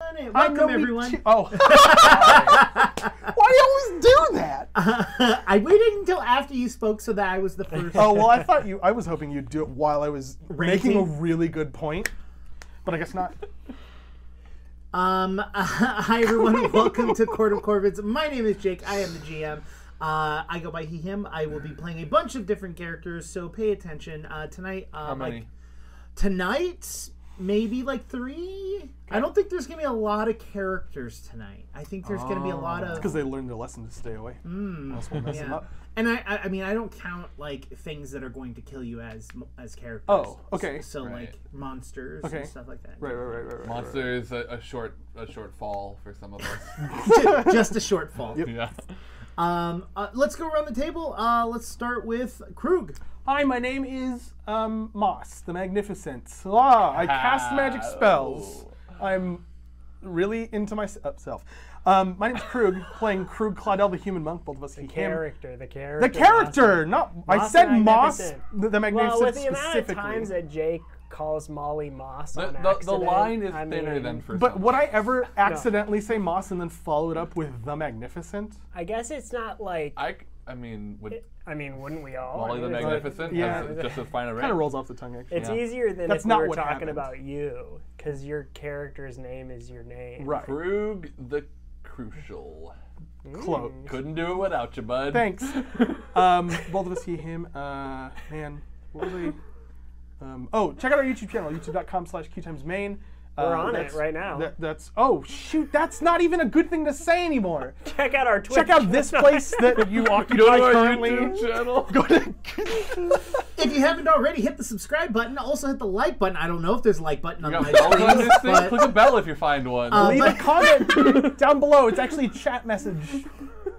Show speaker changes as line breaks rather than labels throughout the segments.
on it.
I know
Welcome,
we
everyone.
che- oh, why do you always do that?
I waited until after you spoke so that I was the first.
Oh well, I thought you. I was hoping you'd do it while I was making a
Ranting?
really good point, but I guess not.
Um, hi everyone, welcome to Court of Corvids. My name is Jake. I am the GM. Uh, I go by he him. I will be playing a bunch of different characters, so pay attention. Uh, tonight, uh,
How many?
Like, tonight maybe like three. I don't think there's gonna be a lot of characters tonight. I think there's gonna be a lot of
Because they learned their lesson to stay away. Else we'll mess them
yeah.
up.
And I, I, I mean, I don't count like things that are going to kill you as as characters.
Oh, okay.
So,
Right.
like monsters
Okay.
and stuff like that.
Right, right, right, right, right, right.
Monster is a, a short a short fall for some of us.
Just a shortfall.
yeah.
Um, uh, let's go around the table. Uh, let's start with Krug.
Hi, my name is um, Moss, the Magnificent. Ah, I cast magic spells. I'm really into myself. Um, my name's Krug, playing Krug Claudel, the human monk. Both of us, he him.
character, the character.
The character, not I
Moss
said
the
Moss,
Magnificent.
the, the Magnificent
Well, with the amount of
specifically.
times that Jake calls Molly Moss
The,
on
the, the
accident,
line is
I
thinner
mean,
than for
but
some.
would I ever accidentally say Moss and then follow it up with the Magnificent?
I guess it's not like. I,
I, c- I mean, would
mean, wouldn't we all?
Molly the
I mean, it's like-
Magnificent
yeah.
as just as fine a
Kind
rate?
of rolls off the tongue, actually.
It's
Yeah.
easier than
That's
if
not
we were
what
talking
happened.
about you, because your character's name is your name.
right.
Krug the Crucial.
Close.
Couldn't do it without you, bud.
Thanks. um, both of us, he, him. Uh, man, what was I? Um, oh, check out our YouTube channel, youtube.com slash qtimesmain. Uh,
We're on it
that's-
right now.
that- that's, oh, shoot, that's not even a good thing to say anymore.
Check out our Twitch.
check out this place that you
Go
occupy
to our
currently.
YouTube channel.
Go to-
If you haven't already, hit the subscribe button. Also hit the like button. I don't know if there's a like button on
You
my
got bells on this thing?
but
Click a bell if you find one.
Um,
Leave a comment down below. It's actually a chat message.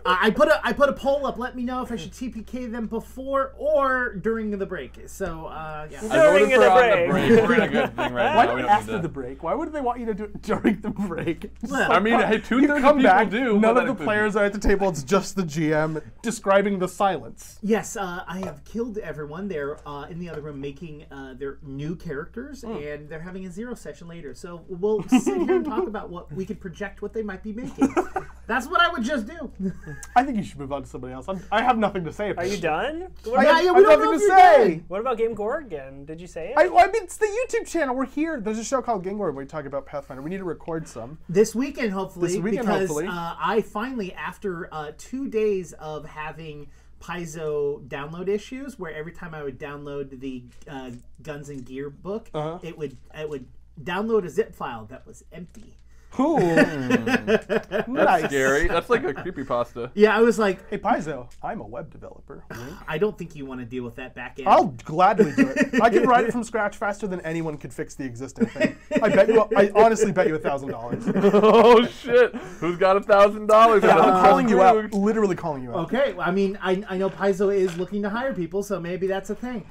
I I put a I put a poll up. Let me know if I should TPK them before or during the break. So uh, yeah.
I voted
during
for
the
on
break.
the break. We're in a good thing right
Why
now. Oh, We
not
don't
after
need
the
to.
break? Why would they want you to do it during the break? It's
Well,
I mean, hey, two thirds
come
people
back.
do. but
None
that
of the
includes-
players are at the table. It's just the GM describing the silence.
Yes, uh, I have killed everyone. They're uh, in the other room making uh, their new characters, and they're having a zero session later. So we'll sit here and talk about what we could project what they might be making. That's what I would just do.
I think you should move on to somebody else. I'm, I have nothing to say. About
Are you
it.
done?
I
Yeah,
have,
What about,
yeah,
I
we
have
don't know
nothing
if
to
you're
say.
done.
what about Game Gorgon? Did you say it?
I, I mean, it's the YouTube channel. We're here. There's a show called Gangwar where we talk about Pathfinder. We need to record some.
This weekend, hopefully.
This weekend,
because,
hopefully.
Uh, I finally, after uh, two days of having Paizo download issues, where every time I would download the uh, Guns and Gear book, it would it would download a zip file that was empty. Hmm.
Cool. nice.
Scary. That's like a creepy pasta.
Yeah, I was like,
Hey, Paizo, I'm a web developer.
I don't think you want to deal with that back end.
I'll gladly do it. I can write it from scratch faster than anyone could fix the existing thing. I bet you. I honestly bet you a thousand dollars.
oh shit! Who's got a thousand dollars?
Yeah, I'm calling you out. Literally calling you out.
Okay, well, I mean, I, I know Paizo is looking to hire people, so maybe that's a thing.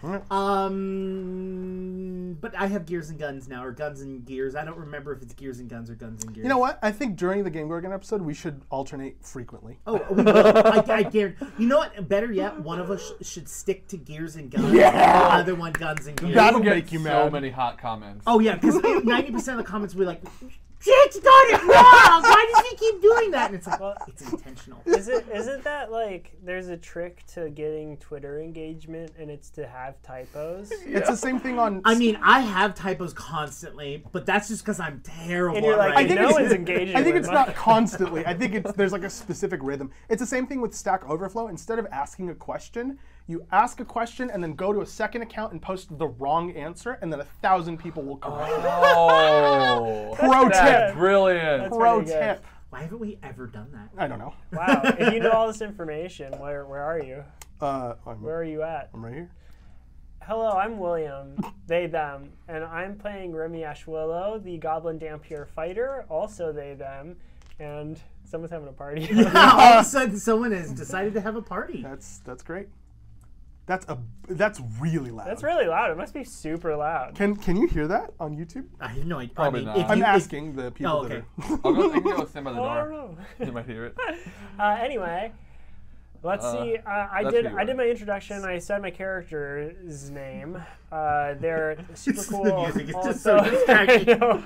Um, but I have Gears and Guns now, or Guns and Gears. I don't remember if it's Gears and Guns or Guns and Gears.
You know what? I think during the Game Gorgon episode, we should alternate frequently.
Oh, we will. I, I guarantee. You know what? Better yet, one of us sh- should stick to Gears and Guns, yeah! and the other one Guns and Gears.
That'll
Get
make you
so
mad.
many hot comments.
oh yeah, because ninety percent of the comments will be like, "Jake's got it wrong. Why does he keep doing that?" And it's like, it's intentional.
Is it, isn't that like there's a trick to getting Twitter engagement and it's to have typos?
It's the same thing on.
I mean, I have typos constantly, but that's just because I'm terrible.
And you're
at
like,
writing.
I think No one's engaging
I think
with
it's
mine.
not constantly. I think it's there's like a specific rhythm. It's the same thing with Stack Overflow. Instead of asking a question, you ask a question and then go to a second account and post the wrong answer, and then a thousand people will correct. it.
Oh,
Pro
that's
tip.
brilliant.
Pro
pretty good.
tip.
Why haven't we ever done that?
I don't know.
Wow. If you know all this information, where where are you?
Uh, I'm
Where are you at?
I'm right here.
Hello, I'm William, they, them, and I'm playing Remy Ashwillow, the Goblin Dampier fighter, also they, them, and someone's having a party.
All of a sudden, someone has decided to have a party.
That's that's great. That's a that's really loud.
That's really loud. It must be super loud.
Can can you hear that on YouTube?
I have no idea.
Probably
I mean,
not.
if you-
I'm
if-
asking the people
Oh,
that
okay.
are.
I'll go, I can go stand by the
Oh, I
door.
don't know.
You might hear it.
Uh, anyway, Let's see. Uh, I
that's
did.
me,
I did
right?
my introduction. I said my character's name. Uh, they're super
Just the
cool.
music is
also,
just so distracting.
I know.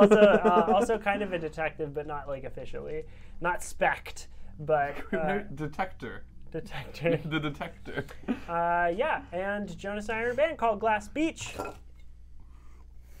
also, uh, also kind of a detective, but not like officially. Not spect, but uh,
No, detector.
detective.
The detector.
Uh, yeah, and Jonas and I are in a band called Glass Beach.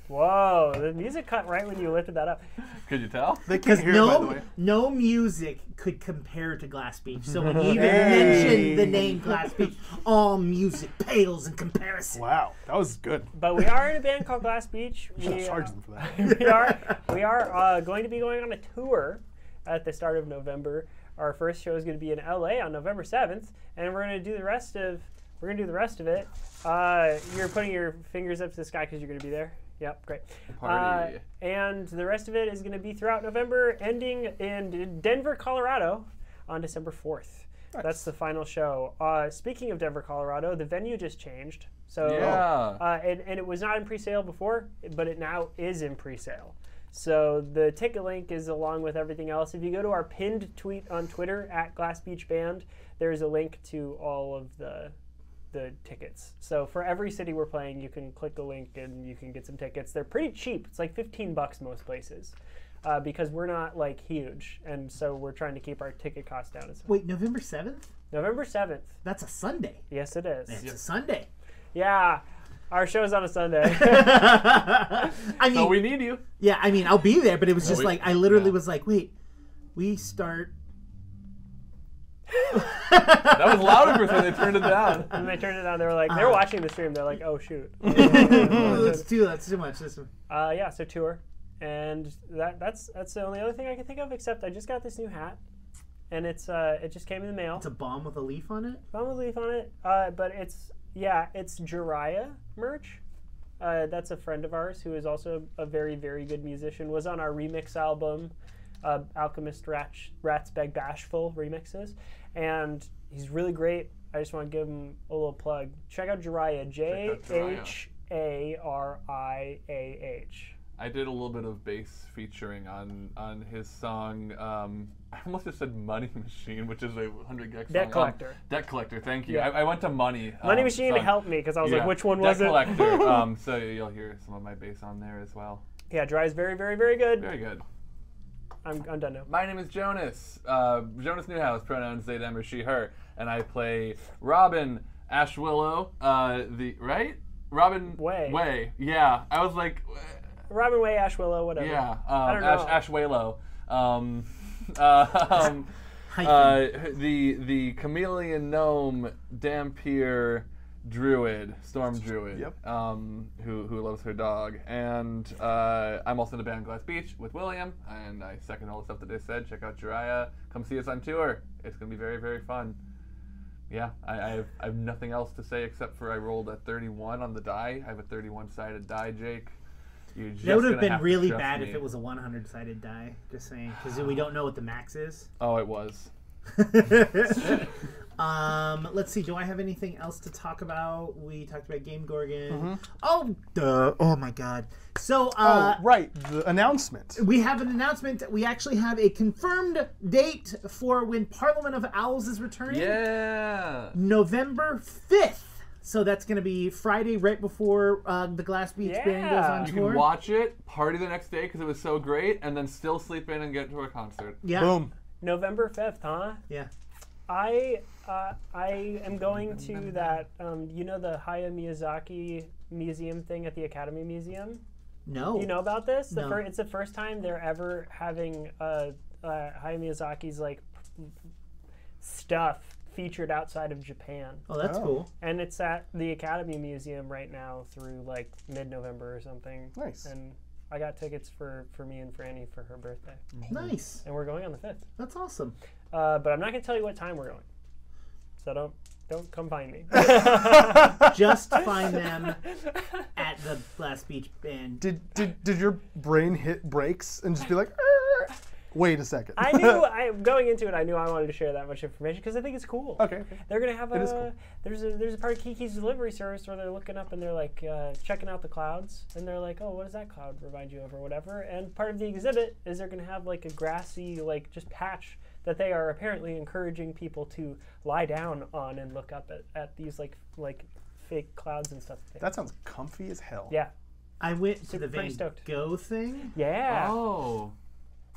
Whoa, the music cut right when you lifted that up.
Could you tell?
They can't hear, it, by the
no,
way.
no music could compare to Glass Beach. So when you even
Hey.
mention the name Glass Beach, all music pales in comparison.
Wow, that was good.
But we are in a band called Glass Beach.
Should
We,
charge them for that.
we are we are uh, going to be going on a tour at the start of November. Our first show is going to be in LA on November seventh, and we're going to do the rest of we're going to do the rest of it. Uh, you're putting your fingers up to the sky because you're going to be there. Yep, great.
Party.
Uh, and the rest of it is going to be throughout November, ending in D- Denver, Colorado, on December fourth. That's the final show. Uh, speaking of Denver, Colorado, the venue just changed. So
yeah.
uh, and, and it was not in pre-sale before, but it now is in pre-sale. So the ticket link is along with everything else. If you go to our pinned tweet on Twitter at Glass Beach Band, there is a link to all of the the tickets. So for every city we're playing, you can click a link and you can get some tickets. They're pretty cheap. It's like 15 bucks most places. Uh, because we're not like huge, and so we're trying to keep our ticket cost down. As
Wait, November seventh?
November seventh,
That's a Sunday.
yes, it is.
It's a Sunday.
Yeah, our show's on a Sunday.
I mean,
so we need you.
yeah, I mean, I'll be there, but it was just
we-
like I literally
yeah.
was like, wait, we start.
That was louder when they turned it down.
And they turned it on. They were like, they're watching the stream. They're like, oh shoot.
that's too. That's too much. That's-
Uh, yeah, so tour, and that that's that's the only other thing I can think of. Except I just got this new hat, and it's uh, it just came in the mail.
It's a bomb with a leaf on it.
Found a leaf on it, uh, but it's yeah, it's Jiraiya merch. Uh, that's a friend of ours who is also a very very good musician. Was on our remix album, uh, Alchemist Rats Rats Beg Bashful remixes, and he's really great. I just want to give him a little plug. Check out Jiraiya, J
out Jiraiya.
H A R I A H.
I did a little bit of bass featuring on on his song. Um, I almost just said Money Machine, which is a 100 gex
Debt
song.
Collector.
Um, Debt Collector. Thank you.
Yeah.
I, I went to Money. um,
Money Machine
song.
helped me because I was like,
Yeah.
which one
Debt
was it?
Collector. um, so you'll hear some of my bass on there as well.
yeah, Dry is very, very, very good.
Very good.
I'm, I'm done now.
My name is Jonas. Uh, Jonas Newhouse, pronouns they, them, or she, her. And I play Robin Ash Willow, uh, the, right? Robin
Way.
Way. Yeah. I was like,
Robin Way, Ash Willow, whatever.
yeah. Um,
don't
Ash,
know.
Ash Willow. Um, uh, um, uh, the, the chameleon gnome, Dampier druid, storm druid,
Yep.
um, who, who loves her dog. And uh, I'm also in the band Glass Beach with William, and I second all the stuff that they said. Check out Jiraiya. Come see us on tour. It's going to be very, very fun. Yeah, I, I, have, I have nothing else to say except for I rolled a 31 on the die. I have a 31 sided die, Jake. You're just
That would
gonna
have been
to
really
trust
bad
me.
if it was a 100 sided die. Just saying, because we don't know what the max is.
Oh, it was.
um, let's see. Do I have anything else to talk about? We talked about Game Gorgon. Oh, duh. Oh my God. So uh,
oh, right, the announcement.
we have an announcement. We actually have a confirmed date for when Parliament of Owls is returning.
Yeah.
November fifth. So that's going to be Friday, right before uh, the Glass Beach Band goes
Yeah.
on
You
tour.
can watch it, party the next day because it was so great, and then still sleep in and get to a concert.
yeah,
Boom.
November 5th, huh?
yeah.
I uh, I am going to that, um, you know, the Hayao Miyazaki museum thing at the Academy Museum?
No.
You know about this? The
No.
fir- it's the first time they're ever having uh, uh, Hayao Miyazaki's, like, p- stuff featured outside of Japan.
Oh, that's
Oh.
cool.
and it's at the Academy Museum right now through like mid-November or something.
Nice.
And I got tickets for for me and Franny for her birthday,
Nice.
and we're going on the fifth.
That's awesome.
Uh, but I'm not gonna tell you what time we're going, so don't don't come find me.
Just find them at the Glass Beach Band.
Did, did did your brain hit brakes and just be like, "Err." wait a second?
I knew I going into it. I knew I wanted to share that much information because I think it's cool.
okay, okay.
They're gonna have a
is cool.
there's a there's a part of Kiki's delivery service where they're looking up and they're like uh, checking out the clouds and they're like, oh, what does that cloud remind you of or whatever. And part of the exhibit is they're gonna have like a grassy like just patch that they are apparently encouraging people to lie down on and look up at, at these like like fake clouds and stuff. that they-
That sounds comfy as hell.
yeah,
I went to the
pretty
Van
stoked.
Gogh thing.
yeah.
Oh.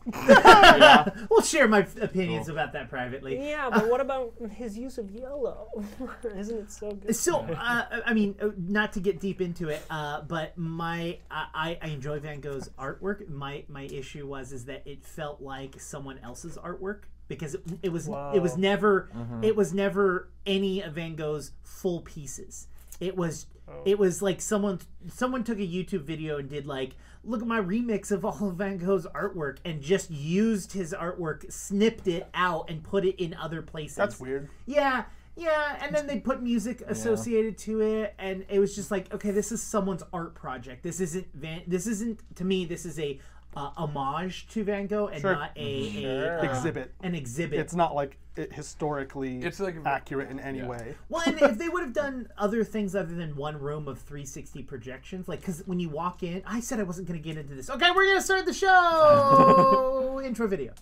We'll share my opinions about that privately.
Yeah, but what about his use of yellow? Isn't it so good?
So, uh, I mean, uh, not to get deep into it, uh, but my I, I I enjoy Van Gogh's artwork. My my issue was is that it felt like someone else's artwork because it, it was it was
Wow.
never it was never any of Van Gogh's full pieces. It was it was like someone someone took a YouTube video and did like look at my remix of all of Van Gogh's artwork and just used his artwork, snipped it out, and put it in other places.
That's weird.
Yeah, yeah, and then they put music associated to it, and it was just like, okay, this is someone's art project. This isn't Van. This isn't to me. This is a uh, homage to Van Gogh and
Sure.
not a,
Sure.
a uh,
Exhibit.
An exhibit.
It's not like it historically
It's like-
accurate in any
yeah.
way.
well, and if they would have done other things other than one room of 360 projections, like because when you walk in, I said I wasn't going to get into this. Okay, we're going to start the show. Intro video.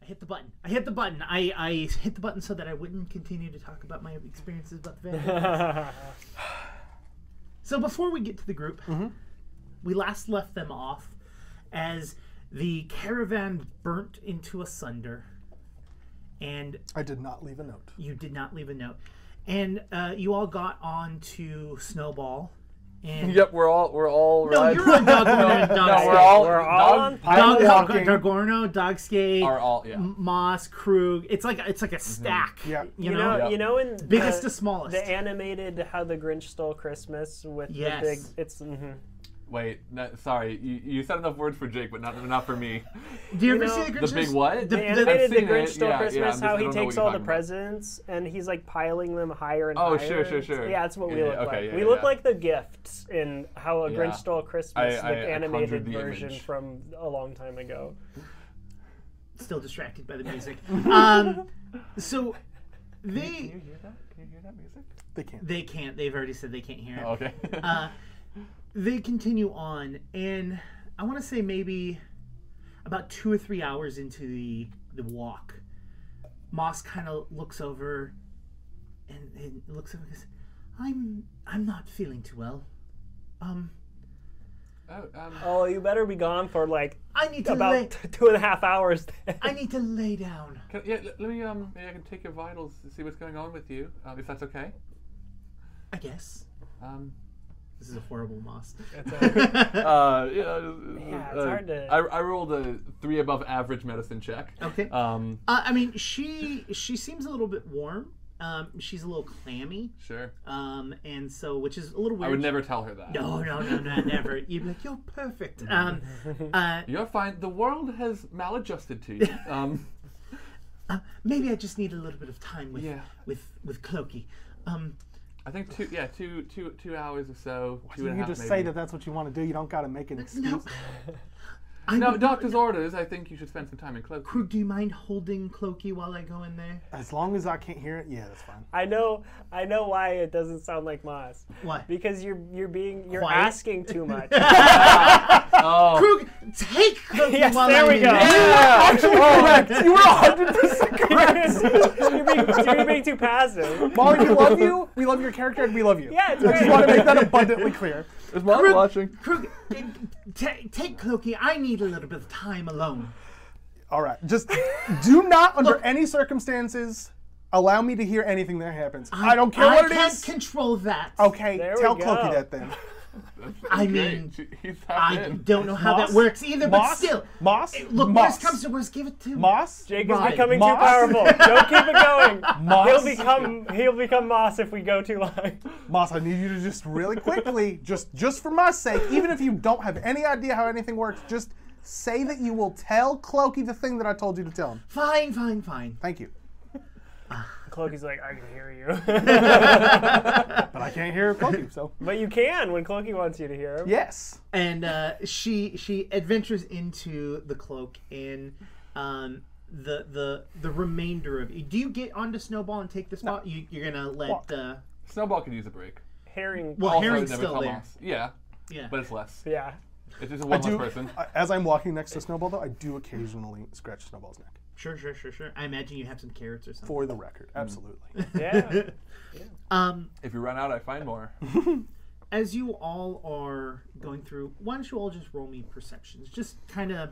I hit the button. I hit the button. I, I hit the button so that I wouldn't continue to talk about my experiences about the Van Gogh. So before we get to the group,
Mm-hmm.
we last left them off as the caravan burnt into asunder, and
I did not leave a note.
you did not leave a note. And uh, you all got on to Snowball, and
Yep, we're all we're all
no,
rides-
you're on Dog Gorno,
no,
Dog
we're
Skate.
all
We're all
dog-
on
Dog,
I'm
Dog,
walking.
Dog Gorno, Dog Skate,
are all yeah.
Mm.
M- Moss, Krug. It's like it's like a stack.
Yeah.
you,
you
know,
know,
Yeah.
you know, in
biggest
the,
to smallest.
the animated "How the Grinch Stole Christmas" with
Yes.
the big, it's mhm.
Wait, no, sorry, you, you said enough words for Jake, but not not for me.
Do you, ever
know,
see the Grinch?
The big what?
The-
the
I've
animated "The
seen
Grinch
it,
Stole
yeah, yeah, I'm
Christmas."
just-
how
I
he
don't know
takes
what
all
you're talking about.
the presents and he's like piling them higher and
Oh,
higher.
sure, sure, sure.
Yeah, that's what we
Yeah,
look
okay,
like.
yeah,
we
yeah,
look
yeah.
like the gifts in "How a
Yeah.
Grinch Stole Christmas,"
I- I- I
the
conjured
animated
the
version
image.
from a long time ago.
Still distracted by the music. um, so they
Can you hear that? Can you hear that music?
They can't.
They can't. They've already said they can't hear it.
Okay.
Uh, they continue on, and I want to say maybe about two or three hours into the the walk, Moss kind of looks over, and, and looks over and goes, "I'm I'm not feeling too well. Um,
oh, um,
Oh, you better be gone for like
I need to lay,
about two and a half hours.
I need to lay down."
can, yeah, let, let me um, maybe I can take your vitals to see what's going on with you, um, if that's okay.
I guess
Um,
this is a horrible Moss.
uh, yeah, uh,
Yeah, it's
uh,
hard to- Oh,
I, I rolled a three above average medicine check.
Okay.
Um,
Uh, I mean, she she seems a little bit warm. Um, she's a little clammy.
sure.
Um, and so, which is a little weird.
I would never tell her that.
No, no, no, no, never. You'd be like, you're perfect. Um, uh,
You're fine. The world has maladjusted to you. Um,
uh, maybe I just need a little bit of time with
Yeah.
with with Clokey. Um,
I think two, yeah, two, two, two hours or so. Two
You
and a
can
half
just
maybe.
say that that's what you want to do. You don't got to make an excuse.
no, I
No,
would-
doctor's orders. I think you should spend some time in cloak.
Krug, do you mind holding Clokey while I go in there?
As long as I can't hear it, yeah, that's fine.
I know, I know why it doesn't sound like Moss.
What?
Because you're you're being you're
Quiet?
asking too much.
Oh,
Krug, take Clokey
yes,
while
there
I'm
we
in
go.
Oh.
Correct. You were 100% correct.
you're, being, you're being too passive.
Molly, we love you. We love your character, and we love you.
Yeah, it's
I just want to
great.
make that abundantly clear.
is mom watching?
Krug, t- t- take Clokey. I need a little bit of time alone.
All right, just do not, under any circumstances, allow me to hear anything that happens. I, don't care
I
what it
can't
is.
control that.
okay,
There we
tell
go.
Clokey that then.
That's,
I
great.
mean,
She- he's
I
half in.
don't know how
Moss?
that works either, but
Moss?
still.
Moss?
Look,
Moss.
worst comes to worst, give it to
Moss?
Jake
Right.
is becoming
Moss?
too powerful. Don't keep it going.
Moss?
He'll become he'll become Moss if we go too long.
Moss, I need you to just really quickly, just just for my sake, even if you don't have any idea how anything works, just say that you will tell Clokey the thing that I told you to tell him.
Fine, fine, fine.
Thank you.
Cloaky's like, I can hear you,
But I can't hear Clokey, so
but you can when Cloaky wants you to hear him.
yes.
And uh, she she adventures into the cloak in um, the the the remainder of. Do you get onto Snowball and take the spot? You, you're gonna let.
Walk.
Uh,
Snowball could use a break.
Herring.
well,
Also,
Harry's
never
still
tell
there.
Moss. Yeah,
Yeah.
but it's less.
Yeah.
It's just one
I do,
less person.
I- as I'm walking next to Snowball, though, I do occasionally scratch Snowball's neck.
Sure, sure, sure, sure. I imagine you have some carrots or something.
For the record, absolutely.
Yeah.
Um,
If you run out, I find more.
as you all are going through, why don't you all just roll me perceptions? Just kind of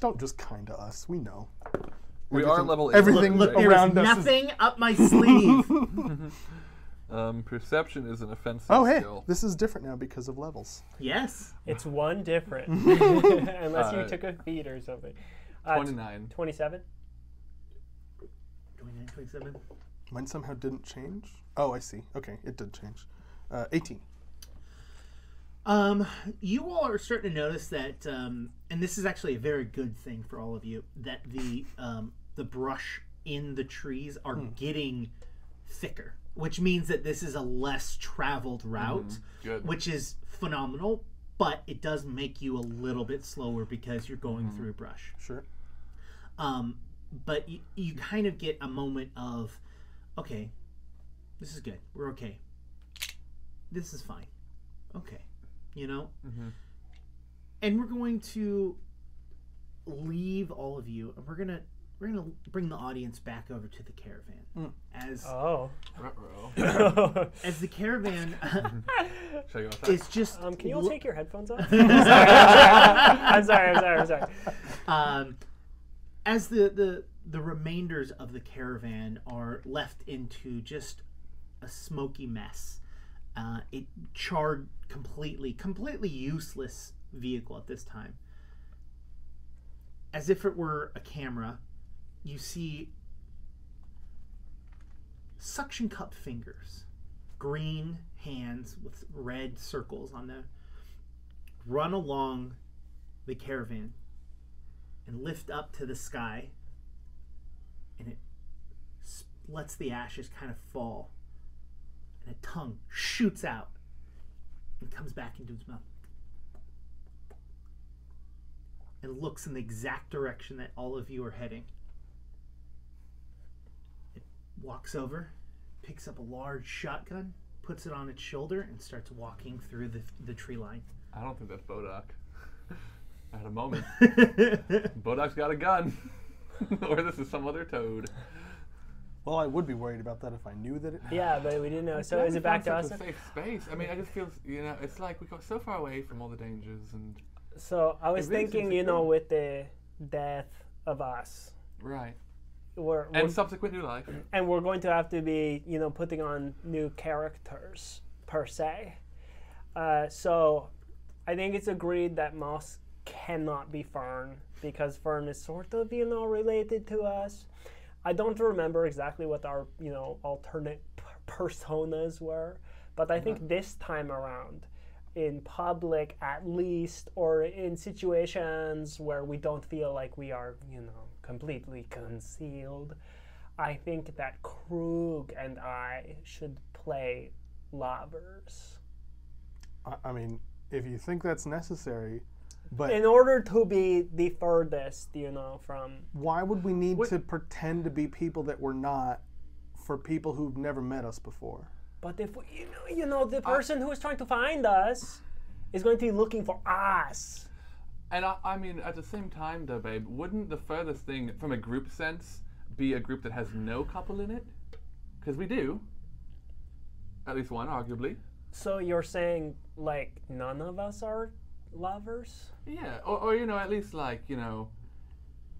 don't just kind to us. We know.
we are
Everything-
level.
everything
look.
Eight.
There is
Around us is-
nothing up my sleeve.
Um, perception is an offensive
Oh, hey,
skill.
this is different now because of levels.
yes.
It's one different, unless you
Uh,
took a feat or something. Uh,
Twenty-nine.
27?
29, 27.
Mine somehow didn't change. Oh, I see. Okay, it did change. Uh, 18.
Um, you all are starting to notice that, um, and this is actually a very good thing for all of you, that the um, the brush in the trees are getting thicker, which means that this is a less traveled route,
Good.
which is phenomenal. But it does make you a little bit slower because you're going through brush.
Sure.
Um, but you, you kind of get a moment of, okay, this is good. We're okay. This is fine. Okay. You know? And we're going to leave all of you and we're going to. We're gonna bring the audience back over to the caravan as
Oh.
Ruh-roh.
as the caravan
Show you what's up.
is just
um, can you all
lo-
take your headphones off? I'm sorry, I'm sorry, I'm sorry, I'm sorry.
um, as the, the the remainders of the caravan are left into just a smoky mess uh, it charred completely completely useless vehicle at this time as if it were a camera you see suction cup fingers green hands with red circles on them run along the caravan and lift up to the sky, and it s- lets the ashes kind of fall, and a tongue shoots out and comes back into his mouth. and looks in the exact direction that all of you are heading. It walks over, picks up a large shotgun, puts it on its shoulder, and starts walking through the, the tree line.
I don't think that's Bodoc. I had a moment. Bodoc's got a gun. or this is some other toad.
Well, I would be worried about that if I knew that it.
Yeah, but we didn't know. So
Yeah,
is
we
it back to
found
us?
such a safe space. I mean, I just feel, you know, it's like we got so far away from all the dangers and.
So I was
It really
thinking,
seems
you
like
know,
a-
with the death of us,
Right.
we're, we're
And subsequent new life.
and we're going to have to be you know putting on new characters per se uh, so i think it's agreed that moss cannot be fern because fern is sort of you know related to us i don't remember exactly what our you know alternate p- personas were but i think this time around in public at least or in situations where we don't feel like we are you know completely concealed I think that Krug and I should play lovers
I, I mean, if you think that's necessary, but
in order to be the furthest, you know, from.
why would we need to pretend to be people that we're not for people who've never met us before?
But if we, you know, you know, the person who is trying to find us is going to be looking for us.
And I, I mean, at the same time, though, babe, wouldn't the furthest thing from a group sense be a group that has no couple in it? Because we do. At least one, arguably.
So you're saying like none of us are lovers?
Yeah, or, or you know, at least like you know,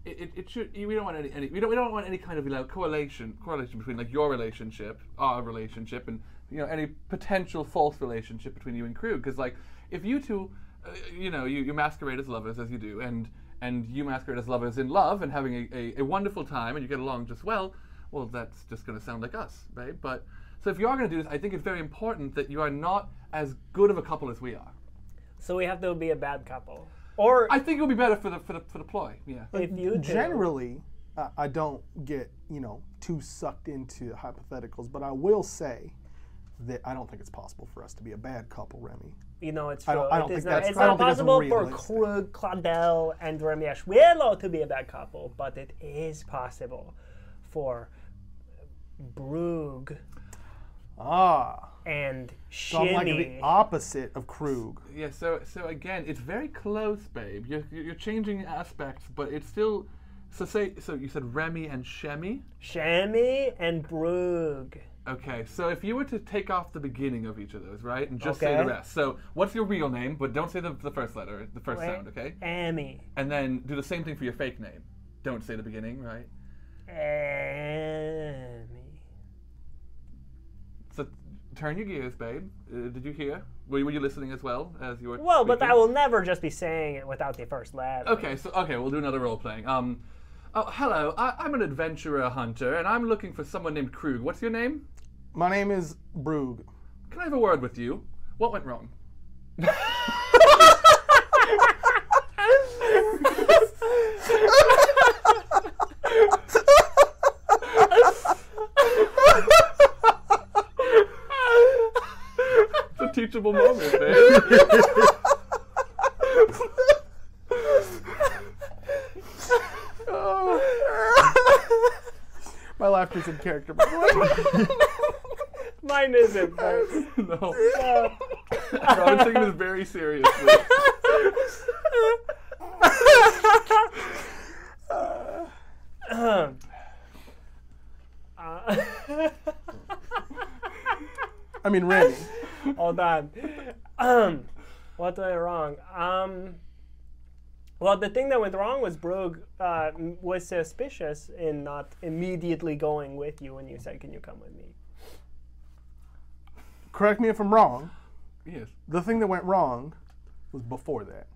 it, it, it should. We don't want any, any we don't we don't want any kind of you know correlation correlation between like your relationship, our relationship, and you know any potential false relationship between you and Krug because like if you two uh, you know you, you masquerade as lovers as you do and and you masquerade as lovers in love and having a, a, a wonderful time and you get along just well well that's just going to sound like us right but so if you are going to do this I think it's very important that you are not as good of a couple as we are
So we have to be a bad couple. Or
I think it would be better for the for the for the ploy yeah
if you two-
Generally, I I don't get you know too sucked into hypotheticals, but I will say that I don't think it's possible for us to be a bad couple, Remy.
you know, it's
I don't-
true.
I don't
It
think
is not,
that's-
it's
I don't
not
think that's
possible for
realistic.
Krug, Claudel, and Ramesh Willow to be a bad couple, but it is possible for Brug
Ah,
and
so
Shimmy.
I'm like the opposite of Krug.
Yeah, so so again, it's very close, babe. You're, you're changing aspects, but it's still. So say so you said Remy and Shemi.
Shimmy and Brug.
Okay, so if you were to take off the beginning of each of those, right, and just say the
Okay.
rest. So what's your real name, but don't say the, the first letter, the first
Wait.
sound, okay?
Amy.
And then do the same thing for your fake name. Don't say the beginning, right?
Amy.
So turn your gears, babe. Uh, did you hear? Were, were you listening as well as you were?
Well, but
speaking?
I will never just be saying it without the first letter.
Okay, so okay, we'll do another role playing. Um, oh hello, I, I'm an adventurer hunter, and I'm looking for someone named Krug. What's your name?
My name is Brug.
Can I have a word with you? What went wrong? it's a teachable moment, eh? man.
My laughter's in character. By the way.
Mine isn't. but-
no. Robin's taking this very seriously.
I mean, Remy.
Hold on. Um, what did I wrong? Um, well, the thing that went wrong was Brog uh, m- was suspicious in not immediately going with you when you said, "Can you come with me?"
Correct me if I'm wrong.
yes.
The thing that went wrong was before that.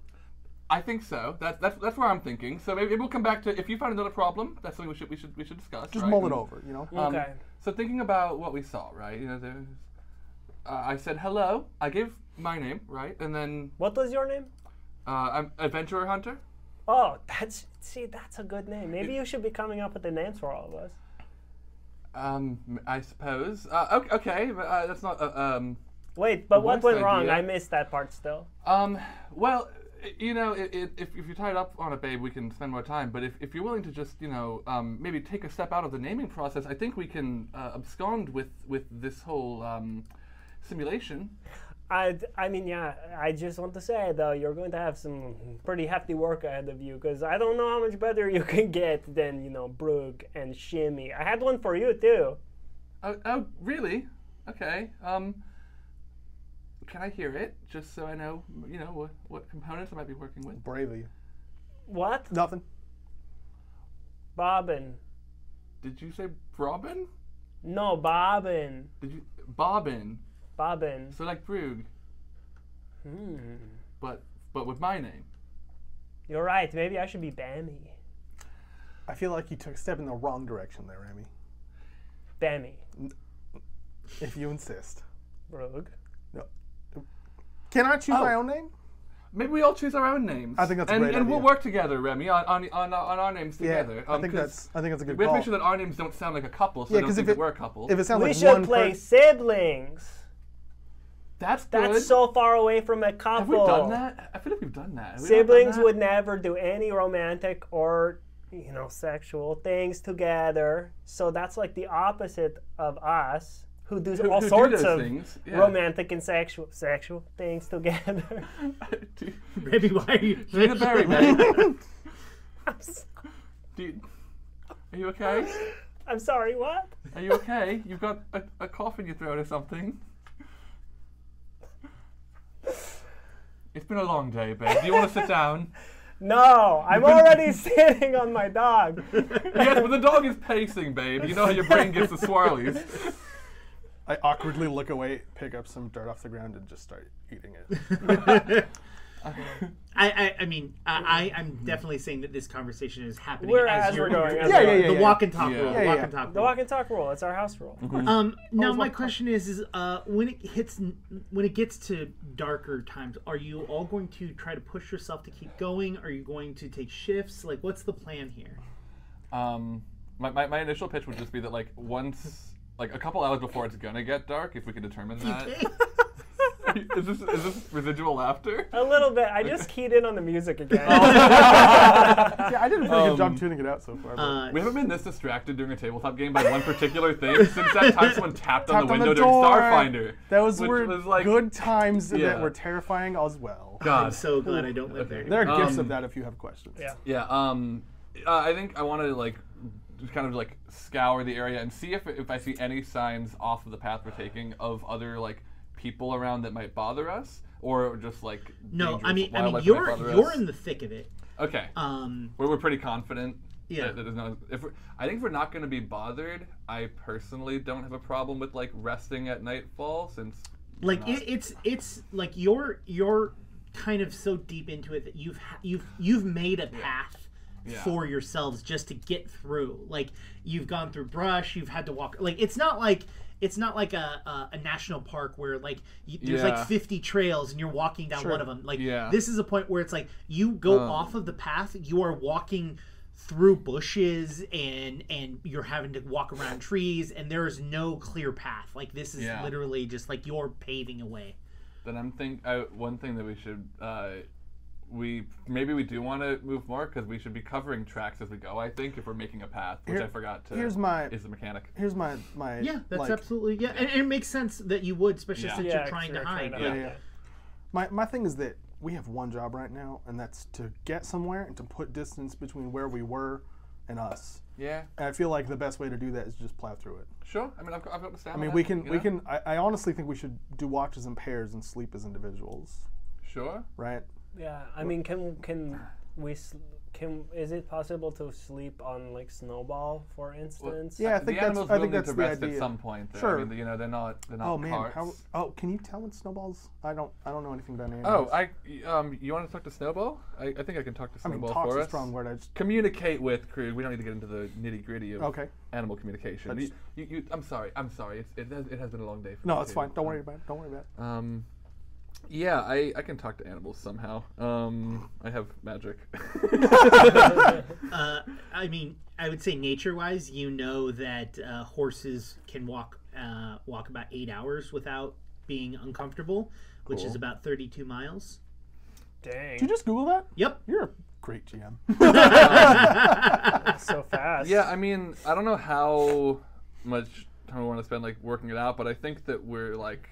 I think so. That's that's that's where I'm thinking. So maybe, maybe we'll come back to if you find another problem. That's something we should we should we should discuss.
Just
right?
mull it
And-
over, you know.
Um,
Okay.
So thinking about what we saw, right? You know, there's. Uh, I said hello. I gave my name, right, and then
What was your name?
uh, I'm adventurer hunter.
Oh, that's see, that's a good name. Maybe you should be coming up with the names for all of us.
Um, m- I suppose. Uh, okay, okay but, uh, that's not. Uh, um,
Wait, but what
worst
went wrong?
idea.
I missed that part still.
um, well, i- you know, i i if if you're tied up on it, babe, we can spend more time. But if, if you're willing to just, you know, um, maybe take a step out of the naming process, I think we can uh, abscond with with this whole um, simulation.
I, I mean, yeah, I just want to say, though, you're going to have some pretty hefty work ahead of you because I don't know how much better you can get than, you know, Brug and Shimmy. I had one for you, too.
Oh, oh really? Okay. Um, can I hear it? Just so I know, you know, what, what components I might be working with.
Bravely.
What?
Nothing.
Bobbin.
Did you say Robin?
No, Bobbin.
Did you Bobbin?
Bobbin.
So like Brug,
Hmm.
but but with my name.
You're right. Maybe I should be Bammy.
I feel like you took a step in the wrong direction there, Remy.
Bammy.
If you insist.
Brug.
Can I choose my
Oh.
own name?
Maybe we all choose our own names.
I think that's a
and,
great
And we'll
idea.
work together, Remy, on on, on, our- on our names together. Um,
I think
'cause
that's. I think that's a good
We have
call.
to make sure that our names don't sound like a couple, so
Yeah,
I don't
'cause
think
if it-
that we're a couple.
if it sounds
We
like
should
one
play
person,
siblings.
that's good.
That's so far away from a couple.
Have we done that? I feel like we've done that. Have we not done
Siblings
that?
would never do any romantic or you know sexual things together. So that's like the opposite of us who do all
who do
sorts
those
of
things, yeah.
romantic and sexual sexual things together.
Do-
Maybe why are you
Give me the berry, man. Dude, are you okay?
I'm sorry, what?
Are you okay? You've got a, a cough in your throat or something. It's been a long day, babe. Do you want to sit down?
No, I'm already sitting on my dog.
Yes, but the dog is pacing, babe. You know how your brain gets the swirlies.
I awkwardly look away, pick up some dirt off the ground, and just start eating it.
I, I, I mean, I, I, I'm definitely saying that this conversation is happening
Mm-hmm. We're-
as,
as
you're
we're going, as
the
Yeah, we're yeah,
going. yeah, yeah.
walk and talk
Yeah.
rule.
Yeah,
walk
yeah.
and talk
The
rule.
walk and talk rule. It's our house rule.
Mm-hmm.
Um, now
Always
my
walk and
question is: is uh, when it hits, when it gets to darker times, are you all going to try to push yourself to keep going? Are you going to take shifts? Like, what's the plan here?
Um, my, my, my initial pitch would just be that like once like a couple hours before it's gonna get dark, if we can determine that. is this is this residual laughter?
A little bit. I just keyed in on the music again.
Oh,
yeah, I did a pretty good job
Um,
tuning it out so far. but-
Uh,
We haven't been this distracted during a tabletop game by one particular thing since that time someone tapped, on
Tapped
the window during Starfinder.
Those
which
were
was like
good times
Yeah.
that were terrifying as well.
I'm
God.
so glad I don't live there.
There are gifts
Um,
of that if you have questions.
yeah.
Yeah. Um, uh, I think I want to like just kind of like scour the area and see if if I see any signs off of the path we're taking of other like people around that might bother us or just like
no, I
dangerous
mean, I mean,
wildlife that might
you're
bother
you're
us.
in the thick of it.
okay.
Um,
we're, we're pretty confident.
Yeah.
That, that there's no, if we're, I think if we're not going to be bothered, I personally don't have a problem with like resting at nightfall since. we're
like
not-
it, it's it's like you're you're kind of so deep into it that you've ha- you've you've made a path
Yeah.
for yourselves just to get through like you've gone through brush you've had to walk like it's not like it's not like a, a, a national park where like you, there's
Yeah.
like 50 trails and you're walking down one of them like
Yeah.
this is a point where it's like you go
Uh.
off of the path you are walking through bushes and and you're having to walk around trees and there is no clear path like this is
Yeah.
literally just like you're paving away
Then I'm think I, one thing that we should uh, we maybe we do want to move more because we should be covering tracks as we go. I think if we're making a path, which
Here-
I forgot to.
here's my-
is the mechanic.
Here's my my
yeah that's
like,
absolutely yeah and, and it makes sense that you would especially
Yeah.
since
Yeah,
you're trying to
you're
hide
trying to
yeah,
Yeah.
yeah. My my thing is that we have one job right now, and that's to get somewhere and to put distance between where we were and us.
Yeah,
And I feel like the best way to do that is just plow through it.
sure. I mean, I've, got- I've got the
I
stamina.
mean, we can
you
we
know?
can. I, I honestly think we should do watches in pairs and sleep as individuals,
Sure.
right?
Yeah. I mean, can can we s- can is it possible to sleep on like snowball for instance?
Yeah, I think
the
that's
animals
I
will
think
need
that's
to
the
rest
idea.
at some point. though.
Sure.
I mean, you know, they're not they're not
oh man,
carts.
how, oh can you tell when snowballs? I don't I don't know anything about animals.
Oh, I um, you want to talk to Snowball? I, I think I can talk to
I mean,
Snowball
talk's
for
a
us.
strong word. I just
Communicate with Krug. We don't need to get into the nitty gritty of
Okay.
animal communication. You,
That's-
you, you, I'm sorry. I'm sorry. It's, it, has, it has been a long day. For
no,
me,
it's
too.
fine. Don't worry about it. Don't worry about it.
Um, yeah, I, I can talk to animals somehow. Um, I have magic.
uh, i mean i would say nature wise you know that uh, horses can walk uh, walk about eight hours without being uncomfortable which is
Cool.
about 32 miles
Dang.
Did you just Google that?
yep
You're a great GM.
so fast.
yeah, I mean, I don't know how much time we want to spend like working it out, but I think that we're like.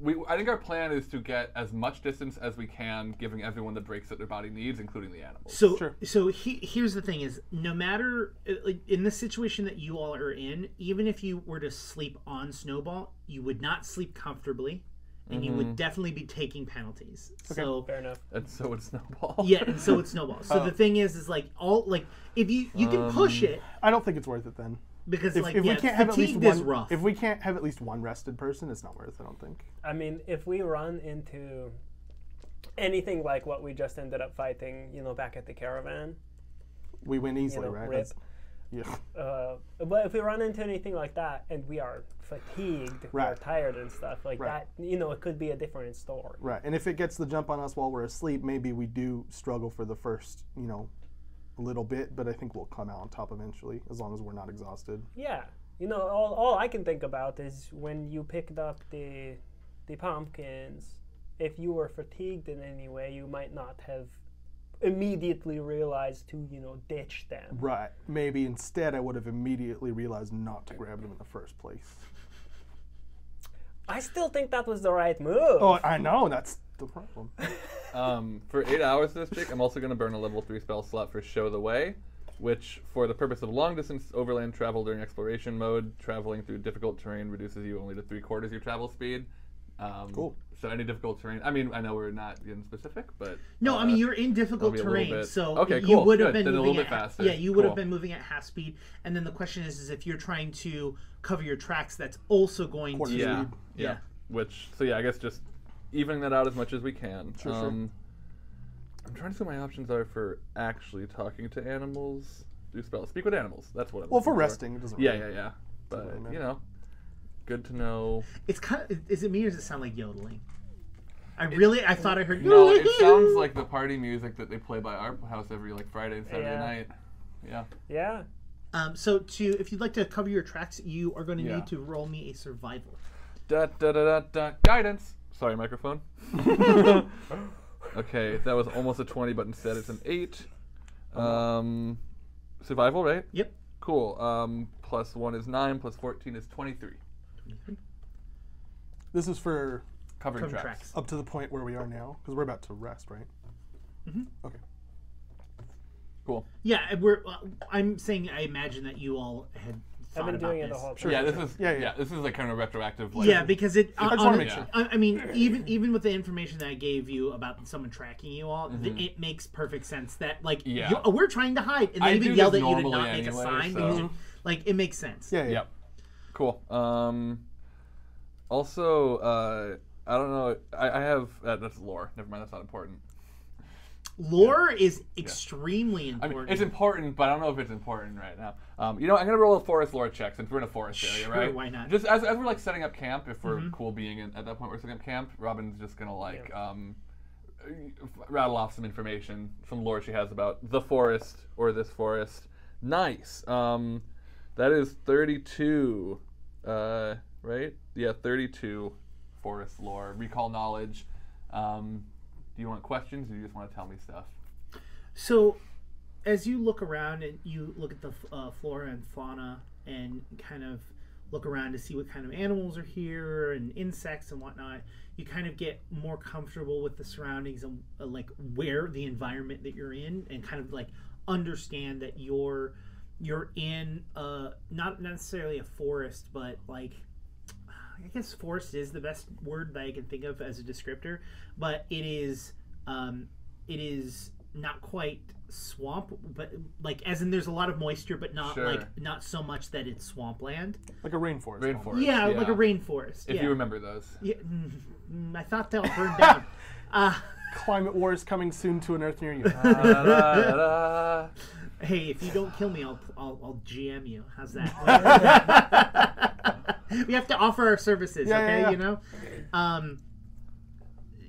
We, I think our plan is to get as much distance as we can, giving everyone the breaks that their body needs, including the animals.
So,
Sure.
so he, here's the thing: is no matter like, in the situation that you all are in, even if you were to sleep on Snowball, you would not sleep comfortably, and you
Mm-hmm.
would definitely be taking penalties. So,
Fair enough.
and so would Snowball.
yeah, and so it's Snowball.
Uh,
So the thing is, is like all like if you you can push
um,
it
I don't think it's worth it then.
because
If,
like
if
yeah,
we can't have at least
fatigued is
one,
rough.
if we can't have at least one rested person, it's not worth. it, I don't think.
I mean, if we run into anything like what we just ended up fighting, you know, back at the caravan,
We win
you
easily,
know,
right?
rip.
That's- yeah.
Uh, but if we run into anything like that and we are fatigued, we're
Right.
tired and stuff like
Right.
that, you know, it could be a different story.
Right. And if it gets the jump on us while we're asleep, maybe we do struggle for the first, you know, little bit, but I think we'll come out on top eventually, as long as we're not exhausted.
Yeah. You know, all, all I can think about is when you picked up the the pumpkins, if you were fatigued in any way, you might not have immediately realized to, you know, ditch them.
Right. Maybe instead I would have immediately realized not to grab them in the first place.
I still think that was the right move.
Oh, I know, that's the problem.
Um, for eight hours this week, I'm also going to burn a level three spell slot for Show the Way, which, for the purpose of long distance overland travel during exploration mode, traveling through difficult terrain reduces you only to three quarters your travel speed. Um,
Cool.
So any difficult terrain. I mean, I know we're not getting specific, but
No, I
uh,
mean you're in difficult
that'll be a little
terrain,
bit-
so
Okay,
you
cool,
would have been
good, then a
moving
little bit
at,
faster,
Yeah, you would have
cool.
been moving at half speed, and then the question is, is if you're trying to cover your tracks, that's also going
Quarter
to
yeah,
speed.
yeah,
Yeah.
Which so yeah, I guess just evening that out as much as we can.
Sure, sure.
um, I'm trying to see what my options are for actually talking to animals. Do spells. Speak with animals. That's what. I'm
Well, for
looking
resting, it doesn't.
Yeah,
really-
yeah, yeah. But
really matter.
you know, good to know.
It's kind of is it me or does it sound like yodeling? I really I thought I heard
No, it sounds like the party music that they play by our house every like Friday and Saturday
Yeah.
night. Yeah.
Yeah.
Um, so to if you'd like to cover your tracks, you are going to
Yeah.
need to roll me a survival.
Da da da da da. Guidance. Sorry, microphone. okay, that was almost a twenty, but instead it's an eight. Um, survival, right?
Yep.
Cool. Um, plus one is nine. Plus fourteen is twenty-three.
This is for
Covering
Cover
tracks.
tracks.
up to the point where we are now, because we're about to rest, right? Mm-hmm. Okay.
Cool.
Yeah, and we're. Uh, I'm saying I imagine that you all had. Thought
I've been
about
doing it
this.
the whole time.
yeah, this is
Yeah,
yeah,
yeah.
yeah, This is like kind of retroactive. Like,
Yeah, because it. I
just wanna make sure.
I, I mean, even even with the information that I gave you about someone tracking you all, th- it makes perfect sense that like
Mm-hmm. Yeah.
you- uh, we're trying to hide, and they
I do
even yelled at
this
you to
normally
not make a
anyway,
sign.
so-
because you- like it makes sense.
Yeah. yeah.
Yep. Cool. Um, also, uh, I don't know. I, I have uh, that's lore. Never mind. That's not important.
Lore is extremely
I
important.
mean, it's important, but I don't know if it's important right now. Um, you know, I'm gonna roll a forest lore check since we're in a forest area,
Sure,
right?
why not? Mm-hmm.
Just as, as we're like setting up camp, if we're cool being in, at that point, we're setting up camp. Robin's just gonna like um, rattle off some information, some lore she has about the forest or this forest. Nice. Um, that is 32, uh, right? Yeah, 32 forest lore, recall knowledge. Um, do you want questions, or do you just want to tell me stuff?
So, as you look around and you look at the uh, flora and fauna and kind of look around to see what kind of animals are here and insects and whatnot, you kind of get more comfortable with the surroundings and uh, like where the environment that you're in and kind of like understand that you're you're in uh not necessarily a forest but like I guess forest is the best word that I can think of as a descriptor, but it is um, it is not quite swamp, but like as in there's a lot of moisture, but not
Sure.
like not so much that it's swampland.
Like a rainforest. almost.
Rainforest.
Yeah, like a rainforest.
If
yeah.
you remember those.
Yeah, mm, mm, I thought that would burn down.
Climate war is coming soon to an Earth near you.
Uh, Da-da-da-da.
Hey, if you don't kill me, I'll I'll, I'll GM you. How's that? we have to offer our services,
Yeah, yeah,
okay?
yeah.
You know. Um,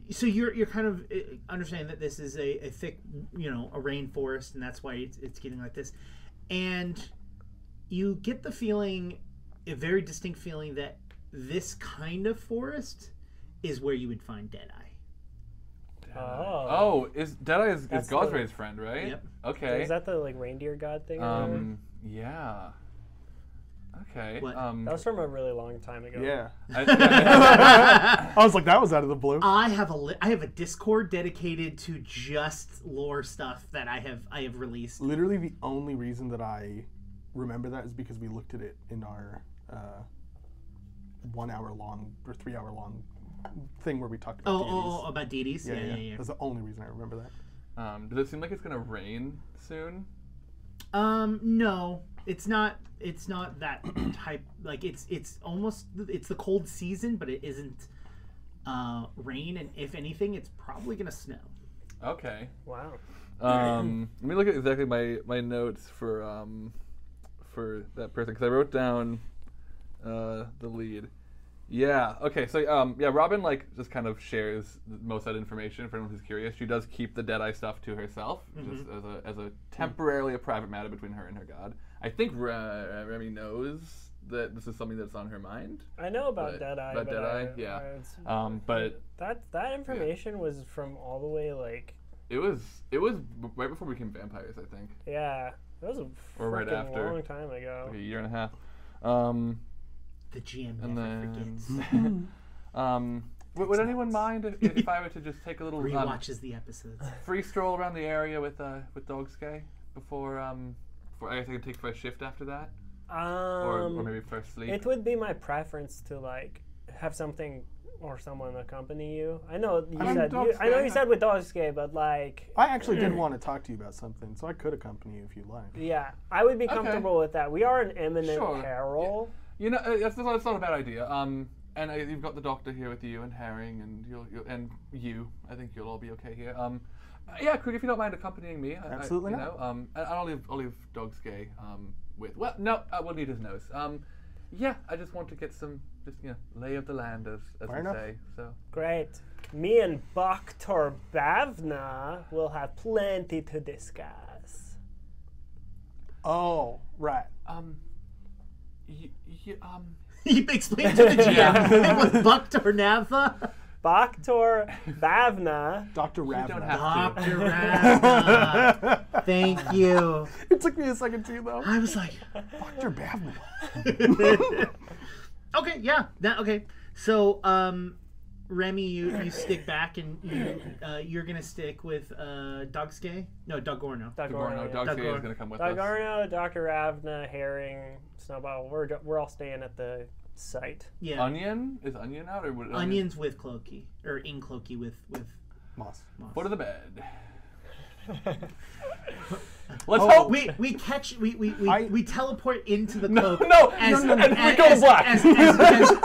so you're you're kind of uh, understanding that this is a, a thick, you know, a rainforest, and that's why it's, it's getting like this, and you get the feeling, a very distinct feeling that this kind of forest is where you would find Deadeye.
Oh.
oh, is Deadeye is, is
That's
Gothray's friend, right?
Yep.
Okay.
Is that the like reindeer god thing? or whatever?
um, yeah. Okay.
What?
Um,
that was from a really long time ago.
yeah.
I, yeah,
I was like, that was out of the blue.
I have a li- I have a Discord dedicated to just lore stuff that I have I have released.
Literally, the only reason that I remember that is because we looked at it in our uh, one hour long or three hour long thing where we talked about
Oh,
deities.
oh, oh, about deities. Yeah, yeah, yeah.
That's the only reason I remember that.
um, does it seem like it's gonna rain soon?
Um, no, it's not. It's not that type. Like it's it's almost it's the cold season, but it isn't uh, rain. And if anything, it's probably gonna snow.
Okay.
Wow.
Um, let me look at exactly my, my notes for um, for that person because I wrote down uh, the lead. Yeah. Okay. So um, yeah, Robin like just kind of shares th- most of that information for anyone who's curious. She does keep the Deadeye stuff to herself, just as a as a temporarily a private matter between her and her god. I think Re- uh, Remy knows that this is something that's on her mind.
I know about
But-
Deadeye.
about
but
Deadeye,
I-
yeah.
I- it's-
Um, but
that that information was from all the way like
it was it was b- right before we became vampires, I think.
yeah. That was a
Or right
freaking
after.
long time ago.
Like a year and a half. Um,
The GM
And
never
then-
forgets.
Um, would, would anyone mind if, if I were to just take a little um,
Rewatches the episodes.
free stroll around the area with uh, with Dog Sky before um before I guess I could take first shift after that
Um,
Um,
or, or maybe first sleep.
It would be my preference to like have something or someone accompany you. I know you
mean,
said you,
Dogsuke,
I know you
I-
said with Dogsuke, but like
I actually did want to talk to you about something, so I could accompany you if you like.
yeah, I would be comfortable with that. We are in imminent
Sure.
peril.
You know, uh, that's, that's not- that's not a bad idea. Um, and uh, you've got the doctor here with you and Herring and you'll, you'll and you. I think you'll all be okay here. Um, uh, yeah, Krug, if you don't mind accompanying me, I- I,
Absolutely
you
not.
Know, um, and and I'll leave I'll leave Dog's Gay um with. Well, no, I will need his nose. Um, yeah, I just want to get some just you know lay of the land as as
Fair
we
enough.
say. So
Great. Me and Bakhtar Bavna will have plenty to discuss.
Oh, right.
um, you, you um.
He explained to the GM it was Buck Tornava.
Bakhtar Bavna.
Doctor Ravna.
don't have-
Buck Tornava. Thank you.
It took me a second too, though.
I was like,
Doctor Bavna.
okay, yeah, that okay. So, um, Remy, you, you stick back and you uh, you're gonna stick with uh, Dogske? No, Dogorno.
Dogorno,
Dagorno,
Dog's Gay is
Dagor-
going to come with us.
Dagorno, Dr. Ravna, Herring, Snowball. We're, we're all staying at the site.
Yeah,
Onion is onion out or would onion?
onions with Clokey or in Clokey with with.
Moss.
Foot of the bed. Let's hope.
We we catch we we we,
I-
we teleport into the cloak.
no, no, no, no, we go black.
As, as, as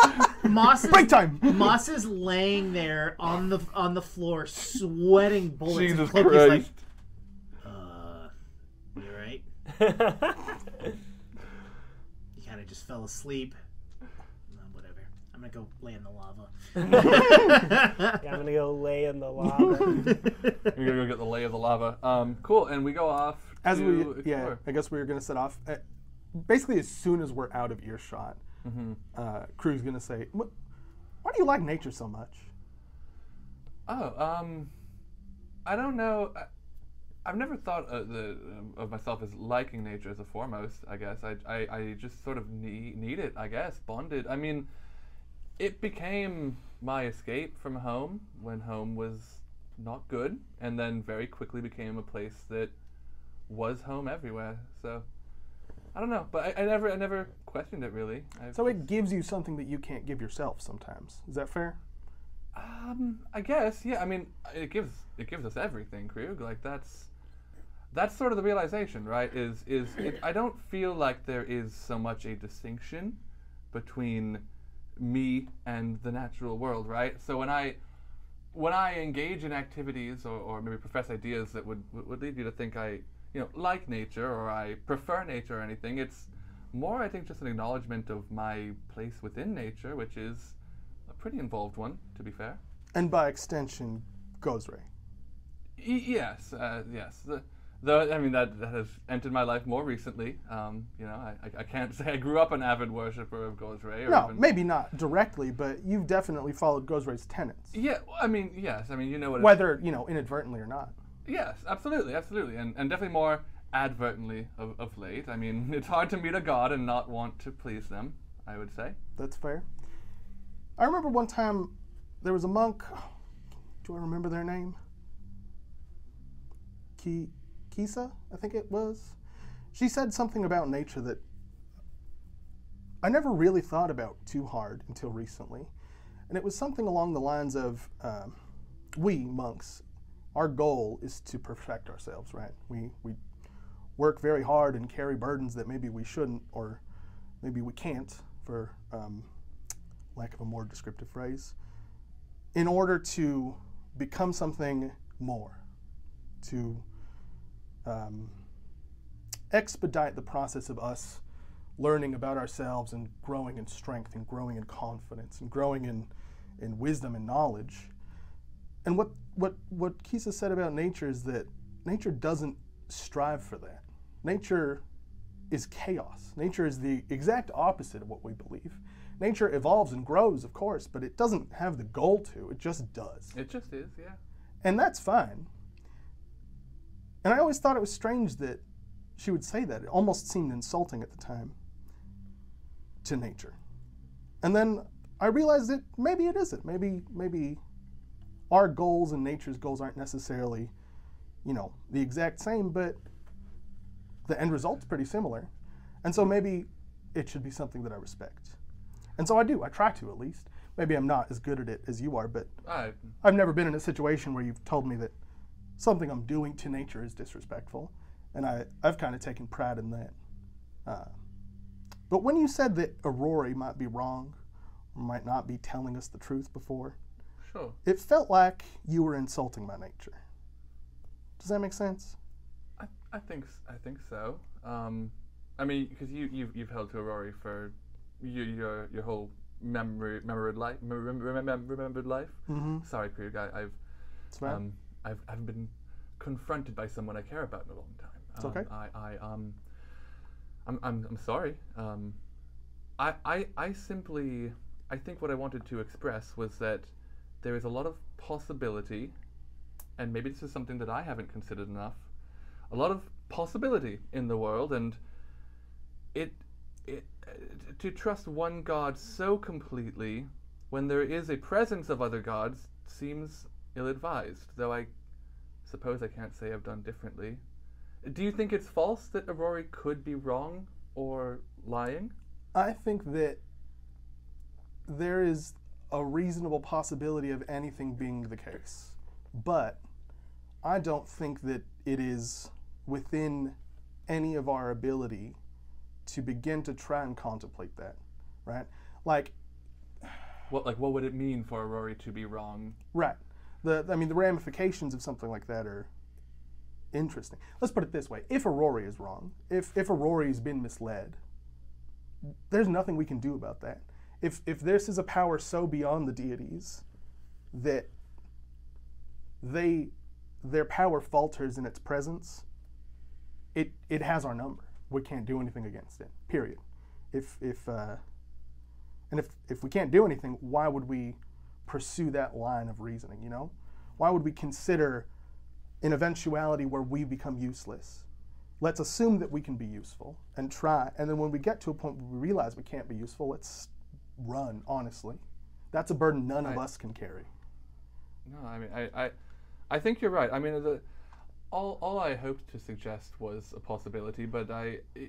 Moss is,
Break time.
Moss is laying there on the on the floor, sweating bullets. and
Jesus
Clokey's
Christ.
Like, uh, you all right? You kind of just fell asleep. Uh, whatever. I'm gonna go lay in the lava.
Yeah, I'm gonna go lay in the lava.
We're gonna go get the lay of the lava. Um, cool, and we go off
As
to
we, yeah,
explore.
I guess we were gonna set off. uh basically, as soon as we're out of earshot,
Mm-hmm.
uh, Crew's gonna say, "What? Why do you like nature so much?"
Oh, um, I don't know. I, I've never thought of, the, um, of myself as liking nature as a foremost. I guess I, I, I just sort of need, need it. I guess bonded. I mean, it became my escape from home when home was not good, and then very quickly became a place that was home everywhere. So. I don't know, but I, I never, I never questioned it really. I've
So it gives you something that you can't give yourself. Sometimes is that fair?
Um, I guess, yeah. I mean, it gives it gives us everything, Krug. Like that's that's sort of the realization, right? Is is it, I don't feel like there is so much a distinction between me and the natural world, right? So when I when I engage in activities or, or maybe profess ideas that would would lead you to think I you know like nature or I prefer nature or anything, it's more I think just an acknowledgement of my place within nature, which is a pretty involved one, to be fair.
And by extension, Gozray.
Y- yes, uh, yes. The, though I mean that, that has entered my life more recently. Um, you know, I, I, I can't say I grew up an avid worshipper of God's Ray. Or
No,
even,
maybe not directly, but you've definitely followed Gozray's tenets,
Yeah, well, I mean, yes. I mean, you know what? it-
whether you know inadvertently or not.
Yes, absolutely, absolutely, and and definitely more advertently of, of late. I mean, it's hard to meet a god and not want to please them. I would say.
That's fair. I remember one time there was a monk. Do I remember their name? Ki- Kisa, I think it was. She said something about nature that I never really thought about too hard until recently. And it was something along the lines of um, we monks, our goal is to perfect ourselves, right? We, we work very hard and carry burdens that maybe we shouldn't or maybe we can't, for um, lack of a more descriptive phrase, in order to become something more, to um, expedite the process of us learning about ourselves and growing in strength and growing in confidence and growing in, in wisdom and knowledge. And what, what, what Kisa said about nature is that nature doesn't strive for that. Nature is chaos. Nature is the exact opposite of what we believe. Nature evolves and grows, of course, but it doesn't have the goal to, it just does.
It just is, yeah.
And that's fine. And I always thought it was strange that she would say that. It almost seemed insulting at the time to nature. And then I realized that maybe it isn't. Maybe maybe our goals and nature's goals aren't necessarily, you know, the exact same, but the end result's pretty similar. And so maybe it should be something that I respect. And so I do. I try to at least. Maybe I'm not as good at it as you are, but
I,
I've never been in a situation where you've told me that something I'm doing to nature is disrespectful, and I, I've kind of taken pride in that. Uh, but when you said that Aurora might be wrong, or might not be telling us the truth before,
sure.
it felt like you were insulting my nature. Does that make sense?
I, I think s- I think so. Um, I mean, because you you've, you've held to Aurori for your your, your whole memory remembered life remembered life. Mm-hmm. Sorry, Krieg, I, I've
That's right.
um, I've I've been confronted by someone I care about in a long time. It's
okay.
I, I um, I'm, I'm, I'm sorry. Um, I, I I simply I think what I wanted to express was that there is a lot of possibility, and maybe this is something that I haven't considered enough. A lot of possibility in the world, and it, it uh, to trust one god so completely when there is a presence of other gods seems ill-advised though i suppose i can't say i've done differently do you think it's false that aurori could be wrong or lying
I think that there is a reasonable possibility of anything being the case. But I don't think that it is within any of our ability to begin to try and contemplate that, right? Like,
what like what would it mean for aurori to be wrong
right. The, I mean, the ramifications of something like that are interesting. Let's put it this way if Aurora is wrong, if, if Aurori's been misled, there's nothing we can do about that. If if this is a power so beyond the deities that they their power falters in its presence, it it has our number. We can't do anything against it. Period. If if uh, and if if we can't do anything, why would we pursue that line of reasoning? You know, why would we consider an eventuality where we become useless? let's assume that we can be useful and try. And then when we get to a point where we realize we can't be useful, let's run, honestly. That's a burden none of us can carry.
No, I mean, I, I, I think you're right. I mean, the, all, all I hoped to suggest was a possibility, but I, i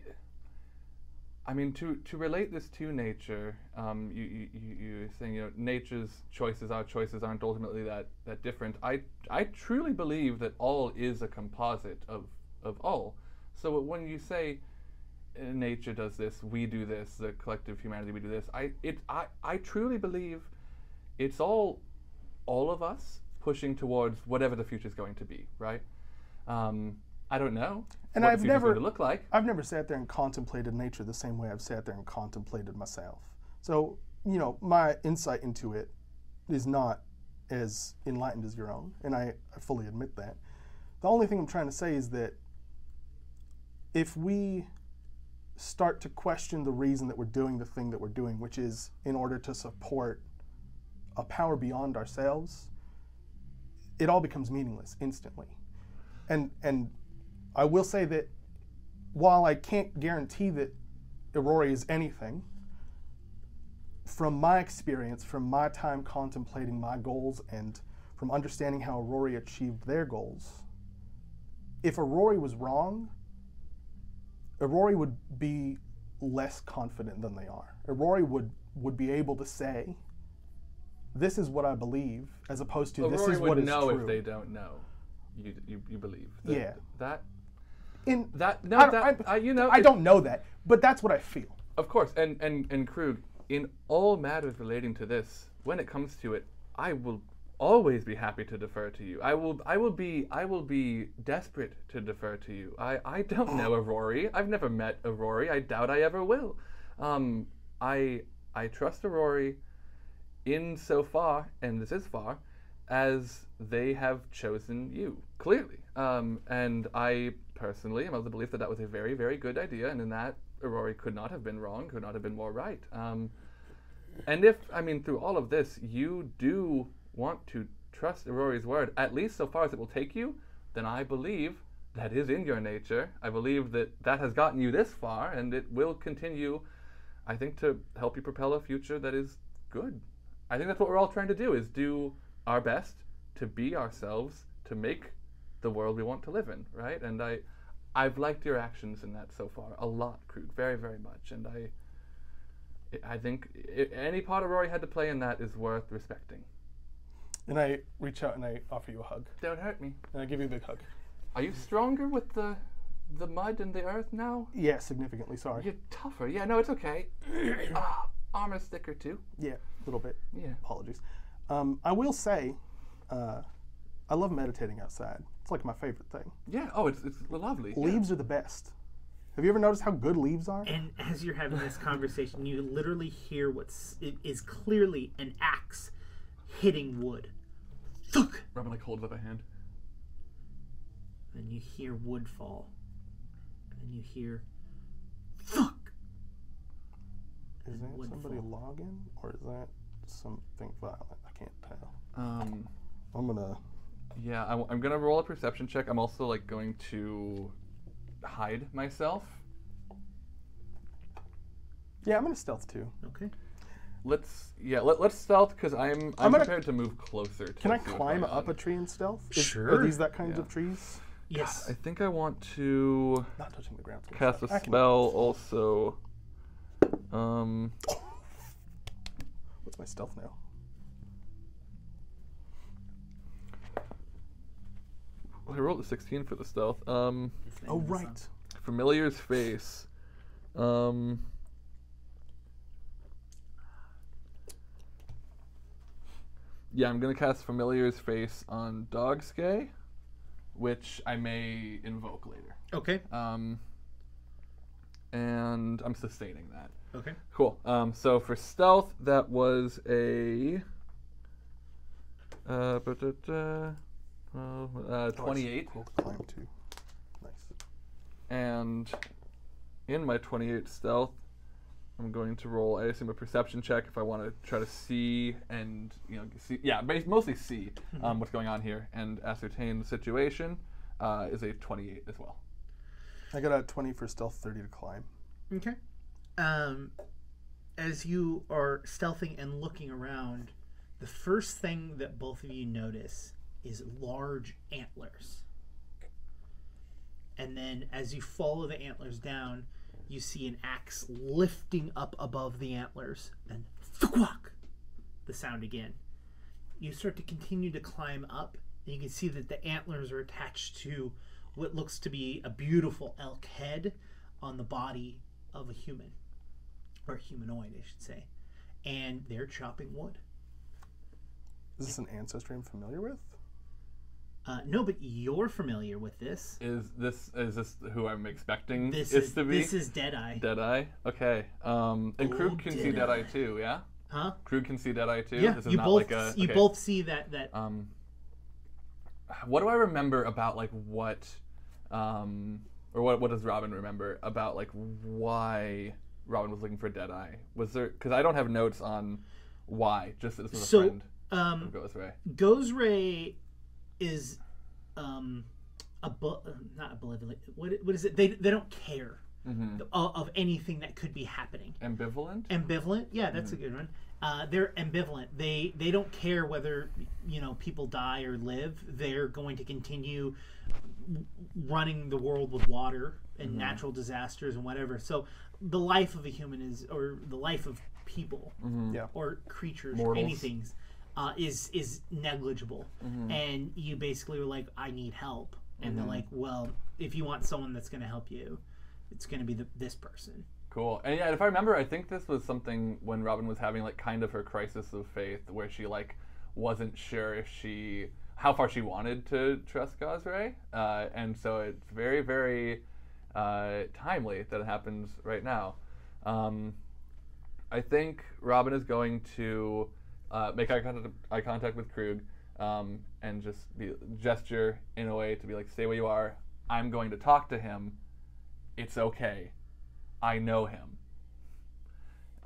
I mean, to, to relate this to nature, um, you, you, you, you were saying, you know, nature's choices, our choices aren't ultimately that, that different. I, I truly believe that all is a composite of, of all. So when you say, uh, nature does this, we do this, the collective humanity, we do this. I, it, I, I truly believe it's all all of us pushing towards whatever the future is going to be, right? Um, I don't know
And
what
I've
the future's
never-
going to look like.
I've never sat there and contemplated nature the same way I've sat there and contemplated myself. So, you know, my insight into it is not as enlightened as your own, and I, I fully admit that. The only thing I'm trying to say is that if we start to question the reason that we're doing the thing that we're doing, which is in order to support a power beyond ourselves, it all becomes meaningless instantly. And and I will say that while I can't guarantee that Aurora is anything, from my experience, from my time contemplating my goals and from understanding how Aurora achieved their goals, if Aurora was wrong, Aurora would be less confident than they are. Aurora would, would be able to say, this is what I believe, as opposed to this
Rory
is
would
what is
know
true.
if they don't know. You, you, you believe? That,
Yeah.
That
In-
that no
I
that
don't-
uh, you know
I
it-
don't know that, but that's what I feel.
Of course, and and and Krug, in all matters relating to this, when it comes to it, I will always be happy to defer to you. I will I will be I will be desperate to defer to you. I I don't know Aurori. I've never met Aurori. I doubt I ever will. Um, I I trust Aurori in so far, and this is far, as they have chosen you, clearly. Um, and I personally am of the belief that that was a very, very good idea, and in that, Aurori could not have been wrong, could not have been more right. Um, and if, I mean, through all of this, you do want to trust Aurori's word, at least so far as it will take you, then I believe that is in your nature. I believe that that has gotten you this far, and it will continue, I think, to help you propel a future that is good. I think that's what we're all trying to do is do our best to be ourselves to make the world we want to live in, right? And I I've liked your actions in that so far a lot, Krug, very very much, and I I think i any part of Rory had to play in that is worth respecting.
And I reach out and I offer you a hug.
Don't hurt me.
And I give you a big hug.
Are you stronger with the the mud and the earth now?
Yeah, significantly. Sorry.
You're tougher. Yeah, no, it's okay. ah, armor's thicker too.
Yeah, a little bit.
Yeah.
Apologies. Um, I will say, uh, I love meditating outside. It's like my favorite thing.
Yeah. Oh, it's it's lovely.
Leaves are the best. Have you ever noticed how good leaves are?
And as you're having this conversation, you literally hear what's it is clearly an axe hitting wood. Thunk!
Rubbing like holds up a hand.
Then you hear wood fall. And you hear thunk.
Is that
would
somebody
fall.
logging or is that something violent? I can't tell.
Um.
I'm gonna.
Yeah, I, am gonna roll a perception check. I'm also like going to hide myself.
Yeah, I'm gonna stealth too.
Okay.
Let's yeah, let, let's stealth because I'm I'm,
gonna-
prepared to move closer. To
Can I
see what's
climb
going
up
on.
a tree in stealth?
Sure.
Are these that kinds
Yeah.
of trees?
Yes.
I think I want to
Not touching the ground. so
cast a
I can-
spell also. Um,
What's my stealth now?
I rolled a 16 for the stealth. Um,
This thing
Oh
is, uh,
right.
familiar's face. Um, yeah, I'm gonna cast familiar's face on Dogskay, which I may invoke later.
Okay.
Um, and I'm sustaining that.
Okay.
Cool. Um, so for stealth, that was a. Uh, but it, uh, well, uh, 28.
We'll climb too. Nice.
And in my 28 stealth, I'm going to roll, I assume, a perception check if I want to try to see and, you know, see, yeah, bas- mostly see um, what's going on here and ascertain the situation uh, is a 28 as well.
I got a 20 for stealth, 30 to climb.
Okay. Um, as you are stealthing and looking around, the first thing that both of you notice is large antlers. And then as you follow the antlers down, you see an axe lifting up above the antlers and thwack the sound again. You start to continue to climb up, and you can see that the antlers are attached to what looks to be a beautiful elk head on the body of a human, or humanoid, I should say. And they're chopping wood.
Is this an ancestry I'm familiar with?
Uh, no, but you're familiar with this.
Is this is this who I'm expecting
This
is,
is
to be?
this is Deadeye,
Deadeye. Okay. Um, and Krug
Old
can see
Deadeye.
Deadeye too. Yeah.
huh?
Krug can see Deadeye too.
Yeah,
This is
you
not
both
like a.
you
okay.
both see that that
Um, what do I remember about like what, um, or what what does Robin remember about like why Robin was looking for Deadeye? Was there because I don't have notes on why. Just that this was a
So,
friend.
um,
who goes away.
Gozray is um abo- not oblivious. What what is it? They they don't care of, of anything that could be happening.
Ambivalent.
ambivalent yeah that's a good one uh, they're ambivalent they they don't care whether you know people die or live they're going to continue w- running the world with water and natural disasters and whatever so the life of a human is or the life of people
Yeah.
or creatures or
Mortals.
anything uh, is is negligible and you basically were like i need help and they're like well if you want someone that's going to help you it's going to be the, this person
Cool. And yeah, if I remember, I think this was something when Robin was having like kind of her crisis of faith, where she like wasn't sure if she how far she wanted to trust Gosray, uh, and so it's very very uh, timely that it happens right now. Um, I think Robin is going to uh, make eye contact, eye contact with Krug um, and just be, gesture in a way to be like, "Stay where you are. I'm going to talk to him. It's okay. I know him."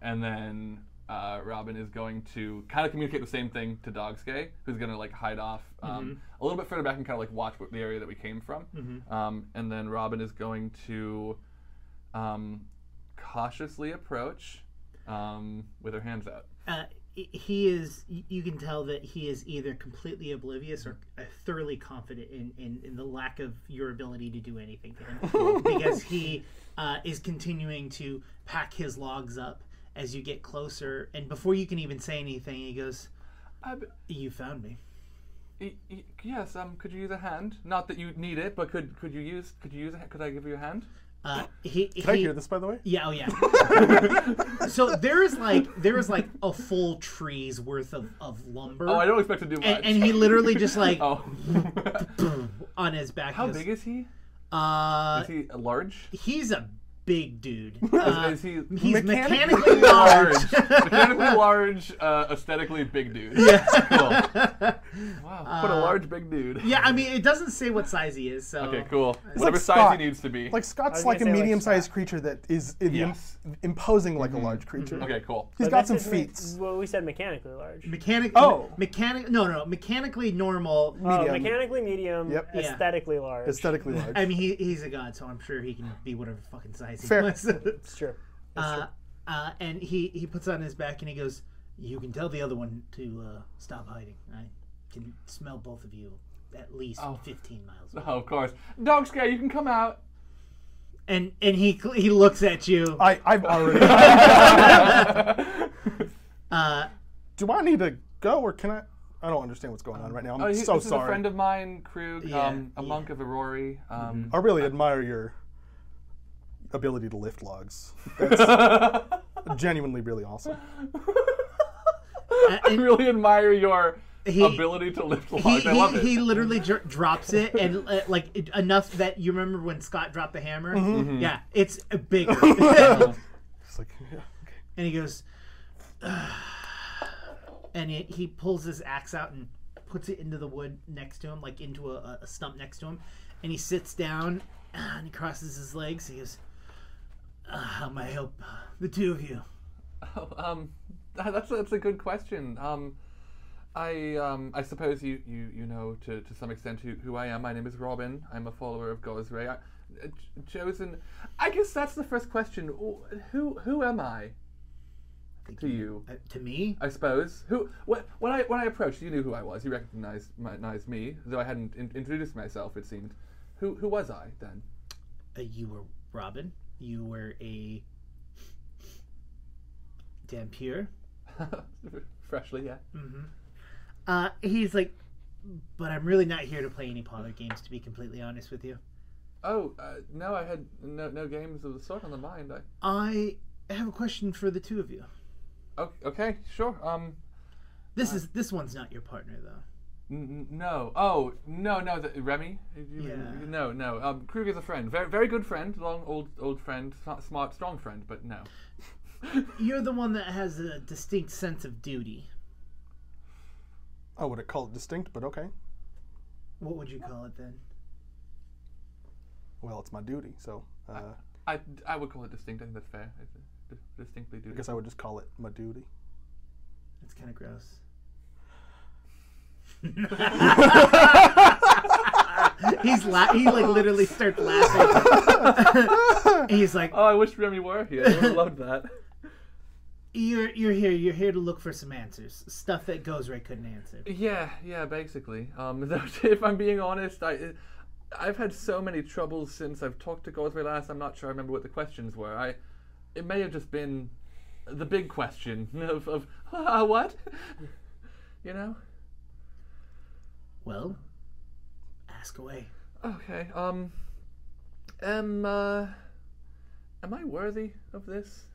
And then uh, Robin is going to kind of communicate the same thing to Dogskay, who's going to like hide off um, a little bit further back and kind of like watch what, the area that we came from. Um, and then Robin is going to um, cautiously approach um, with her hands out.
uh, he is y- you can tell that he is either completely oblivious or uh, thoroughly confident in, in, in the lack of your ability to do anything to him because he uh, is continuing to pack his logs up as you get closer, and before you can even say anything, he goes,
I b-
"You found me."
y- y- yes. Um. Could you use a hand? Not that you need it, but could could you use could you use a, could I give you a hand?
Uh, he,
Did I
he-
hear this, by the way?
Yeah, oh yeah. so there is like there is like a full tree's worth of, of lumber.
Oh, I don't expect to do much.
and, and he literally just like
oh.
on his back.
How
goes,
big is he?
Uh,
Is he large?
he's a big dude. Uh,
is he
he's
Mechanically
mechanically large.
large? mechanically large, uh, aesthetically big dude. Yeah. Cool. Wow. what a large big dude.
Uh, Yeah, I mean it doesn't say what size he is. So
Okay, cool.
like
Whatever size
Scott.
he needs to be.
Like Scott's
was gonna
like a
say, like,
medium-sized creature that is in-
Yes. Mm-hmm.
imposing like a large creature.
okay, cool.
He's
But
got
this
some
is me-
feats.
Well, we said mechanically large.
Mechanic.
Oh.
mechanic. No, no, mechanically normal.
Oh,
Medium.
mechanically medium,
Yep.
Yeah.
aesthetically large.
Aesthetically large.
I mean, he, he's a god, so I'm sure he can be whatever fucking size he
Fair.
wants.
It's true.
uh, uh, and he he puts on his back and he goes, "You can tell the other one to uh, stop hiding. I can smell both of you at least 15 miles." Away.
Oh, of course. Dog scare, you can come out.
And and he cl- he looks at you.
I, I've already.
Uh,
Do I need to go or can I? I don't understand what's going on right now. I'm
Oh, he,
so
this is a
sorry.
friend of mine, Krug,
Yeah,
um, a
yeah.
monk of Aurori. Um,
I really admire your ability to lift logs.
Mm-hmm.
That's genuinely really awesome.
and-
I
and
really admire your
He-
ability to lift logs.
he,
I love
he,
it.
he literally dr- drops it and uh, like it- enough that you remember when Scott dropped the hammer. Yeah, it's uh, bigger.
It's like, yeah, okay.
and he goes, and he, he pulls his axe out and puts it into the wood next to him, like into a, a stump next to him, and he sits down uh, and he crosses his legs. He goes, "Ah, "My help, the two of you."
Um, that's a, that's a good question. Um, I um, I suppose you, you, you know to, to some extent who, who I am. My name is Robin. I'm a follower of Gozray. I, uh, ch- chosen. I guess that's the first question. Wh- Who who am I to you?
Uh, to me,
I suppose. Who when, when I when I approached, you knew who I was. You recognized my, recognized me, though I hadn't in, introduced myself. It seemed. Who who was I then?
uh, you were Robin. You were a damn pure.
Freshly, yeah.
Uh, he's like, but I'm really not here to play any parlor games, to be completely honest with you.
Oh uh, no, I had no no games of the sort on the mind. I
I have a question for the two of you.
okay, okay sure. Um,
This is this one's not your partner though.
N- n- no. Oh, no, no. The, Remy? You- you-
Yeah.
No, no. Um, Krug is a friend. Very, very good friend. Long, old, old friend. s- Smart, strong friend, but no.
You're the one that has a distinct sense of duty.
I would have called it distinct, but okay.
What would you call it then?
Well, it's my duty, so uh,
I, I would call it distinct. I think that's fair. It's a dis- distinctly
I
do.
guess I would just call it my duty.
That's kind of gross. He's la- he like literally starts laughing. He's like,
Oh, I wish Remy were here. I would have loved that.
"You're you're here. You're here to look for some answers. Stuff that Gozray couldn't answer."
Yeah, yeah, basically. Um, though, if I'm being honest, I, I've had so many troubles since I've talked to Gosby last. I'm not sure I remember what the questions were. I, it may have just been the big question of, of what, you know.
Well, ask away.
Okay. Um. Am uh, am I worthy of this?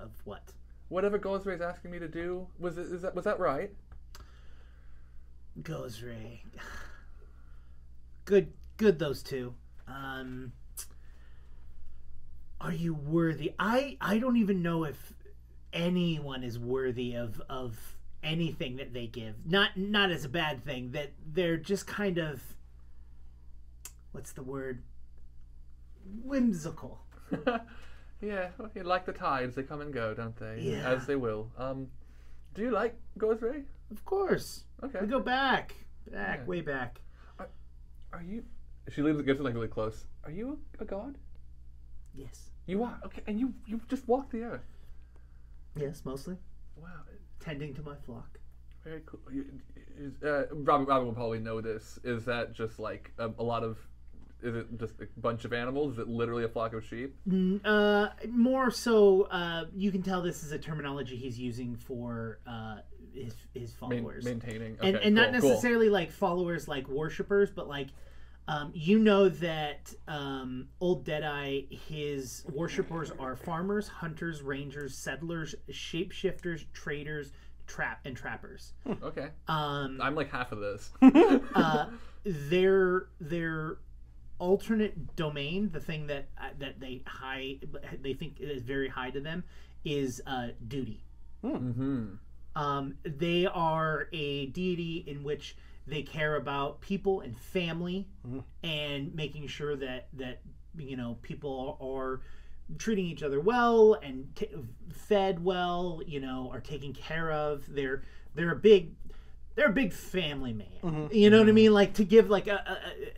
Of what?
Whatever Gosby is asking me to do was it, is that was that right?
Gozray. Good, good. Those two. Um, are you worthy? I I don't even know if anyone is worthy of of anything that they give. Not not as a bad thing. That they're just kind of what's the word? Whimsical.
Yeah. well, yeah, Like the tides, they come and go, don't they?
Yeah.
As they will. Um. Do you like Gosby?
Of course.
Okay.
We go back, back,
Yeah.
way back.
Are you? She leans gets like really close. Are you a, a god?
Yes.
You are. Okay, and you you just walk the earth.
Yes, mostly
Wow,
tending to my flock.
very cool. You- is- Uh, Robert Robert will probably know this. Is that just like a, a lot of Is it just a bunch of animals? Is it literally a flock of sheep?
Uh, more so, uh, you can tell this is a terminology he's using for uh, his his
Main-
followers,
maintaining. Okay,
and, and not
cool, cool.
necessarily like followers, like worshippers, but like um, you know that um, old Deadeye, his worshippers are farmers, hunters, rangers, settlers, shapeshifters, traders, trap and trappers.
Okay.
Um,
I'm like half of this.
uh, their their alternate domain, the thing that that they high they think is very high to them, is uh, duty.
mm-hmm.
Um, they are a deity in which they care about people and family,
Mm-hmm.
and making sure that that you know people are treating each other well and t- fed well. You know, are taken care of. They're they're a big they're a big family man.
Mm-hmm.
You know what I mean? Like to give like a, a,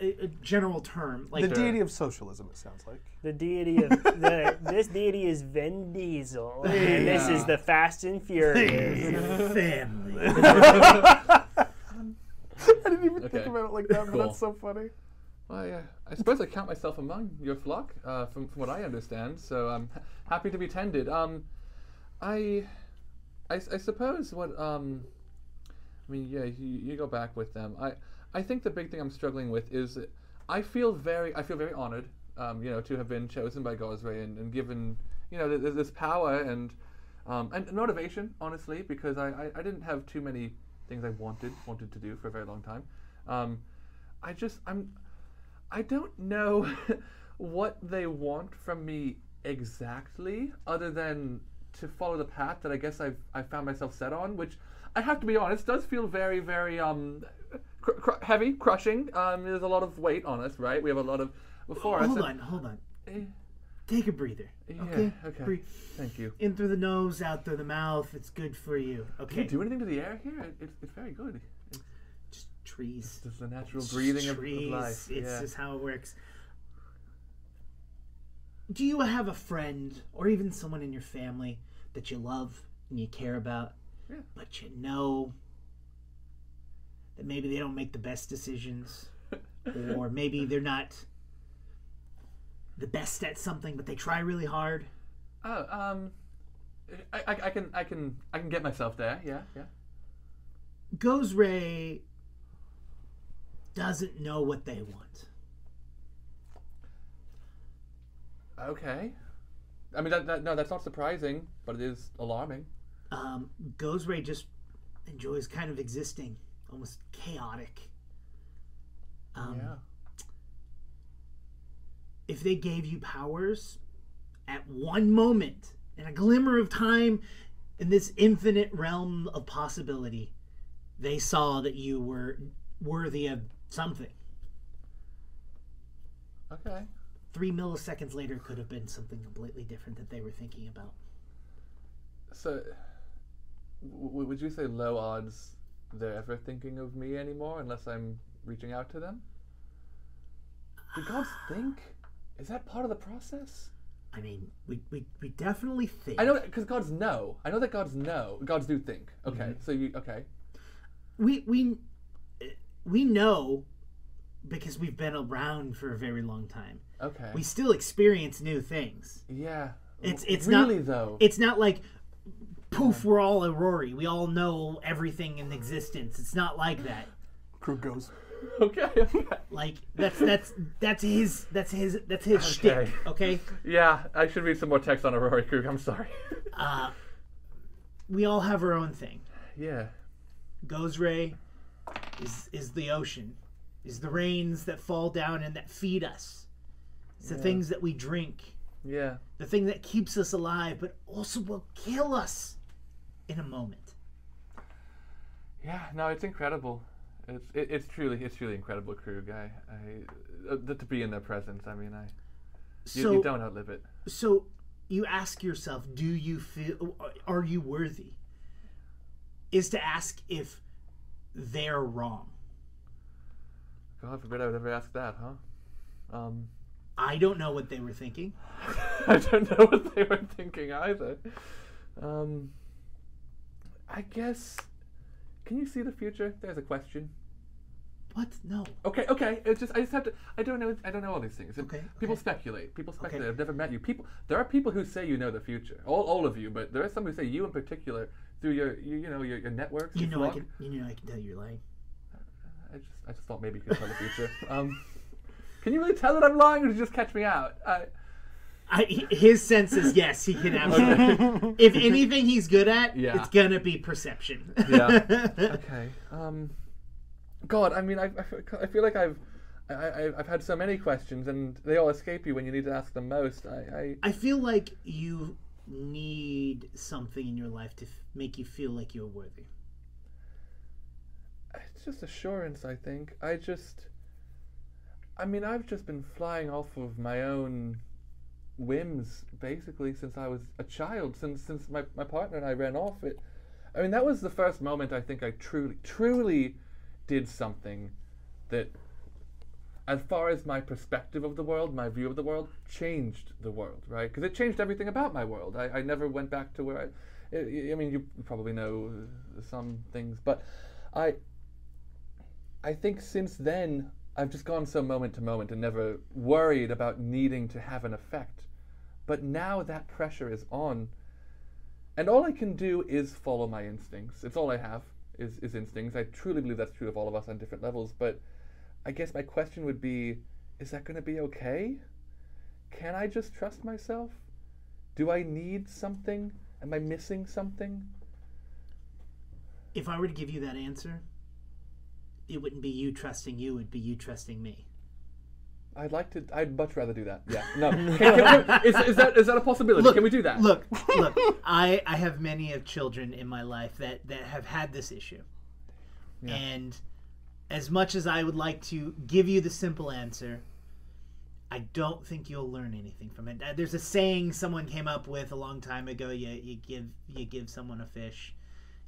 a- a general term, like
The deity of socialism, it sounds like.
The deity of the this deity is Vin Diesel, and this is the Fast and Furious.
family.
I didn't even
Okay.
think about it like that, but
Cool.
that's so funny.
Well, yeah. I suppose I count myself among your flock, uh, from, from what I understand. So I'm h- happy to be tended. Um, I, I, s- I suppose what um, I mean, yeah, you, you go back with them. I, I think the big thing I'm struggling with is, that I feel very, I feel very honored, um, you know, to have been chosen by Gosray and, and given, you know, th- th- this power and, um, and motivation, honestly, because I, I, I didn't have too many things I wanted wanted to do for a very long time. Um, I just, I'm, I don't know what they want from me exactly, other than to follow the path that I guess I've I found myself set on, which I have to be honest does feel very very um cr- cr- heavy, crushing. Um, there's a lot of weight on us, right? We have a lot of before us.
hold
and-
on, hold on.
Eh,
Take a breather.
Yeah,
Okay.
okay.
Breathe.
Thank you.
In through the nose, out through the mouth. It's good for you.
Do you
Okay.
do anything to the air here? It, it's it's very good. It's
Just trees.
just the natural breathing of, of
trees.
life.
It's
yeah.
just how it works. Do you have a friend or even someone in your family that you love and you care about,
Yeah.
but you know that maybe they don't make the best decisions, or maybe they're not the best at something, but they try really hard?
Oh, um, I, I, I can I can I can get myself there. Yeah, yeah.
Gozray doesn't know what they want.
Okay. I mean, that, that no, that's not surprising, but it is alarming.
um, Gozray just enjoys kind of existing, almost chaotic. Um,
Yeah.
If they gave you powers at one moment, in a glimmer of time, in this infinite realm of possibility, they saw that you were worthy of something.
Okay.
Three milliseconds later could have been something completely different that they were thinking about.
So, w- would you say low odds they're ever thinking of me anymore unless I'm reaching out to them? Do gods think? Is that part of the process?
I mean, we, we, we definitely think.
I know because gods know. I know that gods know. Gods do think. Okay, so you okay?
we we we know because we've been around for a very long time.
Okay.
We still experience new things.
yeah.
It's-
W-
it's not-
really though.
It's not like poof, we're all Aurori. We all know everything in existence. It's not like that.
Krug goes.
okay. okay.
Like that's that's that's his that's his that's his shtick. Okay,
Yeah, I should read some more text on Aurora Krug. I'm sorry.
we all have our own thing.
yeah.
Gozray is is the ocean, is the rains that fall down and that feed us. It's the things that we drink.
Yeah.
the thing that keeps us alive, but also will kill us in a moment.
Yeah, no, it's incredible. It's it, it's truly it's truly incredible, Krug. I, I uh, th- to be in their presence. I mean, I you,
So,
you don't outlive it.
so you ask yourself, do you feel? Are you worthy? Is to ask if they're wrong.
God forbid I would ever ask that, huh? Um,
I don't know what they were thinking.
I don't know what they were thinking either. Um, I guess. Can you see the future? There's a question.
What? No.
Okay, okay. It's just I just have to. I don't know. I don't know all these things. And
Okay,
People
okay.
speculate. People speculate. I've never met you. People. There are people who say you know the future. All, all of you, but there are some who say you in particular through your you, you know your, your networks.
You
your
know I
flock.
can. You know I can tell you're lying.
I just I just thought maybe you could tell the future. um, can you really tell that I'm lying, or did you just catch me out? I,
I, his sense is yes, he can absolutely. if anything he's good at,
Yeah.
it's gonna be perception.
Yeah. okay. Um, God, I mean, I, I feel- I feel like I've I, I, I've had so many questions, and they all escape you when you need to ask them most. I, I
I feel like you need something in your life to f- make you feel like you're worthy.
it's just assurance. I think I just. I mean, I've just been flying off of my own whims basically since I was a child. Since since my, my partner and I ran off it. I mean, that was the first moment I think I truly truly did something that as far as my perspective of the world, my view of the world, changed the world, right? Because it changed everything about my world. I, I never went back to where I. I I mean, you probably know uh, some things, but I. I think since then I've just gone so moment to moment and never worried about needing to have an effect. But now that pressure is on, and all I can do is follow my instincts. It's all I have is, is instincts. I truly believe that's true of all of us on different levels. But I guess my question would be is that going to be okay? Can I just trust myself? Do I need something? Am I missing something?
If I were to give you that answer, it wouldn't be you trusting you; it'd be you trusting me.
I'd like to. I'd much rather do that. Yeah. No. Can- can- can- is, is that is that a possibility? can we do that?
Look, look, I, I have many of children in my life that, that have had this issue. And as much as I would like to give you the simple answer, I don't think you'll learn anything from it. Uh, There's a saying someone came up with a long time ago, you, you give you give someone a fish,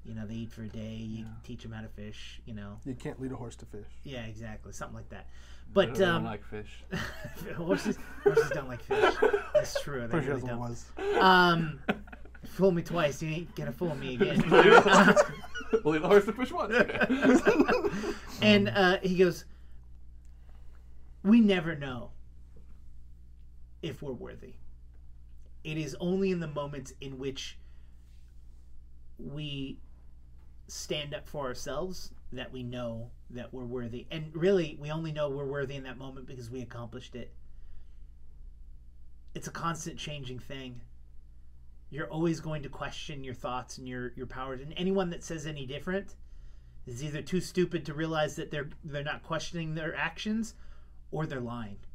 you know, they eat for a day, you teach them how to fish, you know.
You can't lead a horse to fish.
Yeah, exactly. Something like that. But um,
fish.
horses, horses don't like fish. That's true. They
Pretty sure
really
that's what it
don't.
was.
Um, fool me twice, you ain't gonna fool me again.
Only the horse to fish once.
and uh, he goes, "We never know if we're worthy. It is only in the moments in which we stand up for ourselves that we know that we're worthy. And really, we only know we're worthy in that moment because we accomplished it. It's a constant changing thing." You're always going to question your thoughts and your, your powers. And anyone that says any different is either too stupid to realize that they're they're not questioning their actions or they're lying.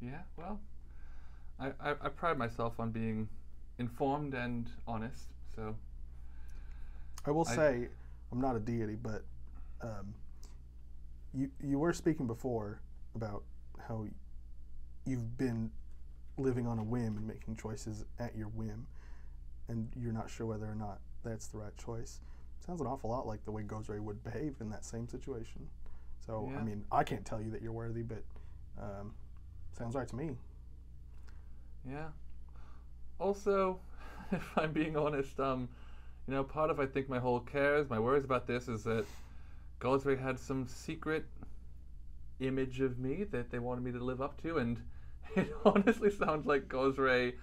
Yeah, well, I, I, I pride myself on being informed and honest. So,
I will say, I'm not a deity, but um, you you were speaking before about how you've been living on a whim and making choices at your whim, and you're not sure whether or not that's the right choice. Sounds an awful lot like the way Gozray would behave in that same situation. So I
Yeah.
mean, I can't tell you that you're worthy, but um, sounds right to me.
yeah. Also, if I'm being honest, um, you know, part of I think my whole cares, my worries about this is that Galsray had some secret image of me that they wanted me to live up to, and it honestly sounds like Galsray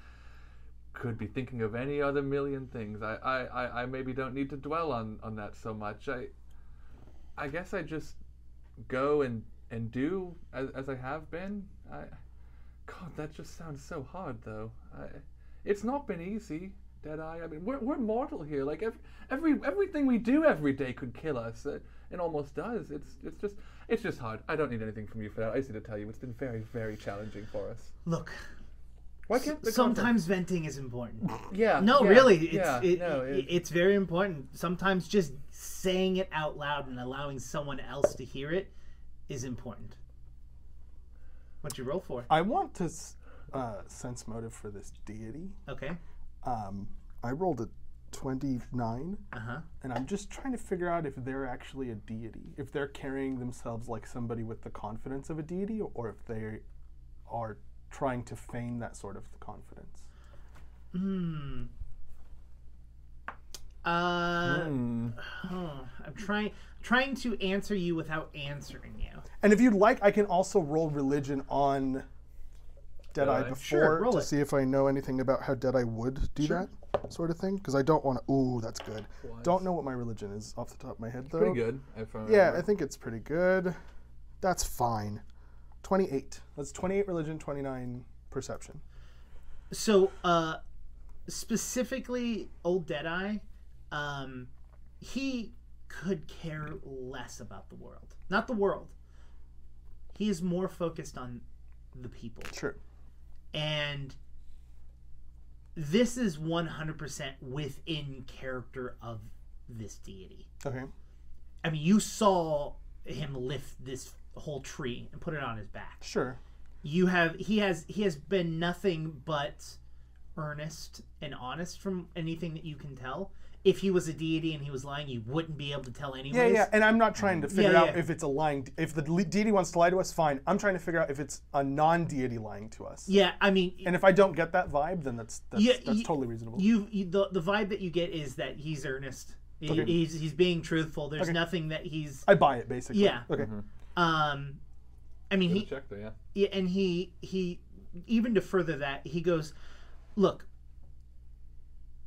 could be thinking of any other million things. I, I, I, I maybe don't need to dwell on, on that so much. I I guess I just go and, and do as, as I have been. I God, that just sounds so hard though. I, it's not been easy, Deadeye. I mean, we're, we're mortal here. Like every, every everything we do every day could kill us. Uh, it almost does. It's it's just it's just hard. I don't need anything from you for that. I just need to tell you, it's been very very challenging for us.
Look,
Why can't the
sometimes venting is important.
concept- Yeah.
No,
yeah,
really, it's
yeah,
it,
no,
it-
it-
it's very important. Sometimes just saying it out loud and allowing someone else to hear it is important. What'd you roll for?
I want to s- uh, sense motive for this deity.
Okay.
Um, I rolled a 29,
Uh huh.
and I'm just trying to figure out if they're actually a deity, if they're carrying themselves like somebody with the confidence of a deity, or if they are trying to feign that sort of confidence.
Uh,
Mm.
huh, I'm trying trying to answer you without answering you.
And if you'd like, I can also roll religion on Deadeye
Deadeye?
before
Sure, roll
to
it.
see if I know anything about how Deadeye would do that sort of thing. Because I don't want to. Ooh, that's good. Don't know what my religion is off the top of my head though.
Pretty good. If I
Yeah,
remember.
I think it's pretty good. That's fine. 28. That's 28 religion, 29 perception.
So, uh, specifically, old Deadeye, um, he could care less about the world. Not the world. He is more focused on the people.
True.
and this is 100% within character of this deity.
Okay.
I mean, you saw him lift this whole tree and put it on his back.
Sure.
You have he has he has been nothing but earnest and honest from anything that you can tell. If he was a deity and he was lying, you wouldn't be able to tell anyways.
Yeah, yeah. And I'm not trying to figure
Yeah,
out
yeah.
if it's a lying. De- if the le- deity wants to lie to us, fine. I'm trying to figure out if it's a non-deity lying to us.
Yeah, I mean,
And if I don't get that vibe, then that's that's,
Yeah,
that's
y-
totally reasonable.
you, you the, the vibe that you get is that he's earnest. He- He's he's being truthful. There's nothing that he's
I buy it basically.
Yeah.
Okay.
Um, I mean, he
Check there. Yeah.
yeah, and he he even to further that he goes, look,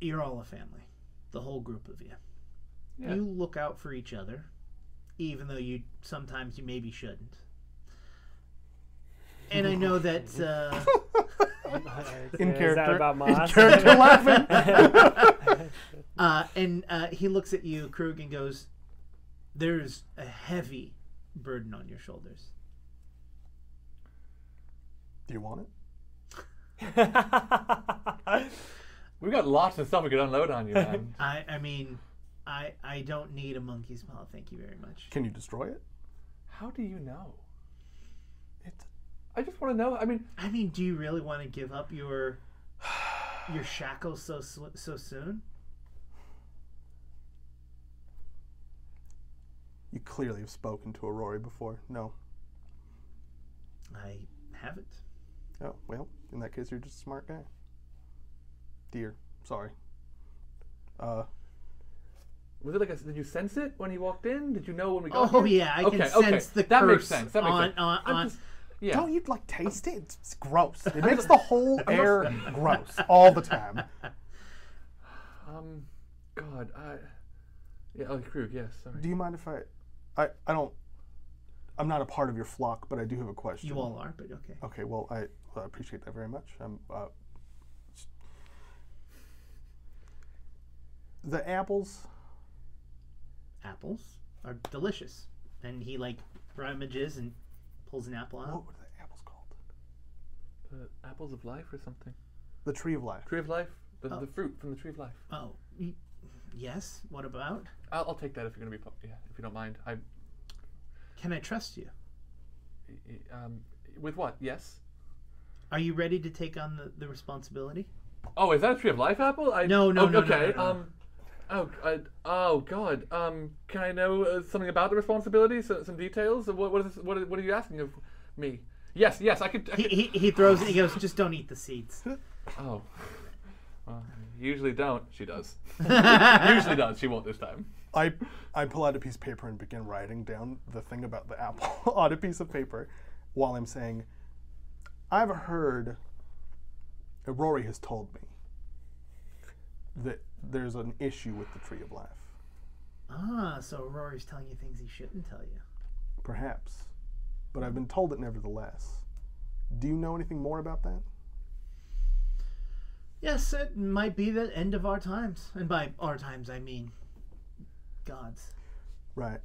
you're all a family, the whole group of you.
Yeah.
You look out for each other, even though you sometimes you maybe shouldn't. And I know that uh,
In
Is that
character.
about Moss?
Character laughing.
Uh, and uh, he looks at you, Krug, and goes, There's a heavy burden on your shoulders.
Do you want it?
We've got lots of stuff we could unload on you, man.
I, I mean, I, I don't need a monkey's paw. Thank you very much.
Can you destroy it?
How do you know?
It's
I just want to know. I mean,
I mean, do you really want to give up your your shackles so sl- so soon?
you clearly have spoken to Aurori before. No.
I haven't.
Oh, well, in that case, you're just a smart guy. Dear, sorry. Uh,
was it like a, did you sense it when he walked in? Did you know when we got
Oh
here?
yeah, I
Okay,
can
okay.
sense the
That
curse
makes sense. That makes
on,
sense.
on
I'm
on.
just- yeah.
don't you like taste it? It's, it's gross. It makes the whole air gross all the time.
Um, God, I. Yeah, oh, Krug. Yes, sorry.
Do you mind if I, I, I don't, I'm not a part of your flock, but I do have a question.
You all are, but okay.
Okay, well, I, I appreciate that very much. Um, uh, the apples,
Apples are delicious, and he like rummages and pulls an apple out.
what were the apples called?
The apples of life or something.
The tree of life.
Tree of life. The, the fruit from the tree of life.
Oh, y- yes. What about?
I'll, I'll take that if you're gonna be. pu- Yeah, if you don't mind. I.
Can I trust you?
I- Um, with what? Yes.
Are you ready to take on the, the responsibility?
Oh, is that a tree of life apple? I,
No, no,
oh,
no, no,
Okay.
no, no.
Um. Oh, I, oh God. Um, can I know uh, something about the responsibility? So, some details. What what is what, are- what are you asking of me? Yes, yes, I could. I
He,
could
he, he throws it. He goes, just don't eat the seeds.
oh, well, I usually don't. She does. usually does. She won't this time.
I I pull out a piece of paper and begin writing down the thing about the apple on a piece of paper while I'm saying, I've heard, uh, Rory has told me that there's an issue with the Tree of Life.
Ah, so Rory's telling you things he shouldn't tell you.
Perhaps. But I've been told it nevertheless. Do you know anything more about that?
Yes, it might be the end of our times. And by our times, I mean God's.
Right.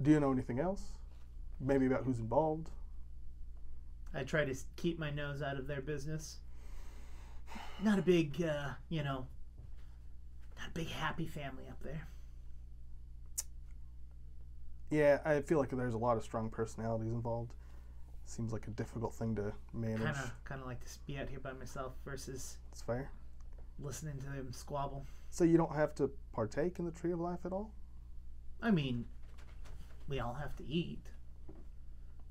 Do you know anything else? Maybe about who's involved?
I try to s- keep my nose out of their business. Not a big, uh, you know, not a big happy family up there.
Yeah, I feel like there's a lot of strong personalities involved. Seems like a difficult thing to manage.
Kind of, kind of like to s- be out here by myself versus
It's fair.
listening to them squabble.
So you don't have to partake in the tree of life at all.
I mean, we all have to eat.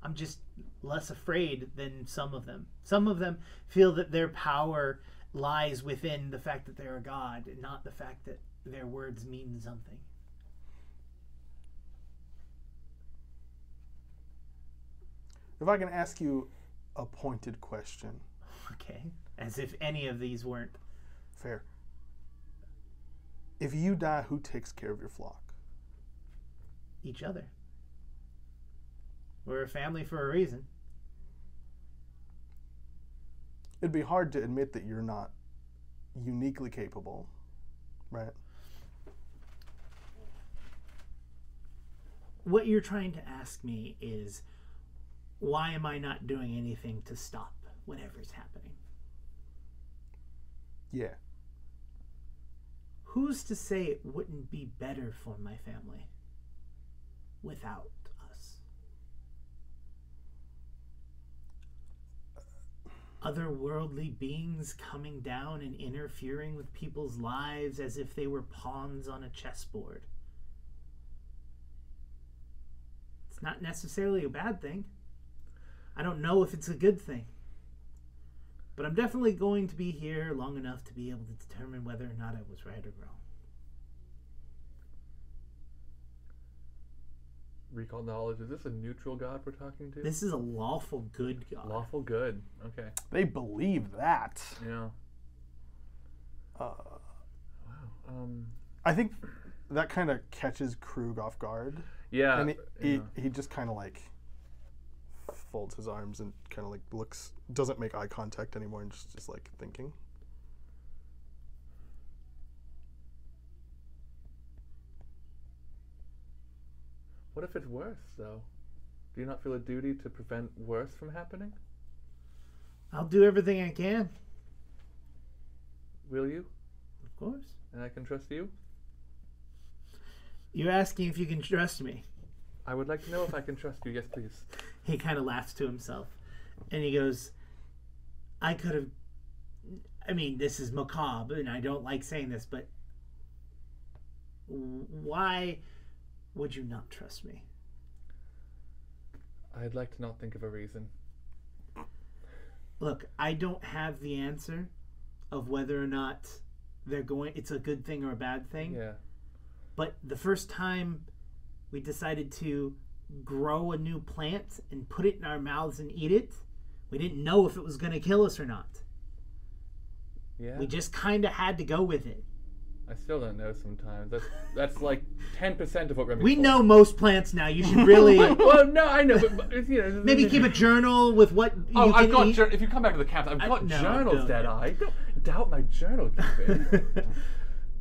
I'm just less afraid than some of them. Some of them feel that their power lies within the fact that they're a god, and not the fact that their words mean something.
If I can ask you a pointed question,
Okay, as if any of these weren't.
fair. If you die, who takes care of your flock?
each other. We're a family for a reason.
It'd be hard to admit that you're not uniquely capable, right?
What you're trying to ask me is why am I not doing anything to stop whatever's happening?
Yeah.
Who's to say it wouldn't be better for my family without us? Otherworldly beings coming down and interfering with people's lives as if they were pawns on a chessboard. It's not necessarily a bad thing. I don't know if it's a good thing. But I'm definitely going to be here long enough to be able to determine whether or not I was right or wrong.
Recall knowledge. Is this a neutral god we're talking to?
This is a lawful good god.
Lawful good. Okay.
They believe that.
Yeah.
Uh,
Um.
I think that kind of catches Krug off guard.
Yeah.
and he,
yeah.
he, he just kind of like folds his arms and kind of like looks doesn't make eye contact anymore and just is like thinking
What if it's worse though? Do you not feel a duty to prevent worse from happening?
I'll do everything I can,
Will you?
of course.
And I can trust you.
You're asking if you can trust me.
I would like to know if I can trust you. Yes, please.
He kind of laughs to himself and he goes, I could have. I mean, this is macabre and I don't like saying this, but why would you not trust me?
I'd like to not think of a reason.
look, I don't have the answer of whether or not they're going it's a good thing or a bad thing.
Yeah.
But the first time we decided to grow a new plant and put it in our mouths and eat it, we didn't know if it was going to kill us or not.
Yeah.
We just kind of had to go with it.
I still don't know sometimes. That's that's like ten percent of what Remy
We
told-
know most plants now. You should really
Well, no, I know, but, but you know,
maybe keep a journal with what
Oh,
you can
I've got.
eat.
Jur- if you come back to the camp, I've got
no, I
journals,
don't.
Dead Eye. Don't doubt my journal keeping.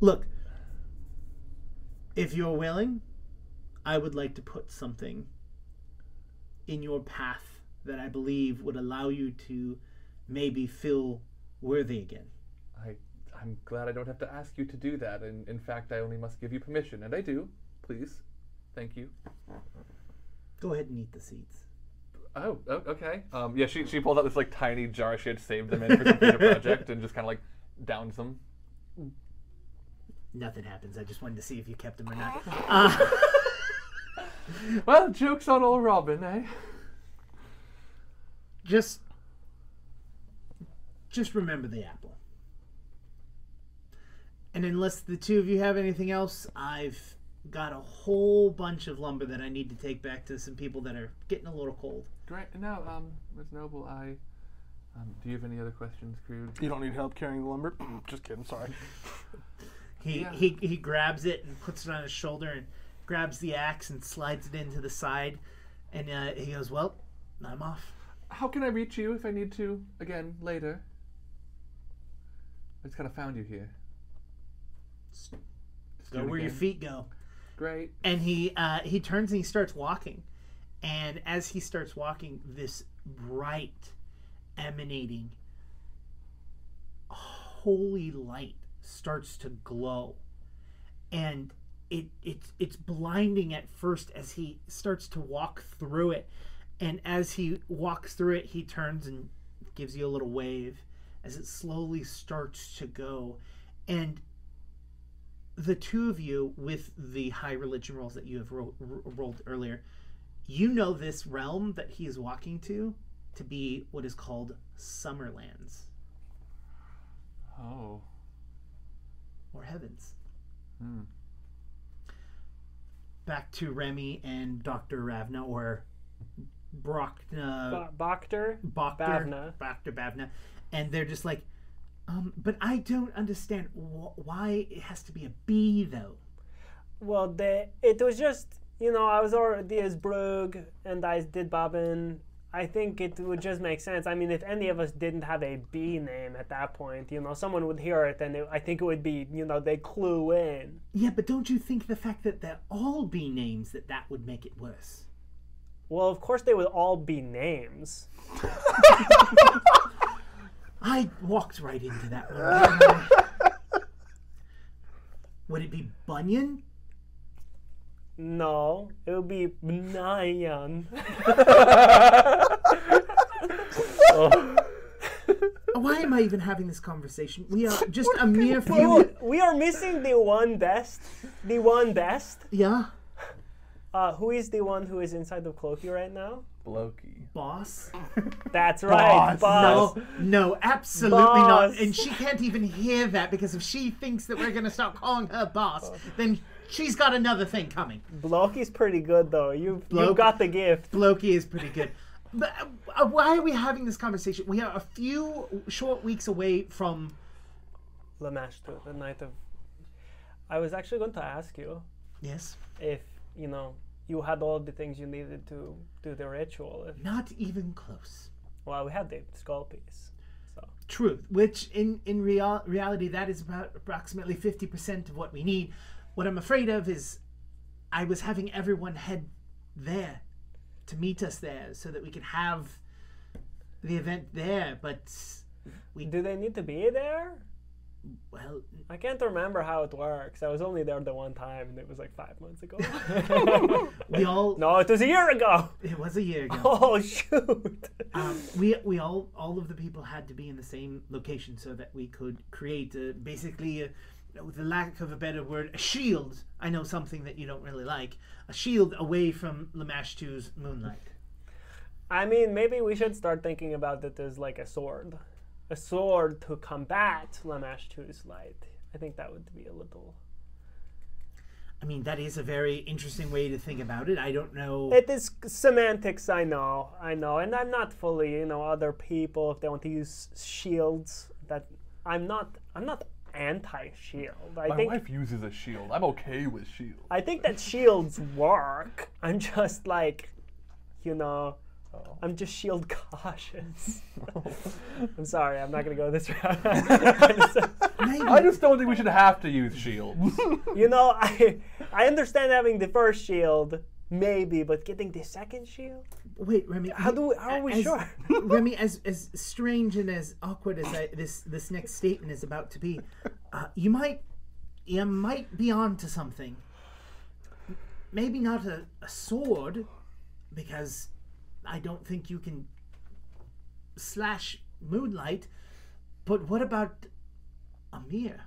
Look, if you're willing, I would like to put something in your path that I believe would allow you to maybe feel worthy again.
I, I'm glad I don't have to ask you to do that. And in fact, I only must give you permission, and I do. Please, thank you.
Go ahead and eat the seeds.
Oh, oh okay. Um, yeah, she she pulls out this like tiny jar she had saved them in for the computer project, and just kind of like downs them.
Nothing happens. I just wanted to see if you kept them or not.
Well, jokes on old Robin, eh?
Just just remember the apple. And unless the two of you have anything else, I've got a whole bunch of lumber that I need to take back to some people that are getting a little cold.
Great. No, um, Miss Noble, I. Um, do you have any other questions, Crew?
you don't need help carrying the lumber just kidding sorry
He,
Yeah.
he he grabs it and puts it on his shoulder and grabs the axe and slides it into the side, and uh, he goes, "Well, I'm off."
How can I reach you if I need to again later? I just kind of found you here. Just do
Go
it
where your
again.
feet go.
Great.
And he uh, he turns and he starts walking, and as he starts walking, this bright, emanating, holy light starts to glow, and it it's it's blinding at first as he starts to walk through it, and as he walks through it, he turns and gives you a little wave as it slowly starts to go, and the two of you with the high religion rolls that you have ro- ro- rolled earlier, you know this realm that he is walking to to be what is called Summerlands.
Oh.
or heavens. Back to Remy and Dr. Ravna or Brockna
Ba- Bakter.
Bachter,
Bavna.
Bachter Bavna, and they're just like, um, but I don't understand wh- why it has to be a B though.
Well, the it was just you know I was already as Brug and I did Bobbin. I think it would just make sense. I mean, if any of us didn't have a B name at that point, you know, someone would hear it, and it, I think it would be you know they clue in.
Yeah, but don't you think the fact that they're all B names that that would make it worse?
Well, of course they would all be names.
I walked right into that one. didn't I? would it be Bunyan?
No, it would be Nyan.
Why am I even having this conversation? We are just a mere few.
we are missing the one best. The one best.
Yeah,
Uh, who is the one who is inside the cloaky right now?
Blokey.
boss.
That's right,
Boss.
boss.
No, no, absolutely
Boss.
not. And she can't even hear that because if she thinks that we're going to start calling her boss, then she's got another thing coming.
Blokey's pretty good though. You've
Bloke-
you've got the gift.
Blokey is pretty good. But uh, why are we having this conversation? We are a few short weeks away from.
Lamash, the, the night of. I was actually going to ask you
Yes.
if you know you had all the things you needed to do the ritual. If,
Not even close.
well, we had the skull piece. So
Truth, which in, in real, reality, that is about approximately 50% of what we need. What I'm afraid of is I was having everyone head there to meet us there so that we could have the event there, but,
do they need to be there?
well,
I can't remember how it works. I was only there the one time, and it was like five months ago.
we all.
no, it was a year ago.
It was a year ago.
Oh shoot!
um, we we all all of the people had to be in the same location so that we could create a, basically a, with the lack of a better word a shield i know something that you don't really like a shield away from lamash 2's moonlight
I mean, maybe we should start thinking about it as like a sword, a sword to combat Lamash 2's light. I think that would be a little.
i mean that is a very interesting way to think about it i don't know
It is semantics, I know, I know, and I'm not fully, you know, other people if they want to use shields. That I'm not, I'm not anti-shield. I
My
think
wife uses a shield. I'm okay with shield.
I think that shields work. I'm just like, you know, I'm just shield cautious. I'm sorry, I'm not gonna go this route. I'm so-
I just don't think we should have to use shields.
you know, I I understand having the first shield, maybe, but getting the second shield?
wait remy
How do we, how are we
as,
sure?
Remy, as as strange and as awkward as I, this this next statement is about to be, uh, you might you might be onto something. Maybe not a, a sword, because I don't think you can slash moonlight. But what about a mirror?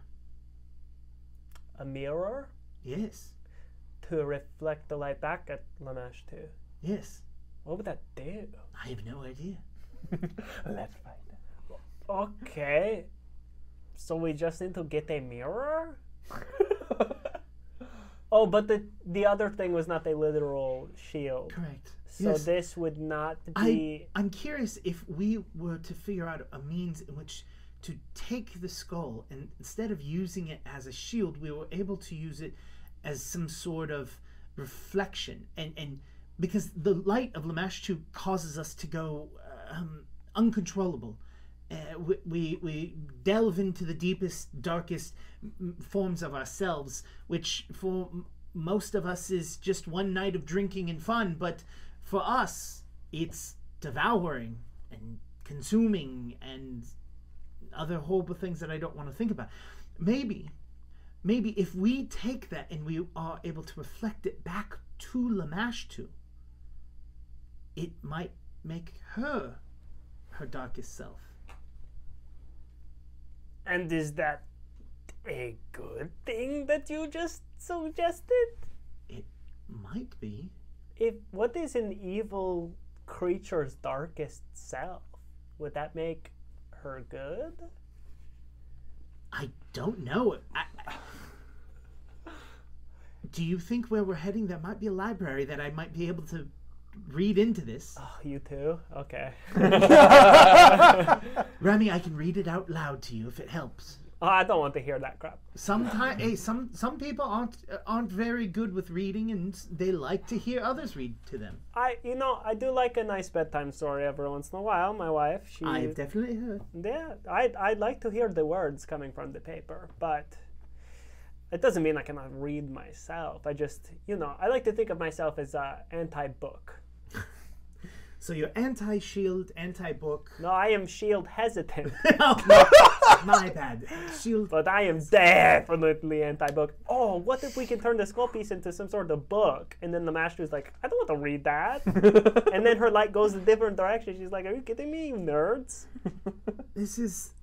A mirror
Yes,
to reflect the light back at Lamash 2.
yes.
What would that do?
I have no idea.
Let's find out.
Okay. So we just need to get a mirror? oh, but the the other thing was not a literal shield.
Correct.
So
yes.
this would not
I,
be
I'm curious if we were to figure out a means in which to take the skull and instead of using it as a shield, we were able to use it as some sort of reflection. And, and because the light of Lamashtu causes us to go um, uncontrollable. Uh, we, we, we delve into the deepest, darkest m- forms of ourselves, which for m- most of us is just one night of drinking and fun, but for us, it's devouring and consuming and other horrible things that I don't want to think about. Maybe, maybe if we take that and we are able to reflect it back to Lamashtu, it might make her her darkest self.
And is that a good thing that you just suggested?
It might be.
if what is an evil creature's darkest self would that make her good
I don't know. I, I- do you think where we're heading there might be a library that I might be able to read into this?
Oh, you too? Okay.
Remy, I can read it out loud to you if it helps.
Oh, I don't want to hear that crap.
Sometimes, hey, some some people aren't uh, aren't very good with reading, and s- they like to hear others read to them.
I, you know, I do like a nice bedtime story every once in a while. My wife, she,
I've definitely heard.
yeah, I, I'd like to hear the words coming from the paper, but it doesn't mean I cannot read myself. I just, you know, I like to think of myself as uh, anti-book.
So you're anti-shield, anti-book.
No, I am shield hesitant,
My bad. Shield.
but I am definitely anti-book. Oh, what if we can turn the skull piece into some sort of book? And then the master's like, I don't want to read that. and then her light goes a different direction. She's like, Are you kidding me, you nerds?
This is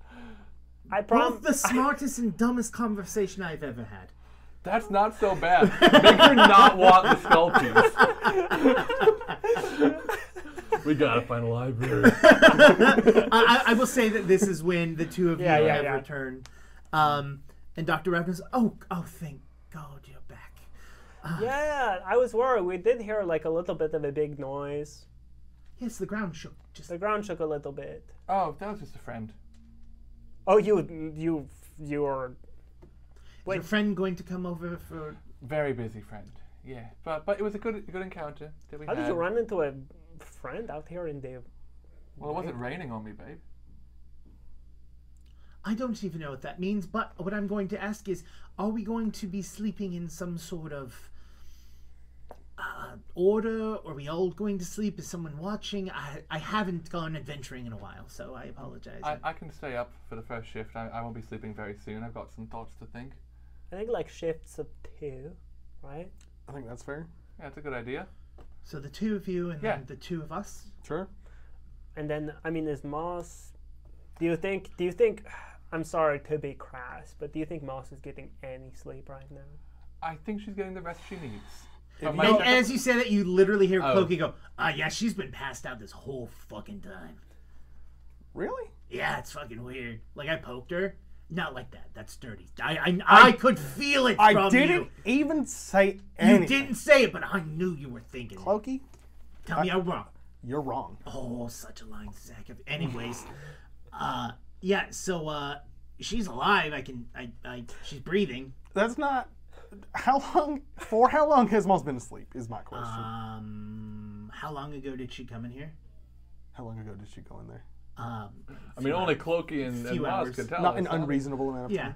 I
both
prom-
the smartest and dumbest conversation I've ever had.
That's not so bad. Make her not want the skull piece. we gotta find a library.
I, I, I will say that this is when the two of
Yeah,
you
yeah,
have
yeah.
returned. Um, and Dr. Ravnus, oh, oh, thank God you're back.
Yeah, I was worried. We did hear like a little bit of a big noise.
Yes, the ground shook. Just
The ground shook a little bit.
Oh, that was just a friend.
Oh, you, you, you were.
is your friend going to come over for.
Very busy friend. Yeah, but but it was a good good encounter that we
How
had.
did you run into a friend out here in the?
Well, it wasn't raining on me, babe.
I don't even know what that means, but what I'm going to ask is are we going to be sleeping in some sort of uh, order? Are we all going to sleep? Is someone watching? I, I haven't gone adventuring in a while, so I apologize.
I, I can stay up for the first shift. I, I won't be sleeping very soon. I've got some thoughts to think.
I think like shifts of two, right?
I think that's fair.
Yeah, that's a good idea.
so the two of you and
Yeah.
then the two of us.
Sure.
And then I mean, is Moss? Do you think? Do you think? I'm sorry to be crass, but do you think Moss is getting any sleep right now?
I think she's getting the rest she needs. From my
And
second-
as you say that, you literally hear
Oh.
Clokey go, "Ah, yeah, she's been passed out this whole fucking time.
Really?
Yeah, it's fucking weird. Like I poked her. Not like that. That's dirty. I I, I, could feel it
I
from
didn't
you.
even say
You
anything.
didn't say it, but I knew you were thinking. it.
Loki,
Tell me I'm wrong.
you're wrong.
Oh, such a lying sack of. Anyways, uh, yeah. So uh, she's alive. I can. I. I. She's breathing.
That's not. How long? For how long has Moss been asleep? Is my question.
Uh,
Um, how long ago did she come in here?
how long ago did she go in there?
Um,
I mean, only Clokey and, and
Few
Moss
hours.
could tell.
Not an
us, huh?
unreasonable amount of
yeah.
time.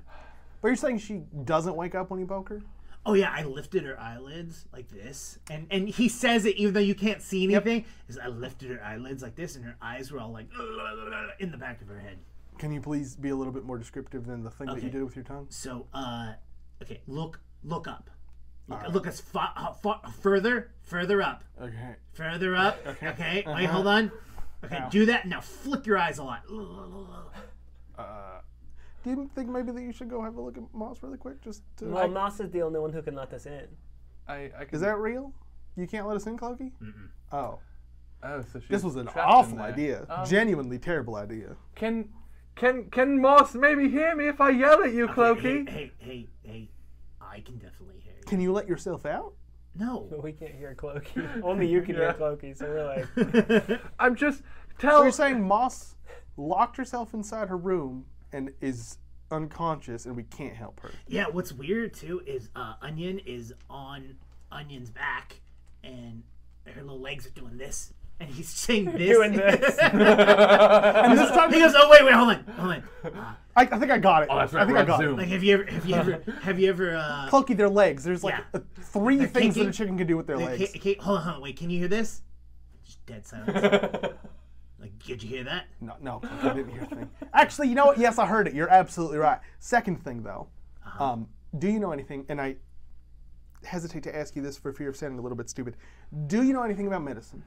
But you're saying she doesn't wake up when you poke her?
Oh yeah, I lifted her eyelids like this, and and he says it even though you can't see anything. Is I lifted her eyelids like this, and her eyes were all like in the back of her head.
Can you please be a little bit more descriptive than the thing that you
Okay.
did with your tongue?
So, uh, okay, look, look up, look, look as far, uh, far further, further up,
Okay.
further up. Okay, wait, hold on. Okay, do that now. Flick your eyes a lot.
uh,
Do you think maybe that you should go have a look at Moss really quick? Just to,
Well, Moss is the only one who can let us in.
I, I can,
is that real? You can't let us in, Clokey? Oh,
Oh, so she's
this was an
trapped in
awful
there. Um,
idea. Genuinely terrible idea.
Can can can Moss maybe hear me if I yell at you,
Hey,
Clokey?
hey, hey, hey, I can definitely hear you.
Can you let yourself out?
No,
We can't hear Clokey. only you can hear
Yeah.
Clokey. So we're like.
I'm just
So
tell.
you're saying Moss locked herself inside her room and is unconscious, and we can't help her.
Yeah, what's weird too is uh, Onion is on Onion's back, and her little legs are doing this, and he's saying this.
Doing this.
And this time,
he goes, "Oh wait, wait, hold on, hold on.
I, I think I got it.
Oh, that's
I
right,
think
we're
I
on
got
Zoom.
it.
Like, have you ever, have you ever, have you ever? Uh,
Clunky their legs. There's like
Yeah.
uh, three things that
kinky-
a chicken can do with their
ca-
legs.
ca- hold on, hold on, wait. Can you hear this? Just dead silence. like, did you hear that?
No, no, Clunky, I didn't hear a thing. Actually, you know what? Yes, I heard it. You're absolutely right. Second thing, though, um, do you know anything? And I hesitate to ask you this for fear of sounding a little bit stupid. Do you know anything about medicine?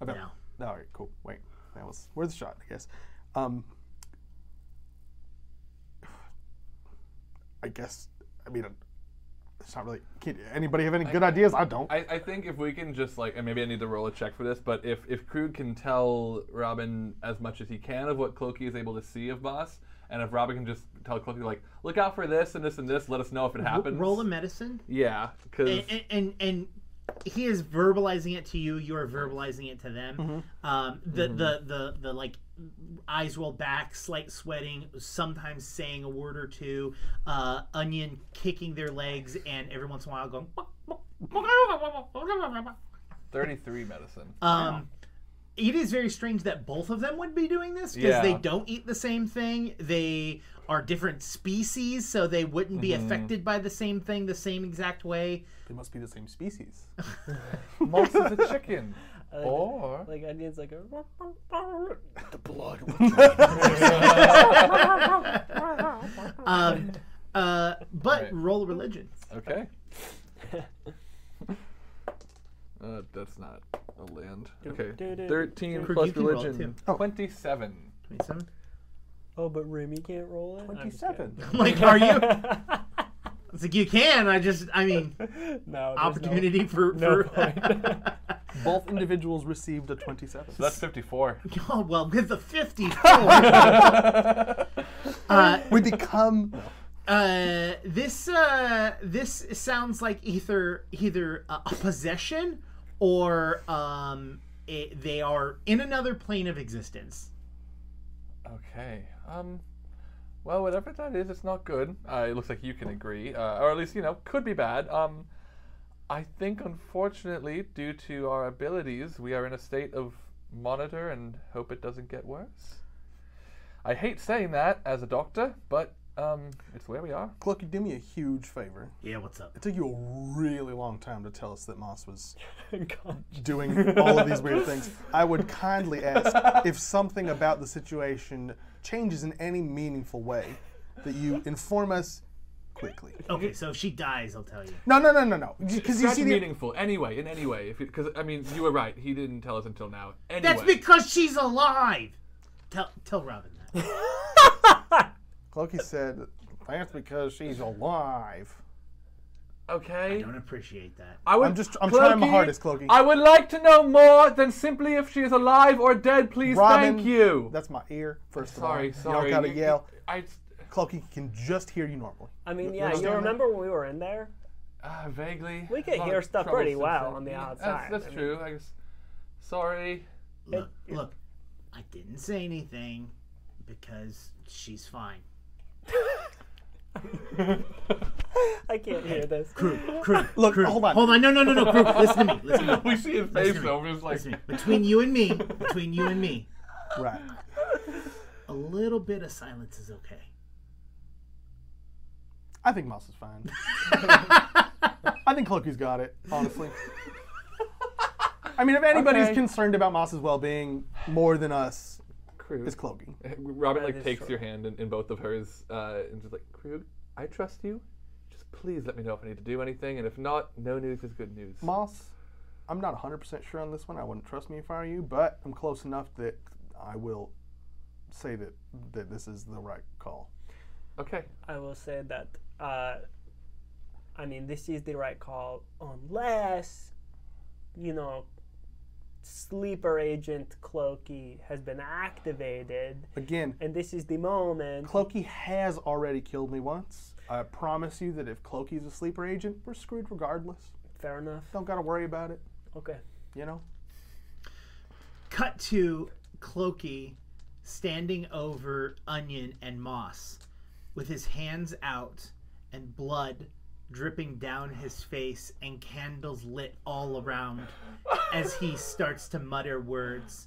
About
No.
All right, cool. Wait, that was worth a shot, I guess. Um, I guess. I mean, it's not really. Can anybody have any good ideas? I don't.
I, I think if we can just like, and maybe I need to roll a check for this, but if if Krug can tell Robin as much as he can of what Clokey is able to see of Moss, And if Robbie can just tell Cliffy like, look out for this and this and this, let us know if it happens.
Roll a medicine,
Yeah, because
and, and and and he is verbalizing it to you. You are verbalizing it to them. Um, the, the the the like eyes roll back, slight sweating, sometimes saying a word or two. Uh, Onion kicking their legs, and every once in a while going. "Wah, wah, wah, wah, wah, wah, wah, wah, wah."
33 medicine.
Um, It is very strange that both of them would be doing this because
Yeah.
they don't eat the same thing. They are different species, so they wouldn't be affected by the same thing the same exact way.
They must be the same species.
Moss is a chicken.
Uh,
or
Like onions, like a.
The blood.
Um, uh, but
Right.
roll religion.
okay. Uh, that's not a land. Okay.
do, do,
13
do.
plus
You can roll it,
religion.
too.
27.
27.
Oh, but Remy can't roll it. I'm just kidding.
Twenty-seven.
I'm like, are you? It's like, you can. I just, I mean,
No. there's no-
opportunity for.
no
for
point.
Both individuals received a twenty-seven.
So that's 54.
oh, well, with the 54. uh,
we become.
Uh, this uh, this sounds like either either a, a possession or um, i they are in another plane of existence.
Okay. Um. Well, whatever that is, it's not good. Uh, it looks like you can agree, uh, or at least you know could be bad. Um, I think unfortunately, due to our abilities, we are in a state of monitor and hope it doesn't get worse. I hate saying that as a doctor, but um, it's where we are.
Glucky, do me a huge favor.
Yeah, what's up?
It took you a really long time to tell us that Moss was
God.
doing all of these weird things. I would kindly ask if something about the situation changes in any meaningful way that you inform us quickly.
Okay, so if she dies, I'll tell you.
No, no, no, no, no. Because you
That's
see the
meaningful, anyway. In any way, because I mean, you were right. He didn't tell us until now. Anyway,
That's because she's alive. Tell tell Robin that.
Loki said that's because she's alive.
okay.
Don't appreciate that.
I would,
I'm just- I'm trying my hardest, Clokey.
I would like to know more than simply if she is alive or dead, please.
Robin,
thank you.
That's my ear. First of all,
sorry, sorry.
You don't gotta yell.
I,
Cloaky can just hear you normally.
I mean, yeah, you
understand that?
remember when we were in there?
uh, vaguely.
We could
a lot
hear
of
stuff
trouble
pretty
since
well
then.
on the
Yeah,
outside,
That's, that's
I mean-
true. I guess. Sorry.
Look, look, I didn't say anything because she's fine.
I can't hear this.
Crew, crew,
Look,
crew.
hold on.
hold on. No, no, no, no, crew. Listen to me. Listen to me.
we see his face
Listen to me.
though. We're just like,
Listen to me. Between you and me, between you and me,
Right.
a little bit of silence is okay.
I think Moss is fine. I think Cloaky's got it, honestly. I mean, if anybody's
Okay.
concerned about Moss's well-being more than us,
Krug.
it's Cloaky.
Robin
is
like takes
true.
your hand in, in both of hers uh, and just like, Krug, I trust you. Just please let me know if I need to do anything, and if not, no news is good news.
Moss, I'm not 100% sure on this one. I wouldn't trust me if I were you, but I'm close enough that I will say that, that this is the right call.
Okay.
I will say that, uh, I mean, this is the right call unless, you know, sleeper agent Clokey has been activated,
Again,
and this is the moment.
Cloaky has already killed me once. I promise you that if Cloaky's a sleeper agent, we're screwed regardless.
Fair enough.
Don't gotta worry about it,
Okay.
you know?
cut to Clokey standing over Onion and Moss with his hands out and blood dripping down his face and candles lit all around as he starts to mutter words.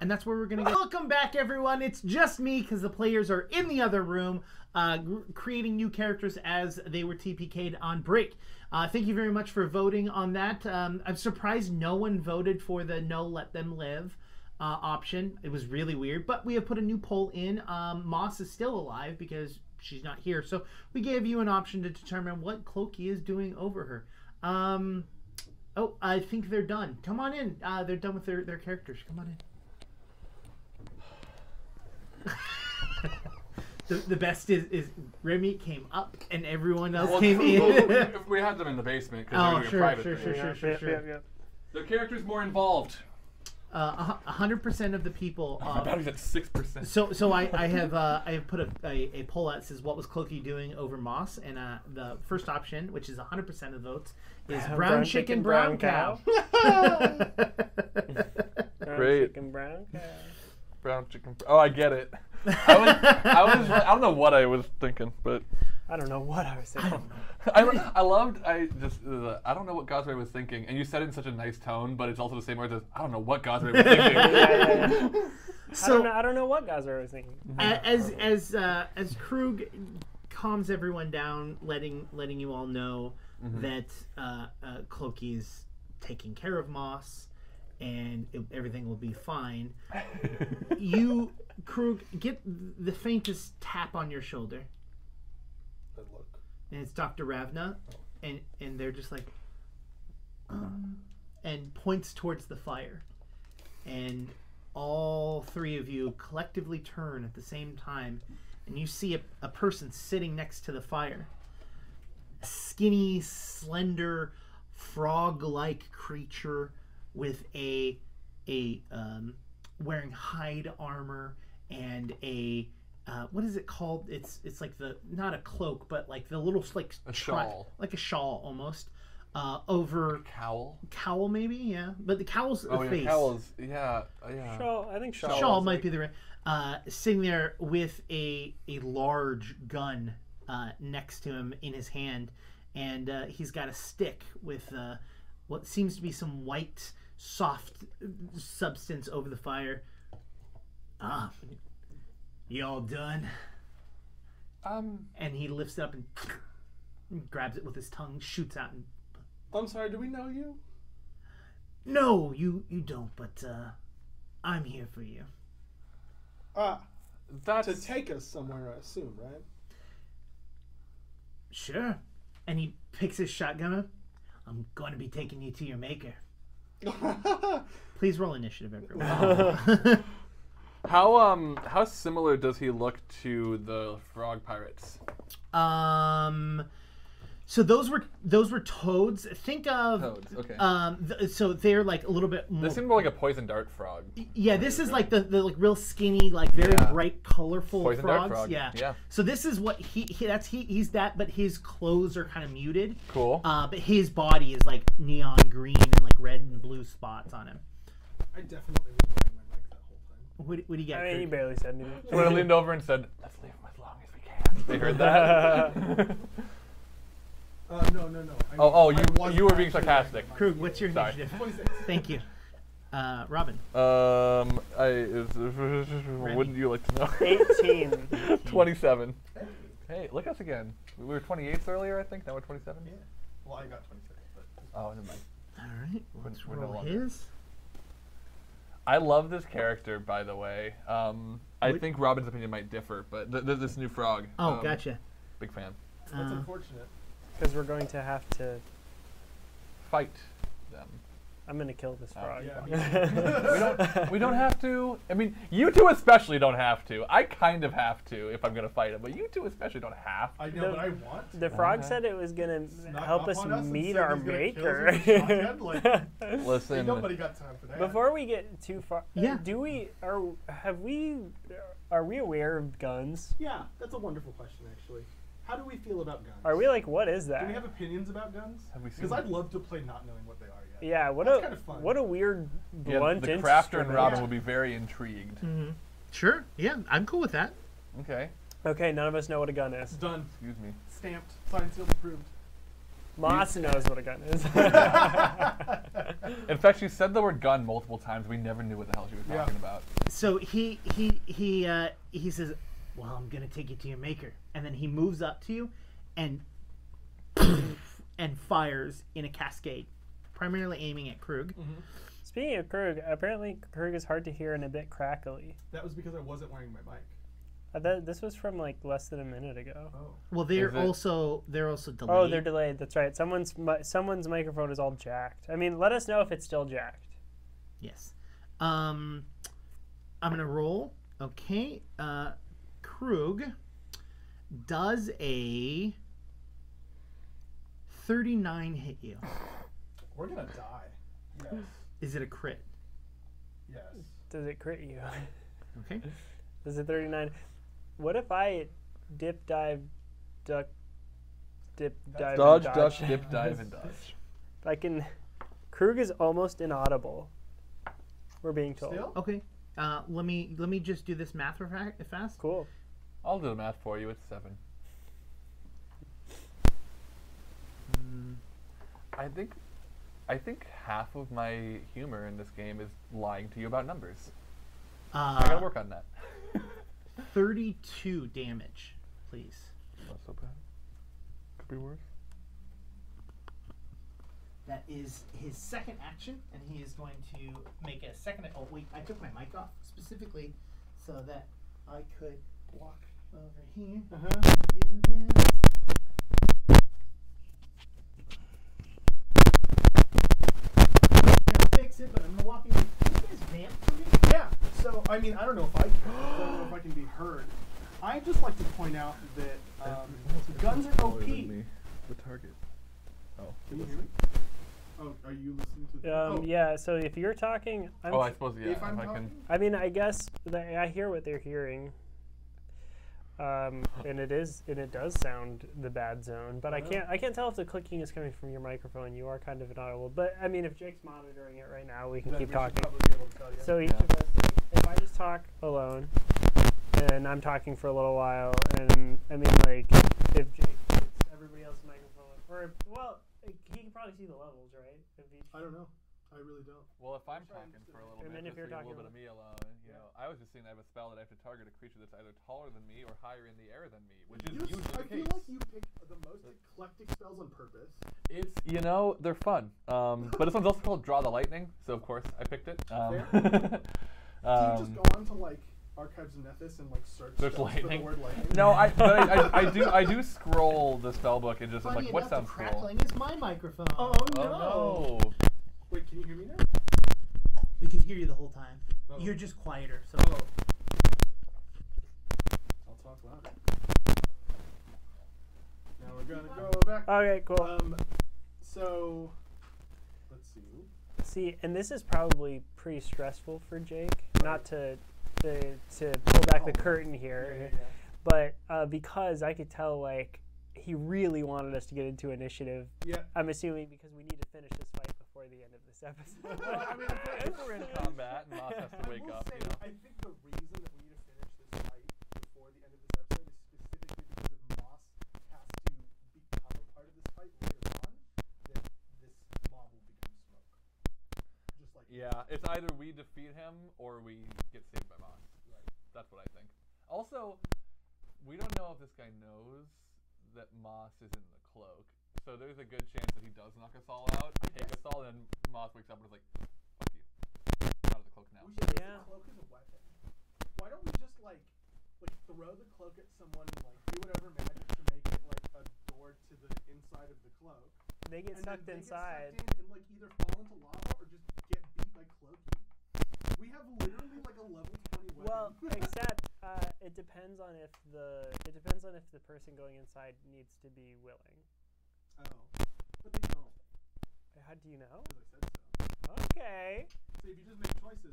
And that's where we're going to go. Welcome back, everyone. It's just me because the players are in the other room uh, gr- creating new characters as they were TPK'd on break. Uh, thank you very much for voting on that. Um, I'm surprised no one voted for the no let them live uh, option. It was really weird, but we have put a new poll in. Um, Moss is still alive because she's not here. So we gave you an option to determine what Clokey is doing over her. Um, oh, I think they're done. Come on in. Uh, they're done with their, their characters. Come on in. The, the best is, is Remy came up and everyone else came in.
we had them in the basement because
oh, sure, sure, sure, sure, sure, sure.
The character's more involved.
uh, a hundred percent of the people.
My
Uh,
battery's at six percent.
so, so I, I have uh, I have put a, a, a poll out that says what was Clokey doing over Moss, and uh, the first option, which is 100 percent of the votes, is brown,
brown
chicken,
chicken,
brown,
brown
cow.
Brown
Great.
chicken, brown cow.
Brown chicken. Oh, I get it. I was, I was, I don't know what I was thinking, but
I don't know what I was thinking.
I, I loved. I just, uh, I don't know what Gosray was thinking, and you said it in such a nice tone, but it's also the same words as I don't know what Gosray was thinking.
I,
so
don't know, I don't know what guys I was thinking.
a- as as uh, as Krug calms everyone down, letting letting you all know that uh, uh, Clokey is taking care of Moss, and it, everything will be fine. you, Krug, get the faintest tap on your shoulder,
look.
and it's Doctor Ravna, and and they're just like, "Um," and points towards the fire, and all three of you collectively turn at the same time, and you see a, a person sitting next to the fire. Skinny, slender, frog-like creature with a a um, wearing hide armor and a uh, what is it called? It's it's like the not a cloak, but like the little like a
shawl.
like a shawl almost uh, over
Cowl.
cowl maybe yeah, but the cowl's the
Oh yeah,
face
cowls. Yeah, uh, yeah.
Shawl, I think Shawl.
shawl might be the right. Uh, sitting there with a a large gun uh, next to him in his hand, and uh, he's got a stick with uh, what seems to be some white soft substance over the fire. Ah, you all done?
Um,
And he lifts it up and grabs it with his tongue, shoots out, and
I'm sorry. Do we know you?
no, you you don't. But uh, I'm here for you.
Ah,
that's
to take us somewhere, I assume, right?
Sure. And he picks his shotgun up. I'm going to be taking you to your maker. Please roll initiative, everyone.
how um how similar does he look to the frog pirates?
um, so those were those were toads. Think of
Toads, okay.
um, th- so they're like a little bit more.
They seem more like a poison dart frog.
yeah, this is like the, the like real skinny, like very
Yeah.
bright, colorful
Poison dart
frogs.
frog,
Yeah.
yeah.
So this is what he, he that's he he's that, but his clothes are kind of muted.
Cool.
Uh, but his body is like neon green and like red and blue spots on him.
I definitely was wearing my mic that whole time.
What, what do you got?
I mean, he
Kirk?
barely said
when I
anything.
leaned over and said, "Let's leave him as long as we can," they heard that.
Uh, no, no, no. I
oh, oh,
mean,
you
I was
you were being
actually
sarcastic.
Krug, what's your
Sorry.
initiative?
wearing my mic. 26.
Thank you. Uh, Robin.
Um, I is- wouldn't you like to know?
18.
Twenty-seven. Hey, look at us again. We were 28s earlier, I think. Now we're 27.
Yeah. Well, I got 26, but
Oh, never mind.
All right. Let's
we're no
roll
longer-
his.
I love this character, by the way. Um, I
Wh-
think Robin's opinion might differ, but th- th- this new frog.
Oh,
um,
gotcha.
Big fan.
that's
Uh,
unfortunate.
Because we're going to have to.
Fight them.
I'm going to kill this frog.
Oh, Yeah,
We don't. we don't have to. I mean, you two especially don't have to. I kind of have to if I'm gonna fight him, but you two especially don't have. To.
I know
The-
what I want.
The frog
Uh-huh.
said it was going to
Snuck
help
up
us
on us and
meet
said
our
he's gonna kill
maker.
us with a shotgun, like,
Listen.
ain't nobody got time for that.
Before we get too far, uh,
Yeah.
do we are have we are we aware of guns?
yeah, that's a wonderful question, actually. How do we feel about guns?
Are we like what is
Do we
that?
have opinions about guns?
Have we seen
Because
them?
I'd love to play not knowing what they are yet.
Yeah, what
That's
a
kinda fun.
what a weird
Yeah,
blunt
the crafter and
instrument.
Robin
Yeah.
will be very intrigued.
sure. Yeah, I'm cool with that.
Okay.
Okay, none of us know what a gun is.
It's done.
Excuse me.
Stamped. Signed, sealed, approved.
Moss knows what a gun is.
In fact, she said the word gun multiple times. We never knew what the hell she was
Yeah.
talking about.
So he he he uh, he says, "Well, I'm gonna take you to your maker," and then he moves up to you, and and fires in a cascade, primarily aiming at Krug.
Mm-hmm.
Speaking of Krug, apparently Krug is hard to hear and a bit crackly.
That was because I wasn't wearing my mic.
I thought Uh, this was from like less than a minute ago.
Oh.
Well, they're
Is it-
also they're also delayed.
Oh, they're delayed. That's right. Someone's mi- someone's microphone is all jacked. I mean, let us know if it's still jacked.
Yes. Um, I'm gonna roll. Okay. Uh, Krug does a 39 hit you.
We're gonna die. Yes.
Is it a crit?
Yes.
Does it crit you?
Okay.
Does it 39? What if I dip, dive, duck, dip, dive,
Dodge,
and
dodge, dip, dive, and dodge.
I can. Krug is almost inaudible. We're being told.
Still?
Okay. Uh, let me let me just do this math real fa- fast.
Cool.
I'll do the math for you. It's seven. Mm, I think, I think half of my humor in this game is lying to you about numbers. I gotta
Uh,
work on that.
Thirty-two damage, please.
Not so bad. Could be worse.
That is his second action, and he is going to make a second. Oh wait, I took my mic off specifically so that I could walk over here.
Uh-huh.
and do this. Gotta fix it, but I'm gonna walk in. Can you guys vamp for me?
Yeah. So I mean, I don't know if I, I don't know if I can be heard. I just like to point out that um, guns are OP. Can
The target. Oh.
you hear me? Oh, are you listening to? The,
Um,
oh,
Yeah, so if you're talking, I'm
Oh, I suppose yeah.
If I'm
I can.
talking?
I mean, I guess they, I hear what they're hearing, um, and it is and it does sound the bad zone. But I can't I can't tell if the clicking is coming from your microphone. You are kind of inaudible. But I mean, if Jake's monitoring it right now, we can
then we
keep
should
talking.
probably be able to tell you.
So each of us, like, if I just talk alone, and I'm talking for a little while, and I mean, like, if Jake gets everybody else's microphone, or well, like, he can probably see the levels, right? Of each.
I don't know. I really don't.
Well, if I'm
Sorry, I'm
talking
just
for a
gonna-
little
And
bit,
then if
just
you're
leave a little bit of me
talking-
alone. You know, I was just saying I have a spell that I have to target a creature that's either taller than me or higher in the air than me, which is
You,
usually
I
the
feel
case.
like you picked the most eclectic spells on purpose.
It's you know they're fun, um, but this one's also called Draw the Lightning, so of course I picked it. Um,
Do you just
um,
go on to like archives of Nethys and like search
Search
spells for the
lightning.
word lightning?
no, I, but I, I, I do I do scroll the spell book and just I'm
Funny
like what
enough, the
sounds cool.
crackling is my microphone.
Oh,
Oh
no.
no!
Wait, can you hear me now?
We could hear you the whole time.
Oh.
You're just quieter. So
Oh. I'll talk louder. Now we're gonna go back.
Okay, cool.
Um, so let's see.
See, and this is probably pretty stressful for Jake. Not to to, to pull back the curtain here, but uh, because I could tell like he really wanted us to get into initiative.
Yeah.
I'm assuming because we need to finish this fight before the end of this
Well, I
episode.
mean, I'm pretty
If we're in combat and Moss has
I
to wake
will
up,
say,
you know.
I think the reason that we need to finish this fight before the end of this episode is specifically because if Moss has to become a part of this fight later on, then this mob will become smoke. Just like
Yeah, it's either we defeat him or we get saved by Moss. That's what I think. Also, we don't know if this guy knows that Moss is in the cloak, so there's a good chance that he does knock us all out, take us all, and then Moss wakes up and is like, "Fuck you, I'm out of the cloak now."
We should use
Yeah.
the cloak as a weapon. Why don't we just like like throw the cloak at someone and like do whatever magic to make it like a door to the inside of the cloak.
they
and then
get sucked
they get
inside.
sucked in and like either fall into lava or just get beat by cloaking. We have literally like a level twenty weapon.
Well, except uh, it depends on if the it depends on if the person going inside needs to be willing. Uh,
oh, but they don't
How do you know?
because I said so.
Okay.
So if you just make choices,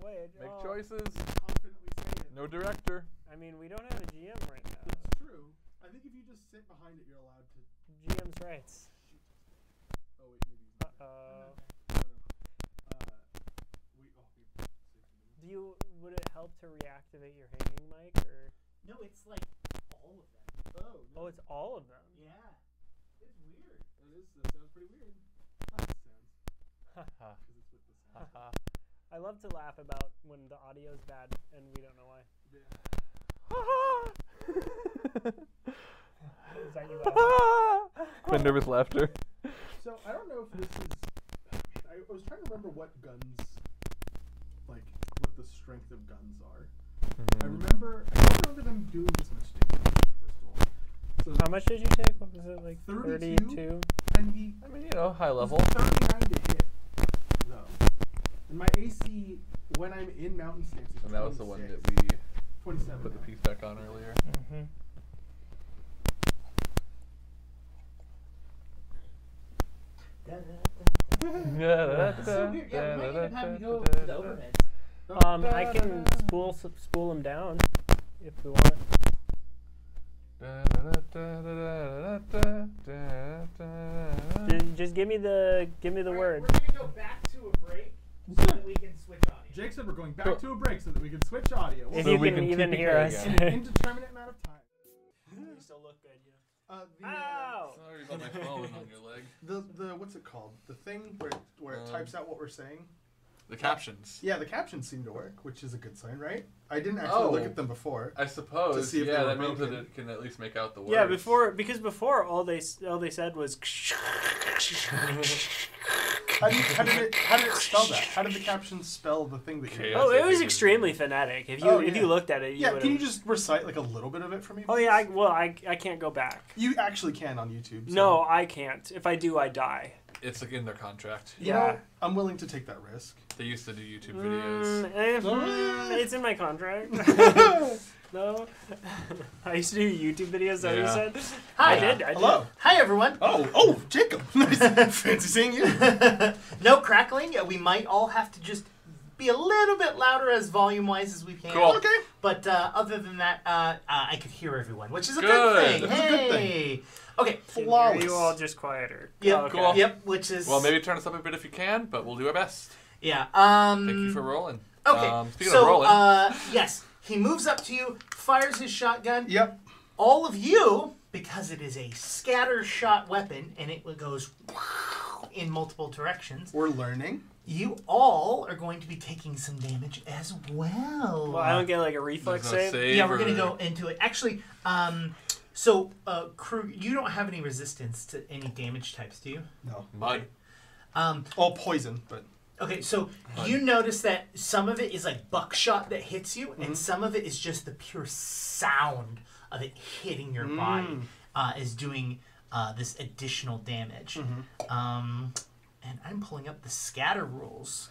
Wait.
Make
Oh.
well,
choices.
confidently say it.
No director.
I mean, we don't have a GM right now.
That's true. I think if you just sit behind it, you're allowed to.
GM's rights.
Oh wait, maybe. he's
Uh
not there.
oh.
No, no. Uh, we oh, we saved the
Do you? Would it help to reactivate your hanging mic, or?
no, it's like all of them.
name. Oh, no.
Oh, it's all of them.
Yeah, it's weird.
That is that sounds pretty weird. Not the sounds,
Ha,
'cause it's with the sound.
ha, ha.
I love to laugh about when the audio's bad and we don't know why.
Yeah.
Is that you? laughing?
My uh, nervous laughter.
So I don't know if this is. I I was trying to remember what guns, like what the strength of guns are.
Mm-hmm.
I
Mm.
remember. I don't remember them doing this much damage. First of all, so
How much did you take? What was it like?
32?
Thirty-two.
and he
I mean, you know, high
was
level.
39 to hit though, and my AC when I'm in mountain stance is
And that was the one
26.
that we
27.
put the
now.
piece back on earlier.
Mm-hmm.
It's so weird. Yeah, we might end up having to go to the overheads.
Um, I can spool spool them down if we want.
Jake
Ju- Just give me the give me the word.
gonna go back to a break so that we can switch on.
Jake said we're going back to a break so that we can switch audio. We'll
If
So
you
we
can,
can
even
keep it
hear
going
us.
again.
Indeterminate amount of time.
still look good.
Uh, the,
Ow!
the the what's it called? The thing where where
Um,
it types out what we're saying.
The captions.
Yeah, the captions seem to work, which is a good sign, right? I didn't actually
Oh.
look at them before.
I suppose.
To see if they
yeah,
were
that means that
broken.
it can at least make out the words.
Yeah, before because before all they s- all they said was.
How did, how did it how did it spell that? How did the captions spell the thing that you?
Chaos.
Oh,
I
it was
think it-
extremely phonetic. If you
Oh,
if
yeah.
you looked at it, you
Yeah,
would.
can you just recite like a little bit of it for me?
Oh
please?
yeah, I, well I I can't go back.
you actually can on YouTube. so-
No, I can't. If I do, I die.
It's like in their contract.
You
yeah.
know, I'm willing to take that risk.
They used to do YouTube
Mm,
videos.
eh, mm, it's in my contract. no, I used to do YouTube videos. That
Yeah.
you said.
Hi.
I did. I did.
Hello.
Hi everyone.
Oh, oh, Jacob. Nice. Fancy seeing you.
Oh.
no crackling. Uh, We might all have to just be a little bit louder as volume wise as we can.
Cool.
Okay.
But uh, other than that, uh, uh, I could hear everyone, which is a
Good. Oh,
good, thing.
That's a good thing.
Hey. Okay.
Didn't hear
Flawless.
You all just quieter.
Yep.
Oh, okay.
Cool.
Yep. Which is
Well, maybe turn us up a bit if you can, but we'll do our best.
yeah. Um,
Thank you for rolling.
Okay.
Um, speaking
so,
of rolling,
uh, yes, he moves up to you, fires his shotgun.
Yep.
All of you, because it is a scatter shot weapon and it goes in multiple directions,
We're learning.
you all are going to be taking some damage as well.
Well, I don't get like a reflex
there's no
save.
save
yeah, we're
or-
gonna go into it. Actually, um, so uh, Krug, you don't have any resistance to any damage types, do you?
No.
mud.
Um,
All poison, but
Okay, so you notice that some of it is like buckshot that hits you, and some of it is just the pure sound of it hitting your body uh, is doing uh, this additional damage. Um, and I'm pulling up the scatter rules.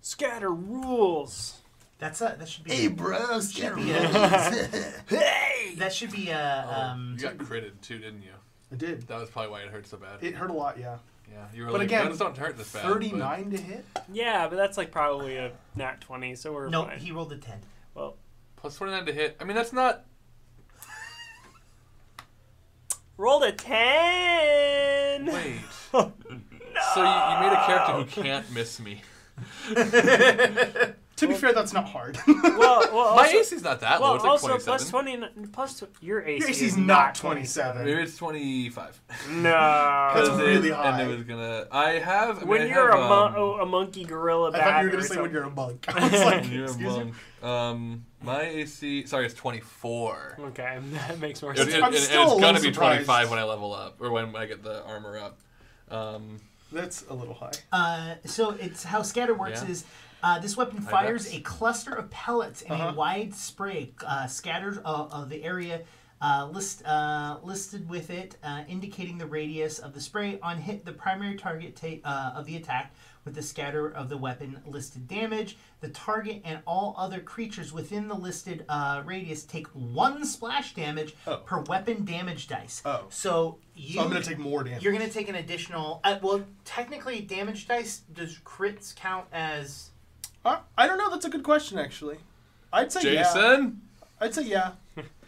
Scatter rules.
That's a that should be
bro, scatter
be a- that should be a um,
you got critted too, didn't you?
I did.
That was probably why it hurt so bad.
It hurt a lot, yeah.
yeah, you were
But
like,
again,
guns don't hurt this bad. but-
39 to hit?
Yeah, but that's like probably a nat twenty, so we're
no.
fine.
He rolled a ten.
well,
Plus 29 to hit. I mean, that's not.
rolled a ten.
Wait. So you, you made a character who can't miss me.
To be fair, that's not hard.
Well, well,
My
also,
AC's not that low.
well,
It's like
also
27.
plus twenty. Plus tw- your AC.
Your AC
is
is not 27.
Maybe it's 25.
No.
That's
Because
really
it,
high.
And it was gonna. I have. I mean, I
when you're
have,
a, mon-
um,
oh, a monkey gorilla
I
bat.
thought you were
or
going to say when
something.
you're a monk. I was like,
when you're a
excuse me.
monk. Um, my AC. Sorry, it's 24.
Okay, that makes more
It- it-
sense.
I'm
it-
still a
it's gonna
little
be
surprised.
25 when I level up, or when I get the armor up. Um,
That's a little high.
Uh, so it's how scatter works
Yeah.
is uh, this weapon fires
guess.
a cluster of pellets in
Uh-huh.
a wide spray uh, scattered uh, of the area uh, list uh, listed with it, uh, indicating the radius of the spray. On hit, the primary target ta- uh, of the attack with the scatter of the weapon listed damage. The target and all other creatures within the listed uh, radius take one splash damage per weapon damage dice.
Oh.
So you.
So I'm going to take more damage.
You're gonna take an additional. Uh, well, technically, damage dice does crits count as?
Uh, I don't know. That's a good question, actually. I'd say yeah.
Jason,
I'd say yeah.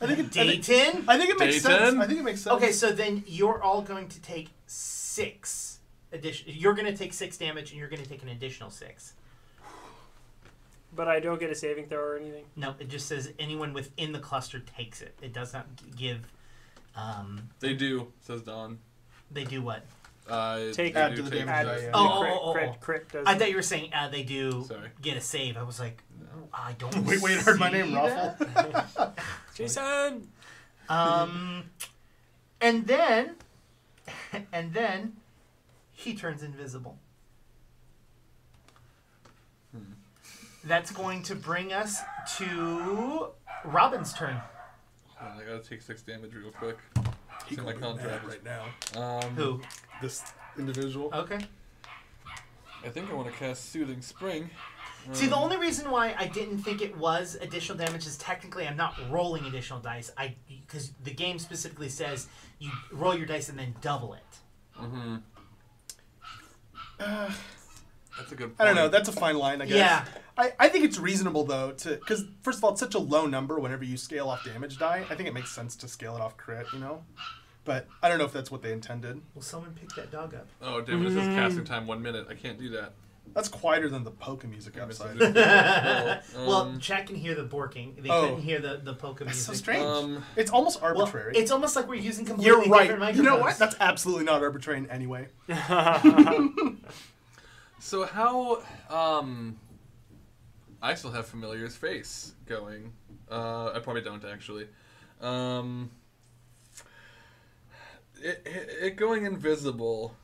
I think it, I think,
D10?
I think it makes sense.
Jason?
I think it makes sense.
Okay, so then you're all going to take six addition. You're gonna take six damage, and you're gonna take an additional six.
But I don't get a saving throw or anything.
No, it just says anyone within the cluster takes it. It does not g- give. Um,
they do. Says Don.
they do what?
Uh,
Take-
they
Add
do
to the
take
damage
Add-
die, yeah.
Oh,
crit,
oh, oh,
crit,
oh.
crit does.
I thought you were saying uh, they do
Sorry.
get a save. I was like, "Oh, I don't.
Wait, wait, I heard my
see
name,
that.
Raffle.
Jason.
Um, and then, and then, he turns invisible. That's going to bring us to Robin's turn.
Uh, I gotta take six damage real quick.
He
It's in my
could be mad
contract.
right now.
Um,
Who?
This individual.
Okay.
I think I want to cast Soothing Spring. Um,
See, the only reason why I didn't think it was additional damage is technically I'm not rolling additional dice. I because the game specifically says you roll your dice and then double it.
That's a good. Point.
I don't know. That's a fine line, I guess.
Yeah.
I, I think it's reasonable though to because first of all, it's such a low number. Whenever you scale off damage die, I think it makes sense to scale it off crit. You know, but I don't know if that's what they intended.
Will someone pick that dog up?
oh damn! It says casting time one minute. I can't do that.
That's quieter than the polka music outside.
Oh, um,
well, Jack can hear the borking. They
oh.
couldn't hear the the polka
That's so
music.
strange.
Um,
it's almost
Well,
arbitrary.
it's almost like we're using completely
You're
different
right. You
microphones.
know what? That's absolutely not arbitrary in any way.
So how um I still have familiar's face going. Uh I probably don't actually. Um it, it, it going invisible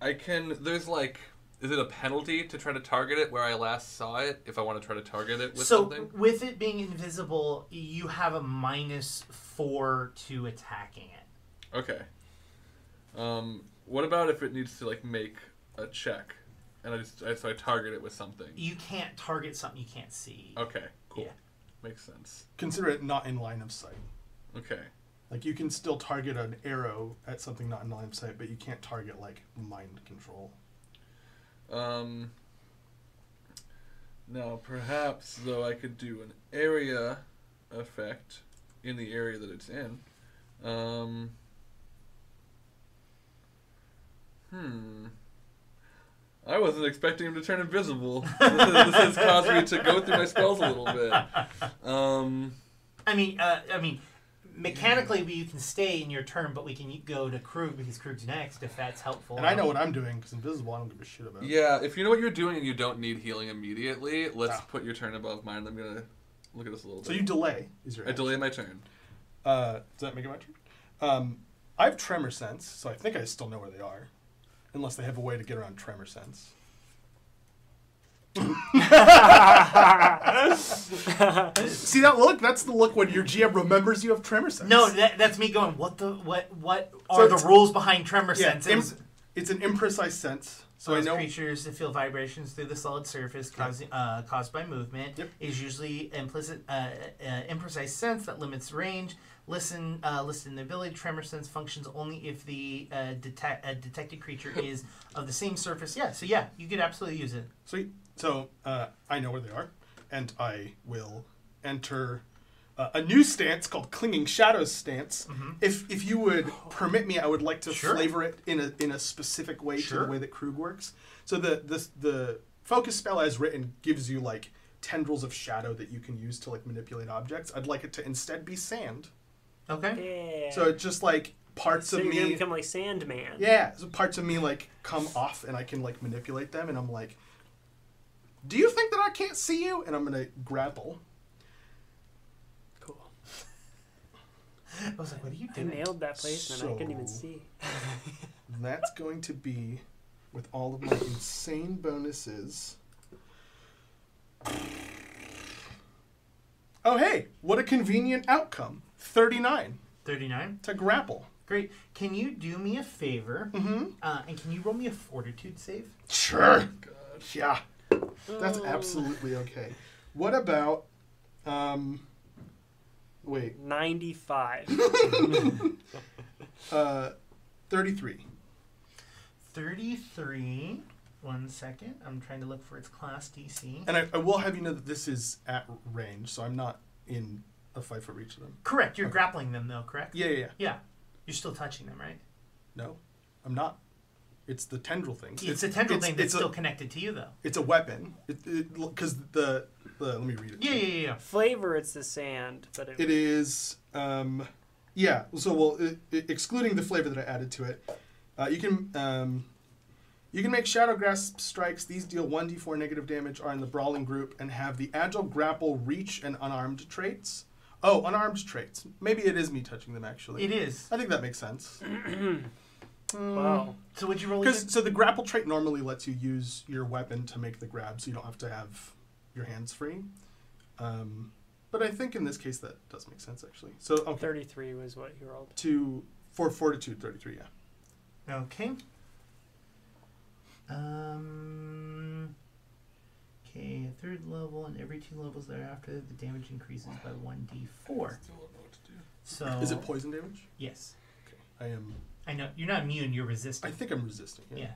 I can there's like is it a penalty to try to target it where I last saw it if I want to try to target it with
so
something?
with it being invisible, you have a minus four to attacking it.
Okay. Um what about if it needs to like make a check and I just I, so I target it with something.
You can't target something you can't see.
Okay, cool.
Yeah.
Makes sense.
Consider it not in line of sight.
Okay.
Like you can still target an arrow at something not in line of sight, but you can't target like mind control.
Um, now, perhaps though, I could do an area effect in the area that it's in. Um, hmm. I wasn't expecting him to turn invisible. this, is- this has caused me to go through my spells a little bit. Um,
I mean, uh, I mean, mechanically, we you can stay in your turn, but we can go to Krug because Krug's next if that's helpful.
And I know what I'm doing because invisible. I don't give a shit about.
yeah, if you know what you're doing and you don't need healing immediately, let's put your turn above mine. I'm gonna look at this a little
Ah. So
bit.
you delay is your.
I
action.
delay my turn.
Uh, does that make it my turn? Um, I have tremor sense, so I think I still know where they are, unless they have a way to get around tremor sense. See that look? That's the look when your GM remembers you have tremor sense.
No, that, that's me going. What the what? What
So
are the
it's-
rules behind tremor
yeah,
sense? Oh, It
im-
was-
it's an imprecise sense. So I
Cause
know.
creatures to feel vibrations through the solid surface causing, uh, caused by movement
Yep.
is usually implicit, uh, uh, imprecise sense that limits range. Listen, uh, listen, the ability tremor sense functions only if the uh, detect, uh, detected creature is of the same surface. Yeah, so yeah, you could absolutely use it.
Sweet. So uh, I know where they are, and I will enter uh, a new stance called Clinging Shadows stance. If if you would permit me, I would like to
Mm-hmm. Sure.
flavor it in a in a specific way to
Sure.
the way that Krug works. So the the the focus spell as written gives you like tendrils of shadow that you can use to like manipulate objects. I'd like it to instead be sand.
Okay.
Yeah.
So it's just like parts
So
of
you're
me
gonna become like Sandman.
yeah, so parts of me like come off and I can like manipulate them and I'm like, "Do you think that I can't see you?" and I'm going to grapple.
Cool.
I was like, what are you
I
doing?
nailed that placement. I couldn't even
So-
see.
That's going to be with all of my insane bonuses. Oh hey, what a convenient outcome. 39
39.
to grapple.
Great. Can you do me a favor? Mm-hmm. Uh, and can you roll me a fortitude save?
Sure. Yeah. That's absolutely okay. What about um wait,
Ninety-five.
33.
33. One second. I'm trying to look for its class DC.
And I, I will have you know that this is at range, so I'm not in a five foot reach of them.
Correct. You're grappling them though, correct?
Yeah, yeah, yeah.
Yeah. You're still touching them, right?
No, I'm not. It's the tendril thing.
It's, a tendril
it's-
thing that's
it's
still
A,
connected to you though.
it's a weapon. Because the, the. Let me read it.
Yeah, yeah, yeah. yeah.
Flavor, it's the sand, but it,
It is. Um, yeah, so well, i i excluding the flavor that I added to it, uh, you can. Um, you can make shadow grasp strikes. These deal 1d4 negative damage, are in the brawling group, and have the agile grapple, reach, and unarmed traits. Oh, unarmed traits. Maybe it is me touching them, actually.
It is.
I think that makes sense.
wow.
So would you roll again?
Because so the grapple trait normally lets you use your weapon to make the grab, so you don't have to have your hands free. Um, but I think in this case that does make sense actually. So okay,
Thirty-three was what he rolled.
to for fortitude thirty three. Yeah.
Okay. Um Okay, at third level and every two levels thereafter the damage increases by one D four.
Still don't know what to do.
So
Is it poison damage?
Yes.
I am.
I know you're not immune, you're resistant.
I think I'm resisting.
yeah.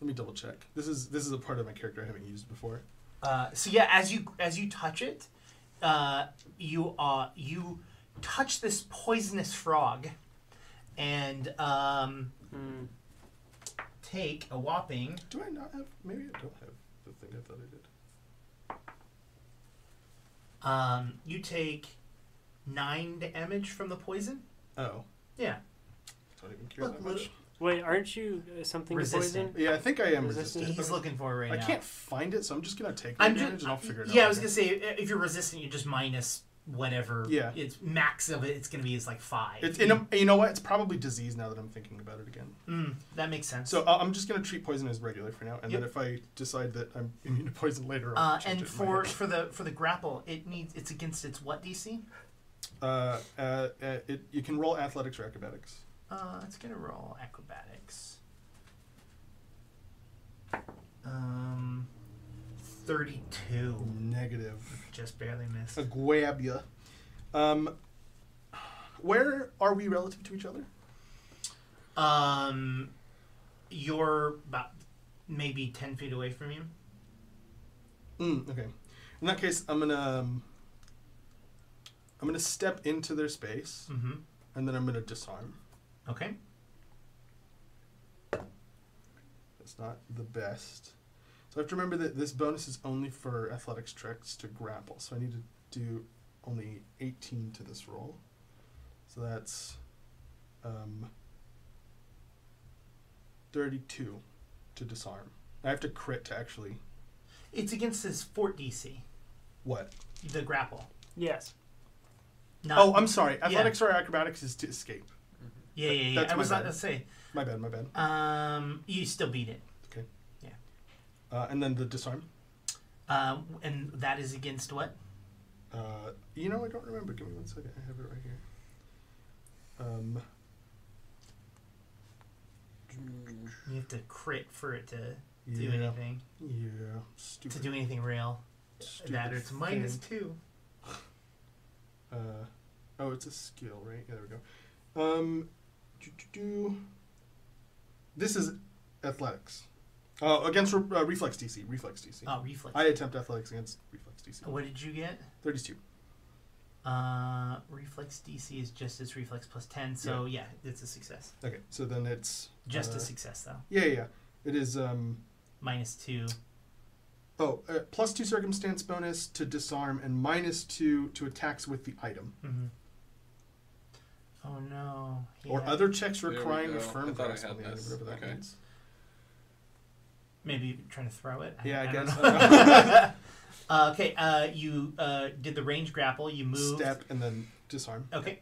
Let me double check. This is this is a part of my character I haven't used before.
Uh, so yeah, as you as you touch it, uh, you uh, you touch this poisonous frog, and um, take a whopping.
Do I not have? Maybe I don't have the thing I thought I did.
Um, you take nine damage from the poison.
Oh,
Yeah,
I don't even care that
Look,
much.
Wait, aren't you uh, something to
Resistant.
poison?
Yeah, I think I am
Resistant.
resistant.
he's looking for it right
I
now.
can't find it, so I'm just gonna take the
I'm
damage
just.
and I'll figure it out.
yeah, I was gonna
later.
say i- if you're resistant, you just minus whatever.
Yeah.
It's max of it. It's gonna be is like five.
It's in a, you know what? It's probably disease now that I'm thinking about it again.
Mm, that makes sense.
So I- I'm just gonna treat poison as regular for now, and then
Yep.
if I decide that I'm immune to poison later, I'll
Uh,
change
and
it in my
for
head.
for the for the grapple, it needs it's against its what DC?
uh, uh, uh, it, you can roll athletics or acrobatics.
Uh, it's gonna roll acrobatics. Um, thirty-two,
Negative.
just barely missed.
A grab ya. Um, where are we relative to each other?
Um, you're about maybe ten feet away from him.
Mm, okay. In that case, I'm gonna um, I'm gonna step into their space,
Mm-hmm.
and then I'm gonna disarm.
Okay.
That's not the best. So I have to remember that this bonus is only for athletics checks to grapple. So I need to do only 18 to this roll. So that's um, 32 to disarm. I have to crit to actually
It's against his fort DC,
what?
the grapple.
Yes.
Not,
Oh, I'm sorry. Athletics or acrobatics is to escape.
yeah, yeah, yeah.
that's
I
my
was about
bad.
to say,
My bad. My bad.
um, you still beat it,
Uh, and then the disarm.
um, and that is against what?
Uh, you know, I don't remember. Give me one second. I have it right here. Um,
You have to crit for it to do
yeah,
anything.
yeah. Stupid.
To do anything real.
stupid
that or it's minus
thing.
two.
Uh, oh, it's a skill, right? Yeah, there we go. Um, do, do, do. This is athletics. Oh, against re- uh, reflex DC. Reflex DC.
Oh, reflex.
I attempt athletics against reflex DC.
what did you get?
32.
Uh, reflex DC is just as reflex plus 10, so yeah, it's a success.
Okay, so then it's.
Just
uh,
a success, though.
Yeah, yeah. yeah. It is. Um,
Minus two.
oh, uh, plus two circumstance bonus to disarm and minus two to attacks with the item.
Mm-hmm. Oh, no.
Or
Yeah.
other checks
There we
requiring
go.
a firm
I thought I
grasp
had
on the item,
this.
whatever that
Okay.
means.
Maybe you're trying to throw it?
Yeah, I
don't
guess.
know.
I don't know.
uh, okay, uh, you uh, did the range grapple, you moved.
uh, Step and then disarm.
Okay.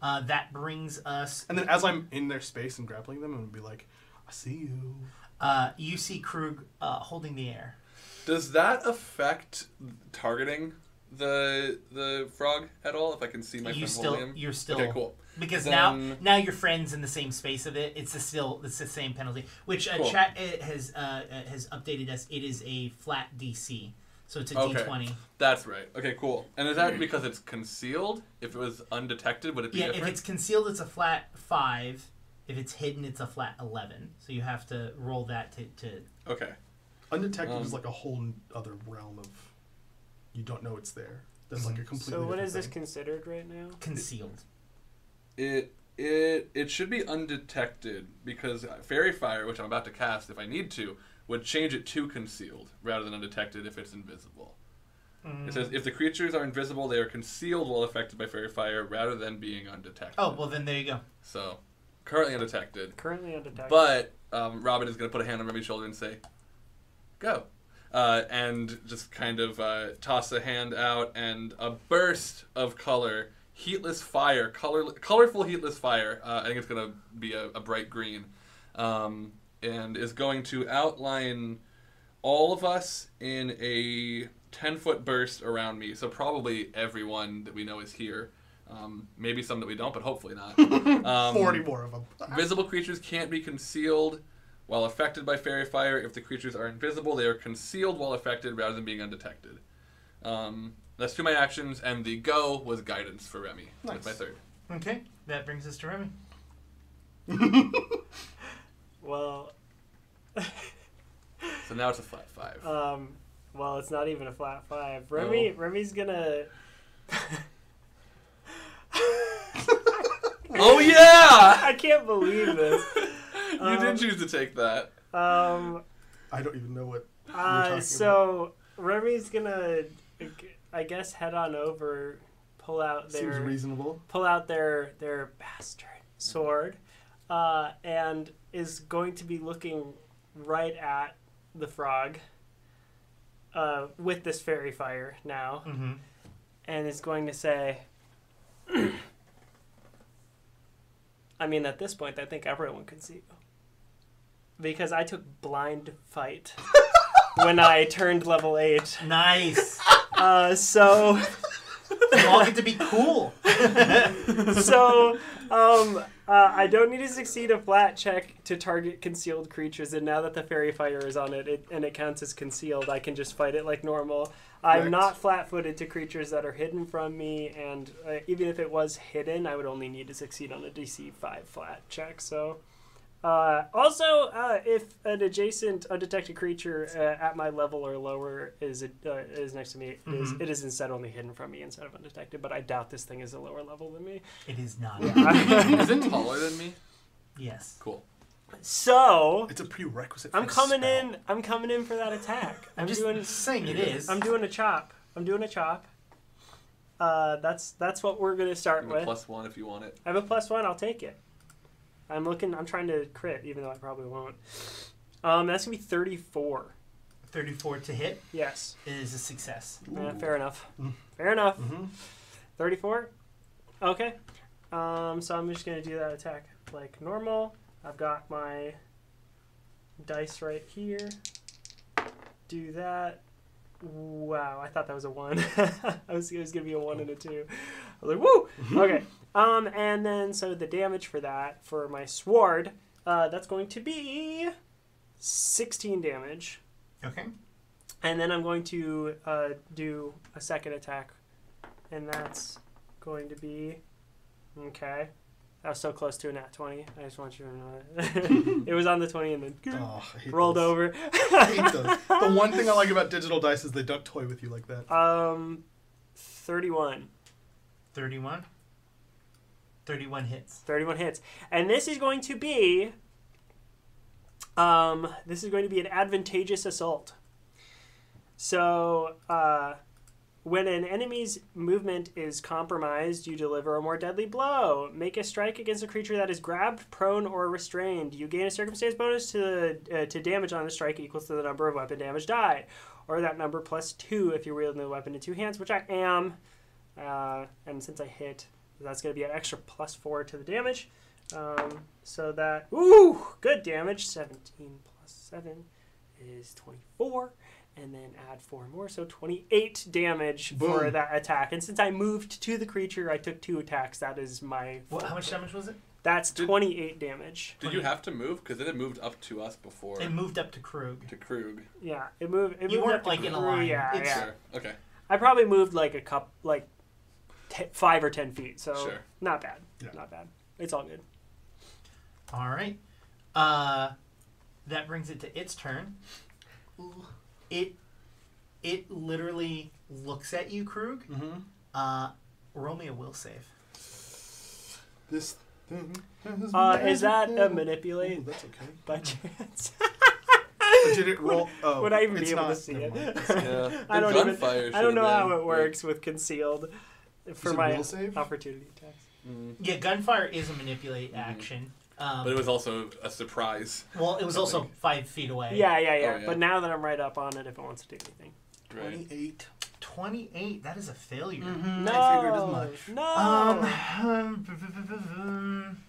Uh, that brings us.
And then as I'm in their space and grappling them, I'm gonna be like, I see you.
Uh, you see Krug uh, holding the air.
Does that affect targeting the the frog at all? If I can see my
you
friend
still,
holding him?
you're still.
Okay, cool.
because now
Then-
now your friends in the same space of it it's a still it's the same penalty which uh,
Cool.
chat uh, has uh, uh, has updated us it is a flat dc so it's a
Okay.
20
That's right. Okay, cool. And is that because it's concealed? If it was undetected, would it be
Hmm. yeah if
different?
it's concealed it's a flat 5 if it's hidden it's a flat 11 so you have to roll that to, to
Okay.
Undetected
Um,
is like a whole n- other realm of you don't know it's there. That's
Mhm.
like a completely.
So what
different
is this
thing.
considered right now?
concealed
It it it should be undetected because fairy fire, which I'm about to cast if I need to, would change it to concealed rather than undetected if it's invisible. It
Hmm.
says if the creatures are invisible, they are concealed while affected by fairy fire rather than being undetected.
oh well then there you go
So currently undetected,
Currently undetected.
but um, Robin is going to put a hand on Remy's shoulder and say, "Go." Uh, and just kind of uh, toss a hand out, and a burst of color, heatless fire, color, colorful heatless fire. Uh, I think it's going to be a, a bright green, um, and is going to outline all of us in a 10 foot burst around me. So, probably everyone that we know is here. Um, maybe some that we don't, but hopefully not. Um,
Forty more of them.
Visible creatures can't be concealed while affected by fairy fire. If the creatures are invisible, they are concealed while affected rather than being undetected. Um, that's two of my actions, and the go was guidance for Remy. That's
Nice.
my third.
okay that brings us to remy
well,
So now it's a flat five.
Um, well, it's not even a flat five. Remy, Remy's gonna.
oh yeah!
I can't believe this.
you did choose to take that.
Um,
I don't even know what.
uh,
talking
so Remy's gonna, I guess, head on over, pull out
Seems
their
reasonable.
pull out their their bastard sword, uh, and is going to be looking right at the frog uh, with this fairy fire now,
Mhm.
and is going to say. I mean, at this point, I think everyone can see you. Because I took blind fight when I turned level 8.
Nice.
Uh, so.
you all get to be cool.
so um, uh, I don't need to succeed a flat check to target concealed creatures, and now that the fairy fire is on it, it and it counts as concealed, I can just fight it like normal. I'm
Correct.
not flat-footed to creatures that are hidden from me, and uh, even if it was hidden, I would only need to succeed on a DC five flat check. So. Uh, also, uh, if an adjacent undetected creature uh, at my level or lower is uh, is next to me, it is- it is instead only hidden from me instead of undetected. But I doubt this thing is a lower level than me.
It is not.
Is it taller than me?
Yes.
Cool.
so
It's a prerequisite.
I'm
for
coming
spell.
in. I'm coming in for that attack. I'm,
I'm just
doing.
saying it is.
I'm doing a chop. I'm doing a chop. Uh, that's that's what we're gonna start
I'm
with.
a plus one if you want it.
I have a plus one. I'll take it. I'm looking. I'm trying to crit, even though I probably won't. Um, that's gonna be 34.
34 to hit
Yes.
is a success.
Yeah, fair enough. Fair enough.
Mm-hmm.
34? Okay. Um, so I'm just going to do that attack like normal. I've got my dice right here. Do that. Wow, I thought that was a one. I was, it was going to be a one and a two. I was like, woo! Okay. Um, and then, so the damage for that, for my sword, uh, that's going to be 16 damage.
Okay.
And then I'm going to uh, do a second attack. And that's going to be. Okay. That was so close to a nat 20. I just want you to know that. it was on the 20 and then
Oh, I hate
rolled
those.
over.
I hate those. The one thing I like about digital dice is they don't toy with you like that.
Um, 31.
31. 31 hits.
31 hits. And this is going to be. Um, this is going to be an advantageous assault. So, uh, when an enemy's movement is compromised, you deliver a more deadly blow. Make a strike against a creature that is grabbed, prone, or restrained. You gain a circumstance bonus to, uh, to damage on the strike equals to the number of weapon damage die, or that number plus two if you're wielding the weapon in two hands, which I am. Uh, and since I hit, that's going to be an extra plus four to the damage. Um, so that, ooh, good damage. 17 plus 7 is 24. And then add four more, so 28 damage for
Boom.
that attack. And since I moved to the creature, I took two attacks. That is my.
What, how much damage was it?
That's
Did-
28 damage.
Did you have to move? Because it had moved up to us before
It moved up to Krug.
to Krug.
Yeah, it moved. It
You
moved
weren't,
up to
like, in a
Kru-
line.
Yeah,
It's-
yeah.
Sure. Okay.
I probably moved like a cup, like te- five or ten feet. So
Sure.
not bad.
Yeah.
Not bad. It's all good.
All right. Uh, that brings it to its turn. It it literally looks at you, Krug.
Mm-hmm.
Uh, roll me a will save.
This thing. has
Uh, is that a
magical-
manipulate
Ooh, that's okay.
by chance?
Or did it roll? Oh,
Would I even be
it's
able
not-
to see
never
it?
mind.
Yeah.
I don't even. I don't know how it
works.
works with concealed for
it
my
will save?
opportunity attacks.
Yeah, gunfire is a manipulate action. Um,
mm. But it was also a surprise.
well, it was also five feet away.
Yeah, yeah, yeah.
Oh, yeah.
But now that I'm right up on it, if it wants to do anything,
Right.
Twenty-eight.
Twenty-eight. That is a failure.
Mm-hmm.
Mm,
no,
I figured as much.
no.
Um, um,
I'm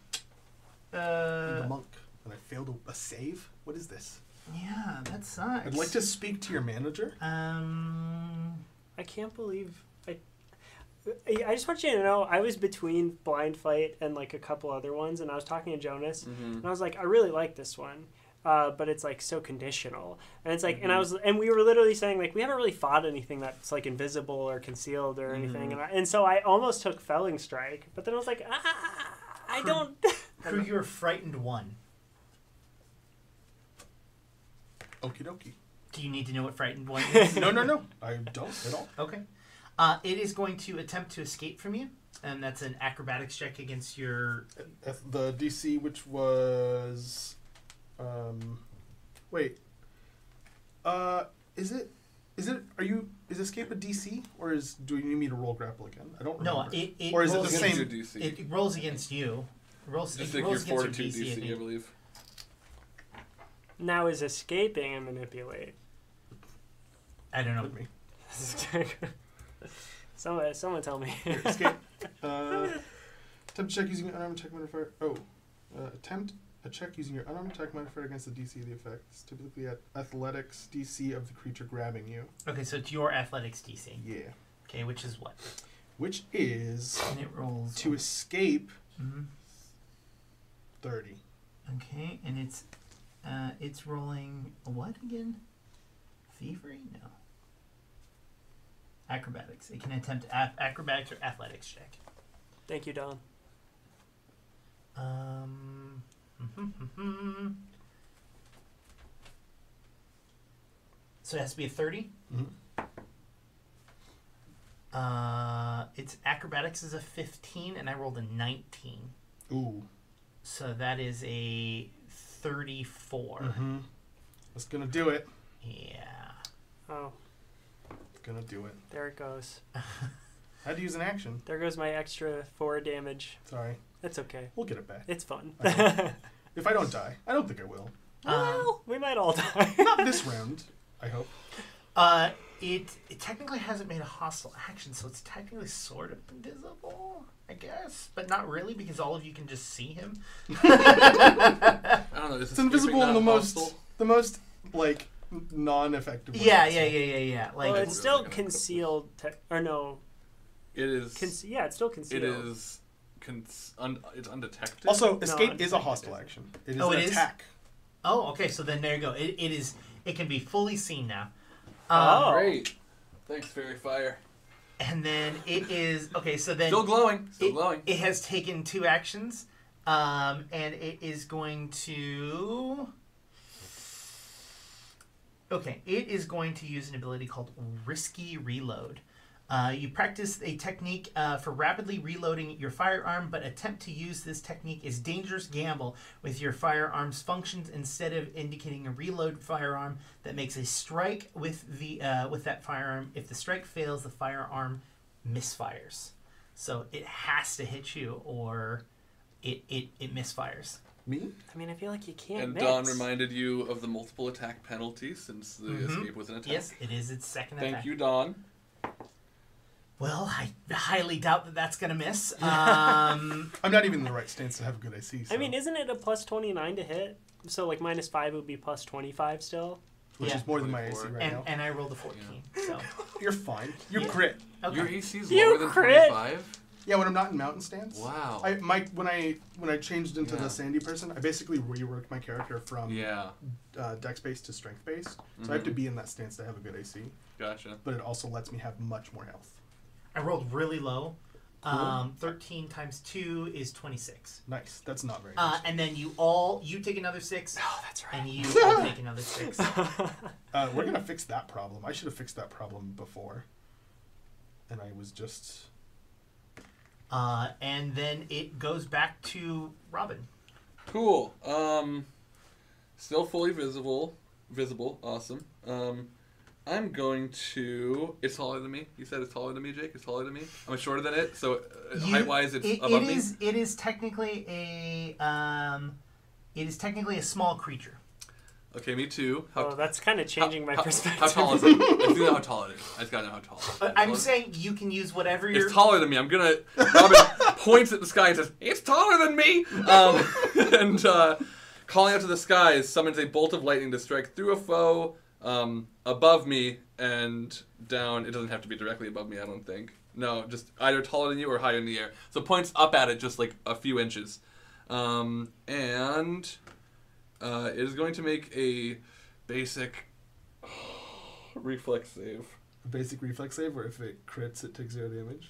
the
uh,
monk, and I failed a, a save. What is this?
yeah, that sucks.
I'd like to speak to your manager.
Um,
I can't believe I. I I just want you to know I was between Blind Fight and like a couple other ones, and I was talking to Jonas,
Mm-hmm.
and I was like, I really like this one, uh, but it's like so conditional, and it's like, and I was, and we were literally saying like we haven't really fought anything that's like invisible or concealed or anything, and I, and so I almost took Felling Strike, but then I was like, ah, I don't.
Krug, you're frightened one.
Okie dokie.
Do you need to know what frightened one is?
No, no, no. I don't at all.
Okay. Uh, it is going to attempt to escape from you, and that's an acrobatics check against your.
F- The DC, which was, um, wait, uh, is it, is it? Are you? Is escape a DC or is do you need me to roll grapple again? I don't
No,
remember.
it, it
Or is it
rolls
the
against-
same-
Your DC.
It rolls against you. Rolls,
Just
it
like your
rolls against
fortitude
your DC, I
DC, I
think.
believe.
Now is escaping and manipulate.
I don't know.
Pardon me.
someone, someone tell me.
escape. Uh, attempt a check using your unarmed attack modifier. Oh, uh, attempt a check using your unarmed attack modifier against the DC of the effect. It's typically at athletics DC of the creature grabbing you.
Okay, so it's your athletics DC.
Yeah,
Okay, which is what?
which is
And it rolls.
to escape
Mhm.
thirty.
Okay, and it's uh, it's rolling what again? Thievery? No. Acrobatics. It can attempt a- acrobatics or athletics check.
Thank you, Don.
Um. so it has to be a 30.
Mhm.
Uh, it's acrobatics is a 15, and I rolled a 19.
Ooh.
So that is a 34.
Mm-hmm. It's gonna do it.
Yeah.
Oh,
It's gonna do it.
there it goes.
I had to use an action.
There goes my extra four damage.
Sorry.
That's okay.
We'll get it back.
It's fun.
Okay. If I don't die, I don't think I will.
well, we might all die.
Not this round. I hope.
Uh, it, it technically hasn't made a hostile action, so it's technically sort of invisible, I guess, but not really because all of you can just see him.
I don't know. Is
It's invisible in the most,
Hostile?
the most like n- non-effective. way
Yeah, yeah,
possible.
yeah, yeah, yeah. Like
well, it's
really
still
gonna cook this.
concealed. Te- or no,
It is.
con- yeah, it's still concealed.
it is. Cons- un- it's undetected.
Also,
it's
escape is a
effective,
hostile
isn't it?
action. It is
Oh,
an
it is?
attack.
Oh, okay. So then there you go. It, it is. It can be fully seen now. Um,
Oh.
great. Thanks, fairy fire.
And then it is okay. So then
Still glowing. Still
it,
glowing.
it has taken two actions, um, and it is going to. Okay, it is going to use an ability called Risky Reload. Uh, you practice a technique uh, for rapidly reloading your firearm, but attempt to use this technique is dangerous gamble with your firearm's functions instead of indicating a reload firearm that makes a strike with the uh, with that firearm. If the strike fails, the firearm misfires. So it has to hit you or it it, it misfires.
Me?
I mean, I feel like you can't.
And
mix.
Don reminded you of the multiple attack penalty since the
Mhm.
escape was an attack.
Yes, it is its second
Thank
attack.
you, Don.
Well, I highly doubt that that's gonna miss. Um,
I'm not even in the right stance to have a good AC. So,
I mean, isn't it a plus twenty nine to hit? So like minus five would be plus twenty five still.
which
yeah.
is more than my AC
24.
right
and
now.
and I rolled a fourteen. So
You're fine. You crit.
okay.
Your AC is
You
lower than
crit.
25.
Yeah, when I'm not in mountain stance.
Wow.
I my when I when I changed into
Yeah.
the sandy person, I basically reworked my character from
yeah. Mm-hmm.
uh, dex based to strength based. So I have to be in that stance to have a good AC,
Gotcha.
but it also lets me have much more health.
I rolled really low. Um, thirteen times two is twenty six.
Nice. That's not very
Uh,
nice.
and then you all you take another six,
Oh, that's
and you all take another six.
Uh, we're gonna fix that problem. I should have fixed that problem before. And I was just
Uh, and then it goes back to Robin.
Cool. Um, still fully visible. Visible. Awesome. Um, I'm going to. It's taller than me. You said it's taller than me, Jake. It's taller than me. I'm shorter than it, so uh,
You-
height wise, it's
it,
above
it
me.
is- it is technically a um, it is technically a small creature.
Okay, me too. How,
Oh, that's kind of changing my
how,
perspective.
How tall is it? I just know how tall it is. I just gotta know how tall. It is.
But I'm saying you can use whatever your
Uh, It's taller than me. I'm gonna. Robin points at the sky and says, "It's taller than me." Um, and uh, calling out to the skies, summons a bolt of lightning to strike through a foe um, above me and down. It doesn't have to be directly above me. I don't think. No, just either taller than you or higher in the air. So points up at it, just like a few inches, um, and uh, it is going to make a basic reflex save.
a basic reflex save where if it crits it takes zero damage.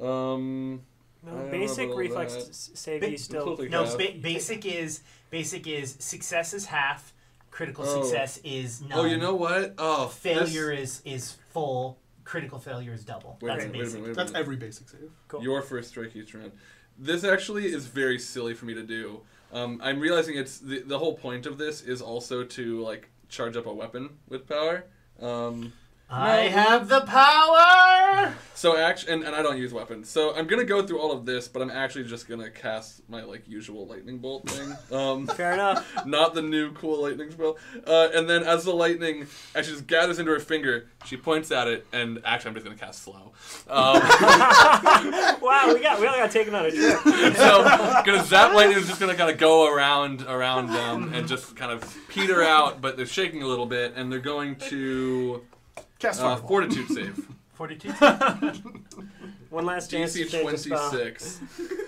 Um, I
no,
don't know
basic
about
reflex
that.
s- save
Ba-
you still.
totally
no
Yeah.
ba- basic is basic is success is half, Critical
Oh.
success is none.
Oh, you know what? Oh, this-
failure is is full. Critical failure is double.
Wait a
That's
minute, wait a
basic.
minute, wait a
That's
minute.
every basic save.
Your first strike each round. This actually is very silly for me to do. Um, I'm realizing it's the, the whole point of this is also to like charge up a weapon with power. Um,
I have the power.
so actually, and, and I don't use weapons. So I'm gonna go through all of this, but I'm actually just gonna cast my like usual lightning bolt thing. Um,
Fair enough.
not the new cool lightning spell. Uh, and then as the lightning, as she just gathers into her finger, she points at it, and actually I'm just gonna cast slow. Um,
wow, we got we all got taken on a trip.
so gonna zap lightning is just gonna kind of go around around them and just kind of peter out, but they're shaking a little bit, and they're going to
Cast
uh,
fireball.
fortitude save.
Forty-two.
One last chance to
DC
change the spell.
26.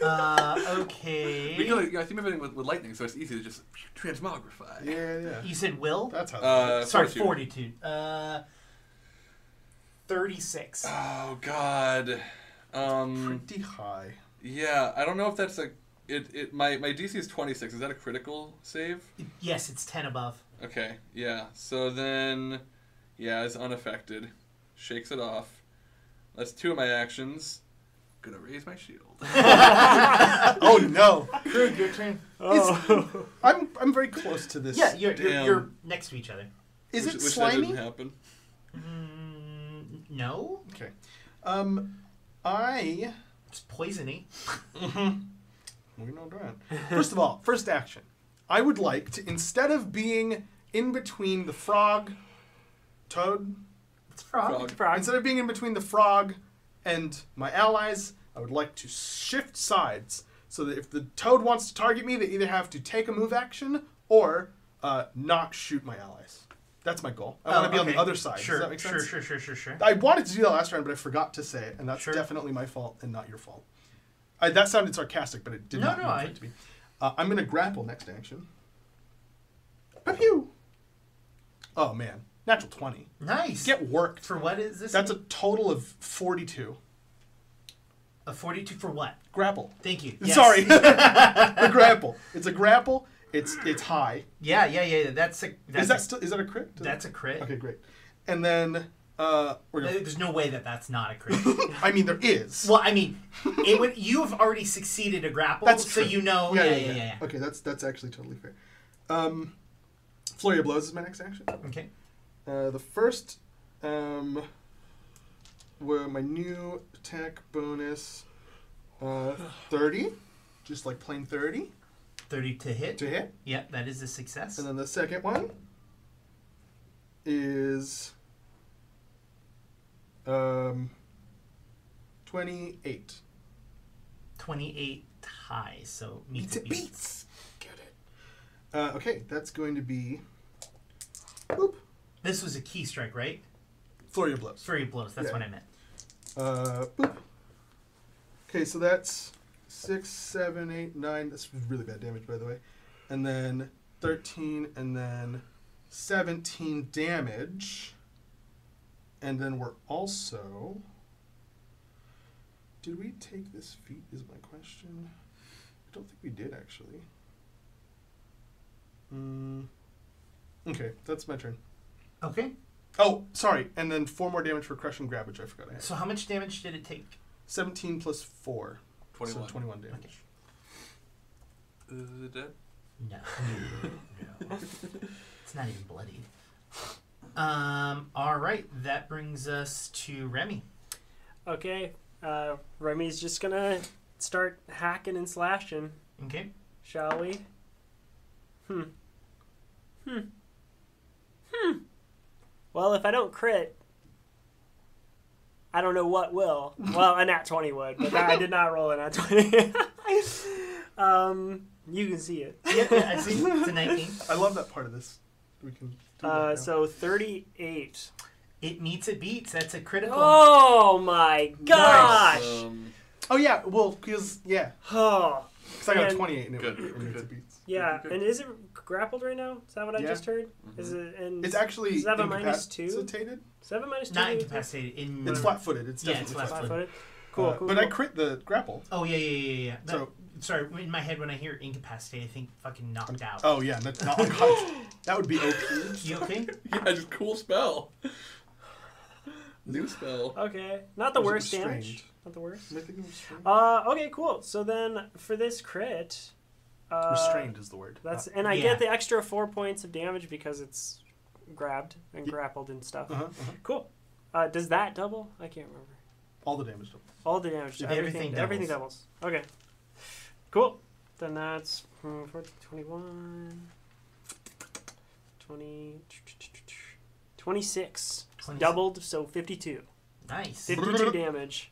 uh, okay.
Because you know, I think everything with, with lightning, so it's easy to just transmogrify.
Yeah, yeah.
You said will.
That's how.
Uh,
Sorry,
fortitude.
fortitude. Uh, Thirty-six.
Oh God. Um,
pretty high.
yeah, I don't know if that's a. It, it my, my DC is 26. Is that a critical save?
Yes, it's ten above.
Okay, yeah. So then, yeah, it's unaffected. Shakes it off. That's two of my actions. Gonna raise my shield.
Oh no!
Krug, your turn.
Oh.
I'm I'm very close to this.
Yeah, you're, you're,
Damn.
you're next to each other.
Is
Wish-
it
wish That
slimy?
didn't happen.
Mm, no,
Okay. Um, I.
it's poisony.
We know that. First of all, first action. I would like to instead of being in between the frog, toad,
It's frog.
Frog.
Frog.
Instead of being in between the frog and my allies, I would like to shift sides so that if the toad wants to target me, they either have to take a move action or uh, not shoot my allies. That's my goal. I want to
Oh,
be on the
okay.
other side.
Sure,
Does that make sense?
sure, sure, sure, sure, sure.
I wanted to do that last round, but I forgot to say it, and that's
Sure.
definitely my fault and not your fault. I, that sounded sarcastic, but it did
No,
not
no,
mean for
I-
it to be. Uh, I'm going to grapple next action. Pew! Oh, man. Natural 20.
Nice.
Get worked.
For what is this?
That's a total of 42.
a forty-two for what?
Grapple.
Thank you. Yes.
Sorry. the grapple. It's a grapple. It's it's high.
Yeah, yeah, yeah. yeah, That's a. That's
Is that still is that a crit?
A, that's a crit.
Okay, great. And then uh we're
There-
gonna
There's no way that that's not a crit.
I mean there is.
well, I mean, it would. You have already succeeded a grapple,
That's
so
true.
you know. Yeah, yeah, yeah. yeah.
Okay, that's that's actually totally fair. Um Flurry of Blows is my next action.
Okay.
Uh, the first um were my new attack bonus uh 30. Just like plain 30
Thirty to hit.
to hit.
Yeah, that is a success.
And then the second one is um, 28.
Twenty-eight high, so meets it beats.
Get it. Uh, okay, that's going to be. Boop.
This was a key strike, right?
Flurry of blows.
Flurry of blows. That's
Yeah.
what I meant.
Uh, boop. Okay, so that's six, seven, eight, nine. That's really bad damage, by the way. And then 13, and then 17 damage. And then we're also. Did we take this feat? Is my question. I don't think we did, actually. Mm. Okay, that's my turn.
Okay.
Oh, sorry. And then four more damage for crushing grab, which I forgot I had.
So how much damage did it take?
17 plus 4.
21.
So 21 damage.
Is it dead?
No. no. It's not even bloodied. Um, all right, that brings us to Remy.
Okay. Uh, Remy's just gonna start hacking and slashing,
Okay.
shall we? Hmm. Hmm. Hmm. Well, if I don't crit, I don't know what will. Well, a nat 20 would, but I did not roll a nat 20. um, you can see it.
Yep, yeah, I see. It's a 19.
I love that part of this. We can do that now.
Uh, so 38.
It meets it beats. That's a critical.
Oh my gosh!
Um,
Oh, yeah. Well, because, yeah.
Oh.
Because I got a
And-
28 and it,
Good,
it,
good,
makes
good.
it beats.
Yeah,
Okay.
and is it grappled right now? Is that what I
Yeah. Mm-hmm.
just heard?
mm-hmm.
Is it and
It's actually
Does it have a minus two?
incapacitated.
seven minus two?
Not
to
incapacitated. In
It's flat footed. It's
Yeah,
definitely
it's
flat
Flat
flat-footed.
footed.
footed. Cool, cool.
Uh, but I
cool.
crit the grapple.
Oh yeah, yeah, yeah, yeah. That,
So
sorry, in my head when I hear incapacitated, I think fucking knocked out.
Oh yeah, that's not that would be OP.
You okay?
Yeah, just cool spell. New spell.
Okay, not the
Was it
worst damage.
restrained?
Not the worst.
Am I thinking of restrained?
Uh, okay, cool. So then for this crit, uh,
restrained is the word.
That's
Uh,
and I
Yeah.
get the extra four points of damage because it's grabbed and grappled and stuff.
uh-huh, uh-huh.
Cool. Uh, does that double? I can't remember.
all the damage. done.
All the damage.
Yeah,
everything.
everything
Everything doubles. Okay. Cool. Then that's hmm, 14, 21, 20, 26.
26.
Doubled, so 52.
Nice.
52 damage.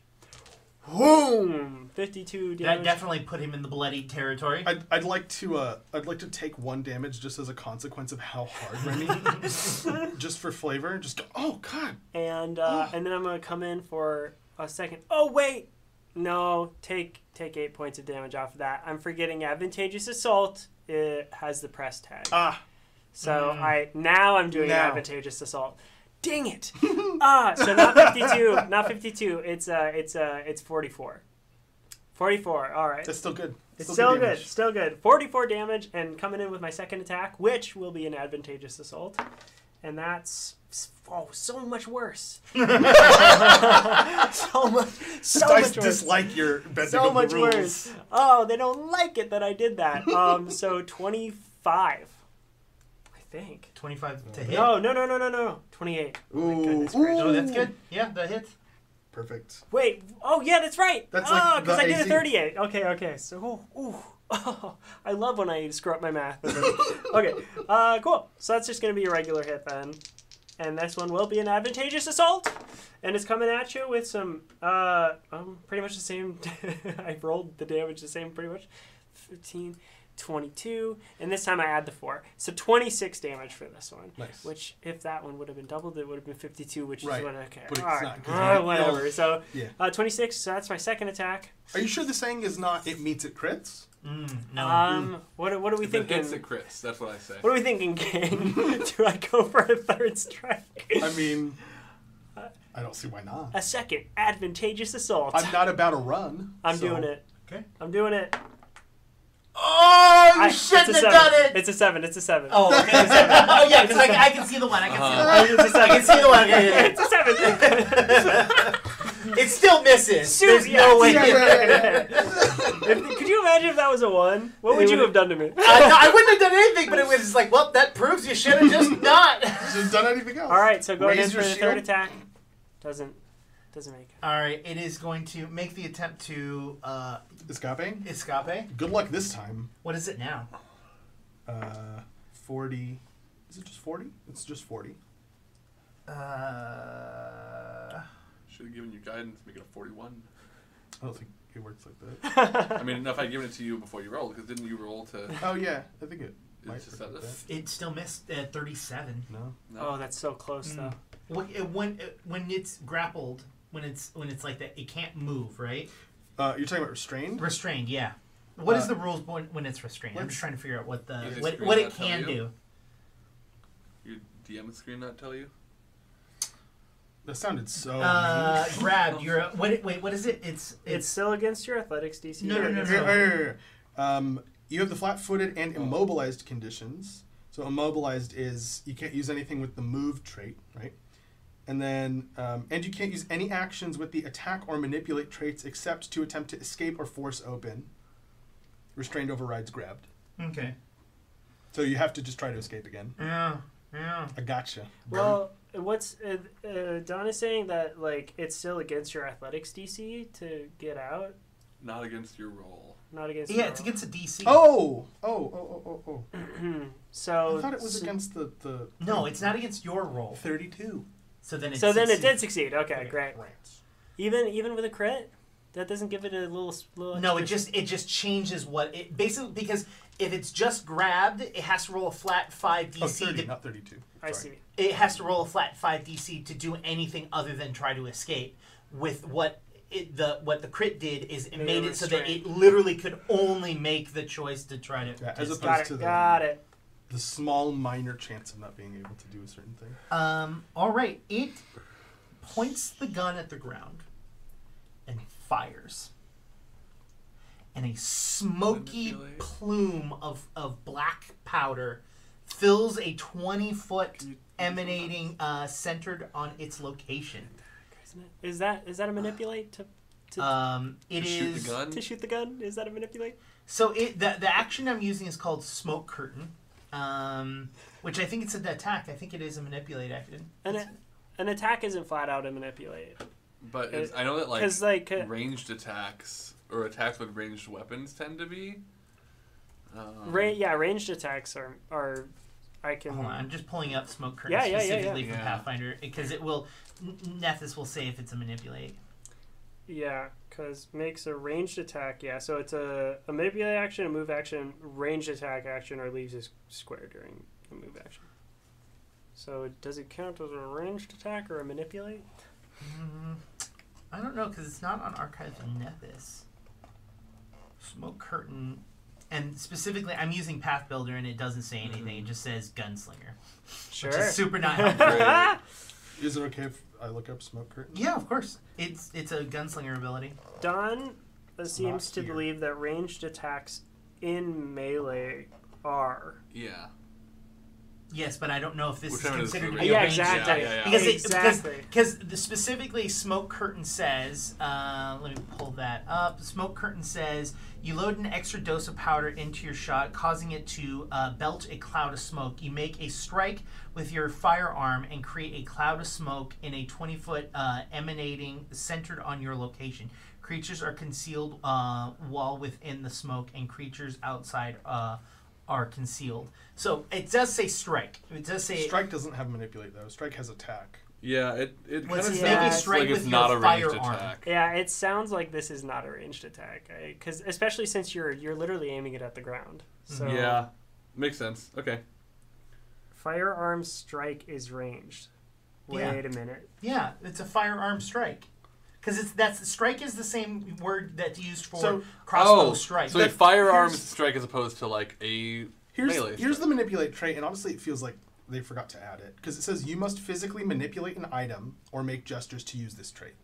Boom! 52
That
damage.
definitely put him in the bloody territory.
I'd, I'd like to uh, I'd like to take one damage just as a consequence of how hard Remy, just for flavor, just go. Oh God,
and uh, and then I'm gonna come in for a second. Oh wait, no, take take eight points of damage off of that. I'm forgetting advantageous assault. It has the press tag.
Ah.
so I now I'm doing
Now.
advantageous assault. Dang it! ah, so not 52, not 52. It's uh, it's uh, it's 44. 44. All right.
that's still good.
It's
still
still good,
damage.
still good. 44 damage, and coming in with my second attack, which will be an advantageous assault. And that's oh, so much worse. so much, so
I
much worse.
dislike your bending
So
of
much
the rules.
worse. Oh, they don't like it that I did that. Um, so 25, I think.
25 to hit.
No, no, no, no, no, no. 28.
Ooh,
goodness
Oh, that's good. Yeah, that hits.
Perfect.
Wait. Oh, yeah, that's right.
That's
oh,
like
because
the
I did a
AC.
38. Okay, okay. So, ooh, ooh. Oh, I love when I screw up my math. okay, uh, cool. So that's just going to be a regular hit then. And this one will be an advantageous assault. And it's coming at you with some, uh, um, pretty much the same. I rolled the damage the same, pretty much. 15, 22. And this time I add the 4. So 26 damage for this one.
Nice.
Which, if that one would have been doubled, it would have been 52, which
Right.
is what I care.
But it's
All right.
not, 'cause
Ah,
you-
whatever. So
Yeah.
uh, 26, so that's my second attack.
Are you sure the saying is not "it meets it crits"?
Mm, no.
Um, what, are- what are we
If it
thinking?
hits, it crits. That's what I say.
What are we thinking, gang? Do I go for a third strike?
I mean,
Uh,
I don't see why not.
A second advantageous assault.
I'm not about to run.
I'm
so-
doing it.
Okay.
I'm doing it.
oh, you
I-
shouldn't
it's a
have
seven.
done it.
It's a seven. It's a seven.
oh, okay. it's a seven. oh, yeah, because I, I can see the one. I can see the one.
It's a
I
seven.
can see the one. Yeah, yeah,
It's a seven.
yeah. It still misses.
Uh-huh. Shoot,
There's
yeah,
no way.
yeah,
Uh,
If- could you imagine if that was a one? What would you have done to me?
no, I wouldn't have done anything, but it was just like, well, that proves you should have just not.
Just done anything else?
All right, so go ahead
Raise
for
your
the third
shield.
attack. Doesn't doesn't make it.
All right, it is going to make the attempt to uh,
Escaping.
escape.
Good luck this time.
What is it now?
Uh, forty. Is it just forty? It's just forty.
Uh,
Should have given you guidance, make it a 41.
I don't think it works like that.
I mean, no, if I'd given it to you before you rolled, because didn't you roll to.
Oh yeah, I think it. Might
It's just
work
that-
like that.
it still missed at 37.
No.
Oh, that's so close though.
When it, when it, when it's grappled, when it's when it's like that, it can't move, right?
Uh, you're talking about restrained.
Restrained, yeah. What is
Uh,
the rules when, when it's restrained? I'm
let's-
just trying to figure out what the
Does it
what,
screen
what
not
it
tell
can
you?
do.
Your DM screen not tell you?
That sounded so.
Uh, grab your what? it- Wait, what is it? It's
It's
it's
still against your athletics DC.
No, no, no,
mean.
no.
Err. Um, you have the flat-footed and immobilized conditions. So immobilized is you can't use anything with the move trait, right? And then, um, and you can't use any actions with the attack or manipulate traits except to attempt to escape or force open. Restrained overrides grabbed.
okay.
So you have to just try to escape again.
Yeah, yeah.
I gotcha.
Well, what's uh, uh, Don is saying that like it's still against your athletics DC to get out,
Not against your roll.
not against.
Yeah,
your
it's
own.
against a DC.
Oh, oh, oh, oh, oh, oh.
So
I thought it was
Oh, so,
against the the
No, it's not against your roll.
thirty-two. Oh,
So then it
so then it did
succeeds.
succeed. Okay, great. Even even with a crit, that doesn't give it a little s- little.
No, it
extra-
just it just changes what it basically because if it's just grabbed, it has to roll a flat five
Oh,
DC.
30,
to-
not 32.
I
Sorry.
see.
it has to roll a flat five DC to do anything other than try to escape. With what it, the what the crit did is it
Made
made
it
it so that
restrained.
it literally could only make the choice to try to.
Yeah,
to
as
escape.
Got
opposed to
it.
the,
Got it.
the small minor chance of not being able to do a certain thing.
um, all right, it points the gun at the ground and fires. and a smoky plume of, of black powder fills a 20 foot emanating uh, centered on its location.
Isn't it? Is that is that a manipulate to to,
Um, it
To shoot
is
the gun.
to shoot the gun? Is that a manipulate?
so it the, the action I'm using is called smoke curtain, um, which I think it's an attack. I think it is a manipulate action.
An an attack isn't flat out a manipulate
But it's, I know that like,
because like uh,
ranged attacks or attacks with ranged weapons tend to be. Um,
ra- yeah, ranged attacks are are I can
Hold on, I'm just pulling up smoke curtain
Yeah, yeah, yeah, yeah.
specifically from
Yeah.
Pathfinder because it will. N- Nethys will say if it's a manipulate.
yeah because makes a ranged attack yeah so it's a, a manipulate action a move action ranged attack action or leaves is square during a move action. So does it count as a ranged attack or a manipulate?
Mm, I don't know because it's not on Archive of Nethys. Smoke curtain, and specifically, I'm using Path Builder, and it doesn't say anything. It
Mm-hmm.
just says Gunslinger,
Sure.
which is super not helpful.
Is it okay if I look up smoke curtain?
yeah, of course. It's it's a Gunslinger ability.
Don seems to
here.
believe that ranged attacks in melee are.
Yeah.
Yes, but I don't know if this
We're
is
trying to
considered to
disprove
be
it.
a
Yeah,
ranged
exactly.
attack.
Yeah, yeah, yeah.
Because it,
Exactly.
Because the, specifically, Smoke Curtain says, uh, let me pull that up. Smoke Curtain says, you load an extra dose of powder into your shot, causing it to uh, belch a cloud of smoke. You make a strike with your firearm and create a cloud of smoke in a 20 foot uh, emanating centered on your location. Creatures are concealed uh, while within the smoke, and creatures outside uh, are concealed. So it does say strike. It does say
Strike doesn't have manipulate though. Strike has attack.
Yeah, it, it kind
What's
of
his
sounds
name?
like
Maybe strike
it's
with
not
your
a ranged
firearm.
attack.
Yeah, it sounds like this is not a ranged attack, because especially since you're you're literally aiming it at the ground. So
Yeah. Makes sense. Okay.
firearm strike is ranged. Wait
Yeah.
a minute.
Yeah, it's a firearm strike. Because it's that's strike is the same word that's used for
So-
crossbow strike.
Oh, So a firearm strike as opposed to like a
Here's
melee
here's the
strike.
manipulate trait, and honestly, it feels like they forgot to add it because it says you must physically manipulate an item or make gestures to use this trait.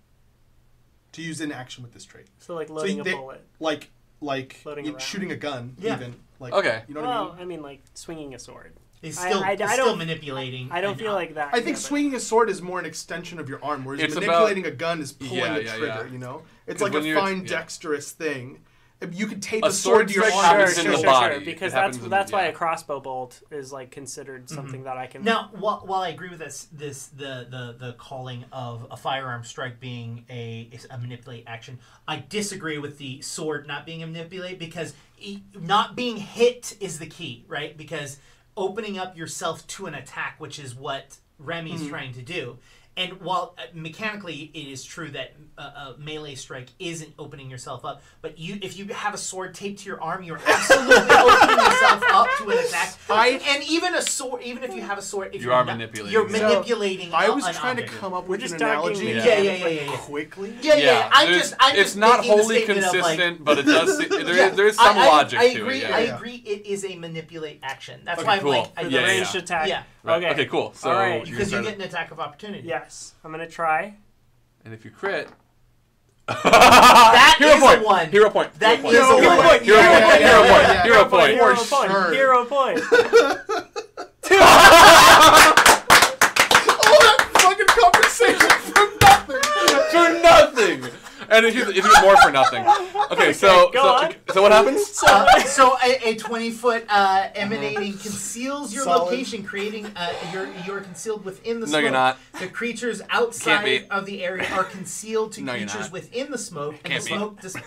To use in action with this trait,
So like loading
you-
a
they-
bullet.
like like
Floating
you-
around.
shooting a gun,
Yeah.
even like
Okay.
you know what I
Well,
mean.
I mean like swinging a sword.
it's
I-
still,
I- I
it's still
don't-
manipulating.
I don't
an
feel
ob-
like that.
I think
yeah, but-
swinging a sword is more an extension of your arm, whereas
It's about-
manipulating a gun is pulling
Yeah,
the
yeah,
trigger.
yeah.
You know, it's
'Cause
like
when
a
you're-
fine,
yeah.
dexterous thing. If You could tape
A
a, sword
sword
to your
strike
arm.
Sure,
happens
and
in
sure,
the
sure,
body.
sure.
It
Because
happens
that's
in-
that's why
yeah.
a crossbow bolt is like considered something that I can.
Now, while, while I agree with this, this the, the the calling of a firearm strike being a is a manipulate action, I disagree with the sword not being a manipulate because e- not being hit is the key, right? Because opening up yourself to an attack, which is what Remy is trying to do. And while uh, mechanically it is true that uh, a melee strike isn't opening yourself up, but you if you have a sword taped to your arm, you're absolutely opening yourself up to an attack. and even a sword, even if you have a sword, if
You
you're
are
not-
manipulating
You're
it. So,
manipulating.
I
a-
was
an
trying to
object.
come up
We're
with
just
an
talking-
analogy.
Yeah.
Yeah, yeah, yeah, yeah, yeah.
Quickly.
Yeah, yeah. yeah. I'm
there's-
just, I'm
it's
just
not
making the
wholly
statement of, like-
consistent, but it does. se- there is
Yeah.
there is some
I- I-
logic
I
to
agree,
it. Yeah.
I
yeah.
agree. It is a manipulate action. That's
Okay,
why I'm
cool.
like, I
For the
Yeah, yeah,
ranged
yeah.
attack.
Yeah.
Right.
Okay.
Okay. Cool. So
All right.
you
because you get
started-
an attack of opportunity.
Yes, I'm gonna try.
and if you crit,
That
hero
is a
point.
one.
Hero point.
That
hero point.
is a
hero
one.
point. Hero
Yeah,
point.
yeah,
Hero
yeah,
point.
yeah.
Hero point.
Hero
For
point.
sure.
Hero point.
All that fucking conversation for nothing.
for nothing. And if you, if you get more for nothing. Okay, so
go
so,
on.
so what happens?
Uh, so a, a 20 foot uh, emanating conceals your
Solid.
location, creating uh, you're you're concealed within the
No,
smoke.
you're not.
The creatures
Can't
outside
be.
of the area are concealed to
No, you're
creatures
not.
within the smoke, and
Can't
the
be.
smoke dis- uh,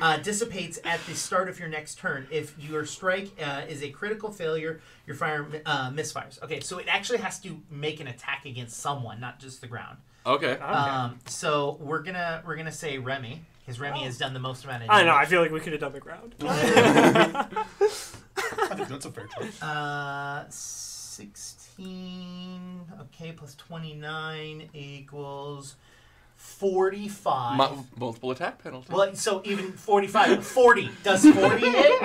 uh, dissipates at the start of your next turn. If your strike uh, is a critical failure, your fire uh, misfires. Okay, so it actually has to make an attack against someone, not just the ground.
Okay.
Um, so we're gonna we're gonna say Remy, because Remy has done the most amount of.
Oh. I know. I
damage.
feel like we could have done the ground.
I think that's a fair choice.
Uh, 16. Okay, plus 29 equals 45.
Mu- multiple attack penalty.
well, so even 45. 40. Does 40 hit?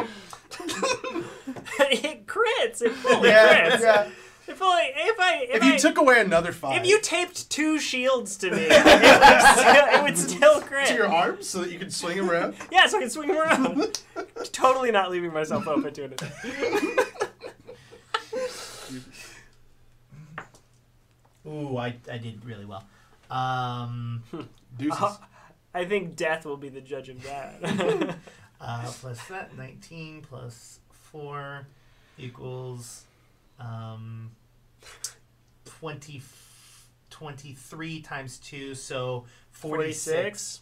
it crits. It fully
Yeah,
crits.
yeah.
If only if I if,
If
I,
you took away another five
if you taped two shields to me, it would still, it would still crit.
to your arms so that you can swing him around?
Yeah, so I can swing him around. totally not leaving myself open to it.
Ooh, I, I did really well. Um,
Deuces.
I think death will be the judge of that.
uh, plus that, 19 plus 4 equals um, 20, 23 times 2, so 46.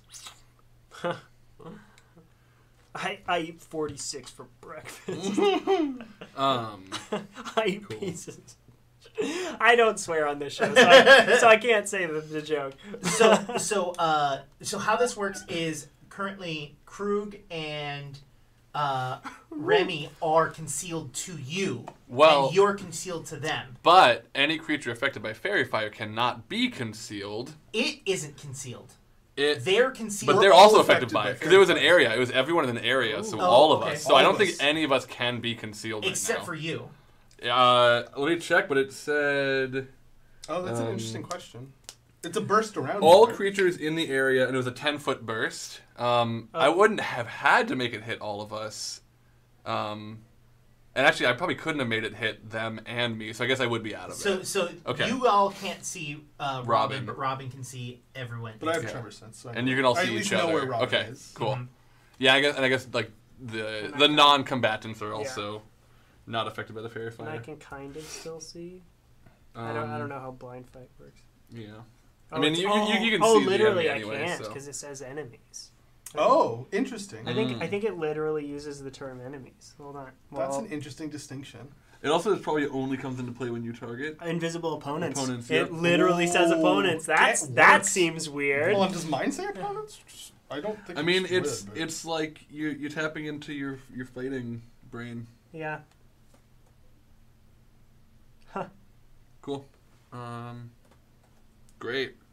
Huh. I, I eat 46 for breakfast.
Um,
Mm.
I eat pieces. I don't swear on this show, so I, so I can't say the, the joke.
so so uh so how this works is currently Krug and uh Remy are concealed to you.
Well-
and you're concealed to them.
but any creature affected by fairy fire cannot be concealed.
It isn't concealed.
It,
They're concealed.
but they're
all
also affected,
affected by
by it. 'Cause
fairy
It was an
fire.
area. It was everyone in an area, so
Oh,
all of
okay.
us. So
All
I don't
of
think
us.
any of us can be concealed right
except
now.
for you.
Uh, let me check, but it said
Oh, that's an
Um,
interesting question. It's a burst around.
all
you, right?
creatures in the area, and it was a ten foot burst. Um, I wouldn't have had to make it hit all of us. Um, and actually, I probably couldn't have made it hit them and me. So I guess I would be out of
So
it.
so
Okay.
you all can't see uh, Robin,
Robin.
but Robin can see everyone.
But I have
Yeah.
Trevor's sense. So I
And you can all
I
see
at least
each
know
other.
where Robin
okay,
is.
cool. Yeah, I guess, and I guess like the the non-combatants are also not affected by the fairy
And I
fire. Um,
can kind of still see. I don't. I don't know how blind fight works.
Yeah.
Oh,
I mean,
it's-
you- you- you can
oh,
see the
literally,
enemy anyway,
I can't
so.
because it says enemies.
Oh, interesting.
I
Mm.
think I think it literally uses the term enemies. Hold on.
Hmm. That's
Well,
an interesting distinction.
It also probably only comes into play when you target.
invisible opponents.
Opponents,
it
yeah.
literally says
Ooh,
opponents.
that
That's that
works.
seems weird.
Well, and does mine say opponents? I don't think.
I mean,
should,
it's
but-
it's like you you're tapping into your your fighting brain.
yeah.
Cool. Um, great.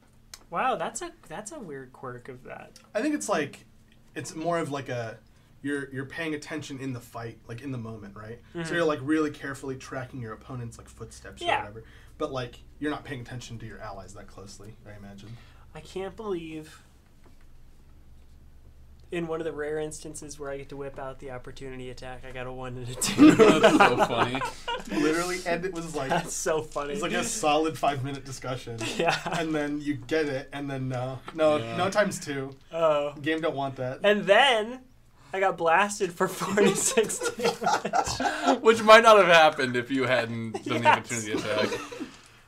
Wow, that's a that's a weird quirk of that.
I think it's like it's more of like a you're you're paying attention in the fight, like in the moment, right? So you're like really carefully tracking your opponent's like footsteps
Mm-hmm. Yeah.
or whatever. But like you're not paying attention to your allies that closely, I imagine.
I can't believe in one of the rare instances where I get to whip out the opportunity attack, I got a one and a two.
That's so funny.
Literally, and it was like
That's
it
so funny.
was like a solid five minute discussion.
yeah.
And then you get it, and then no, no,
Yeah.
no times two.
Oh.
Game don't want that.
And then I got blasted for 46 damage.
Which might not have happened if you hadn't done
Yes.
the opportunity attack.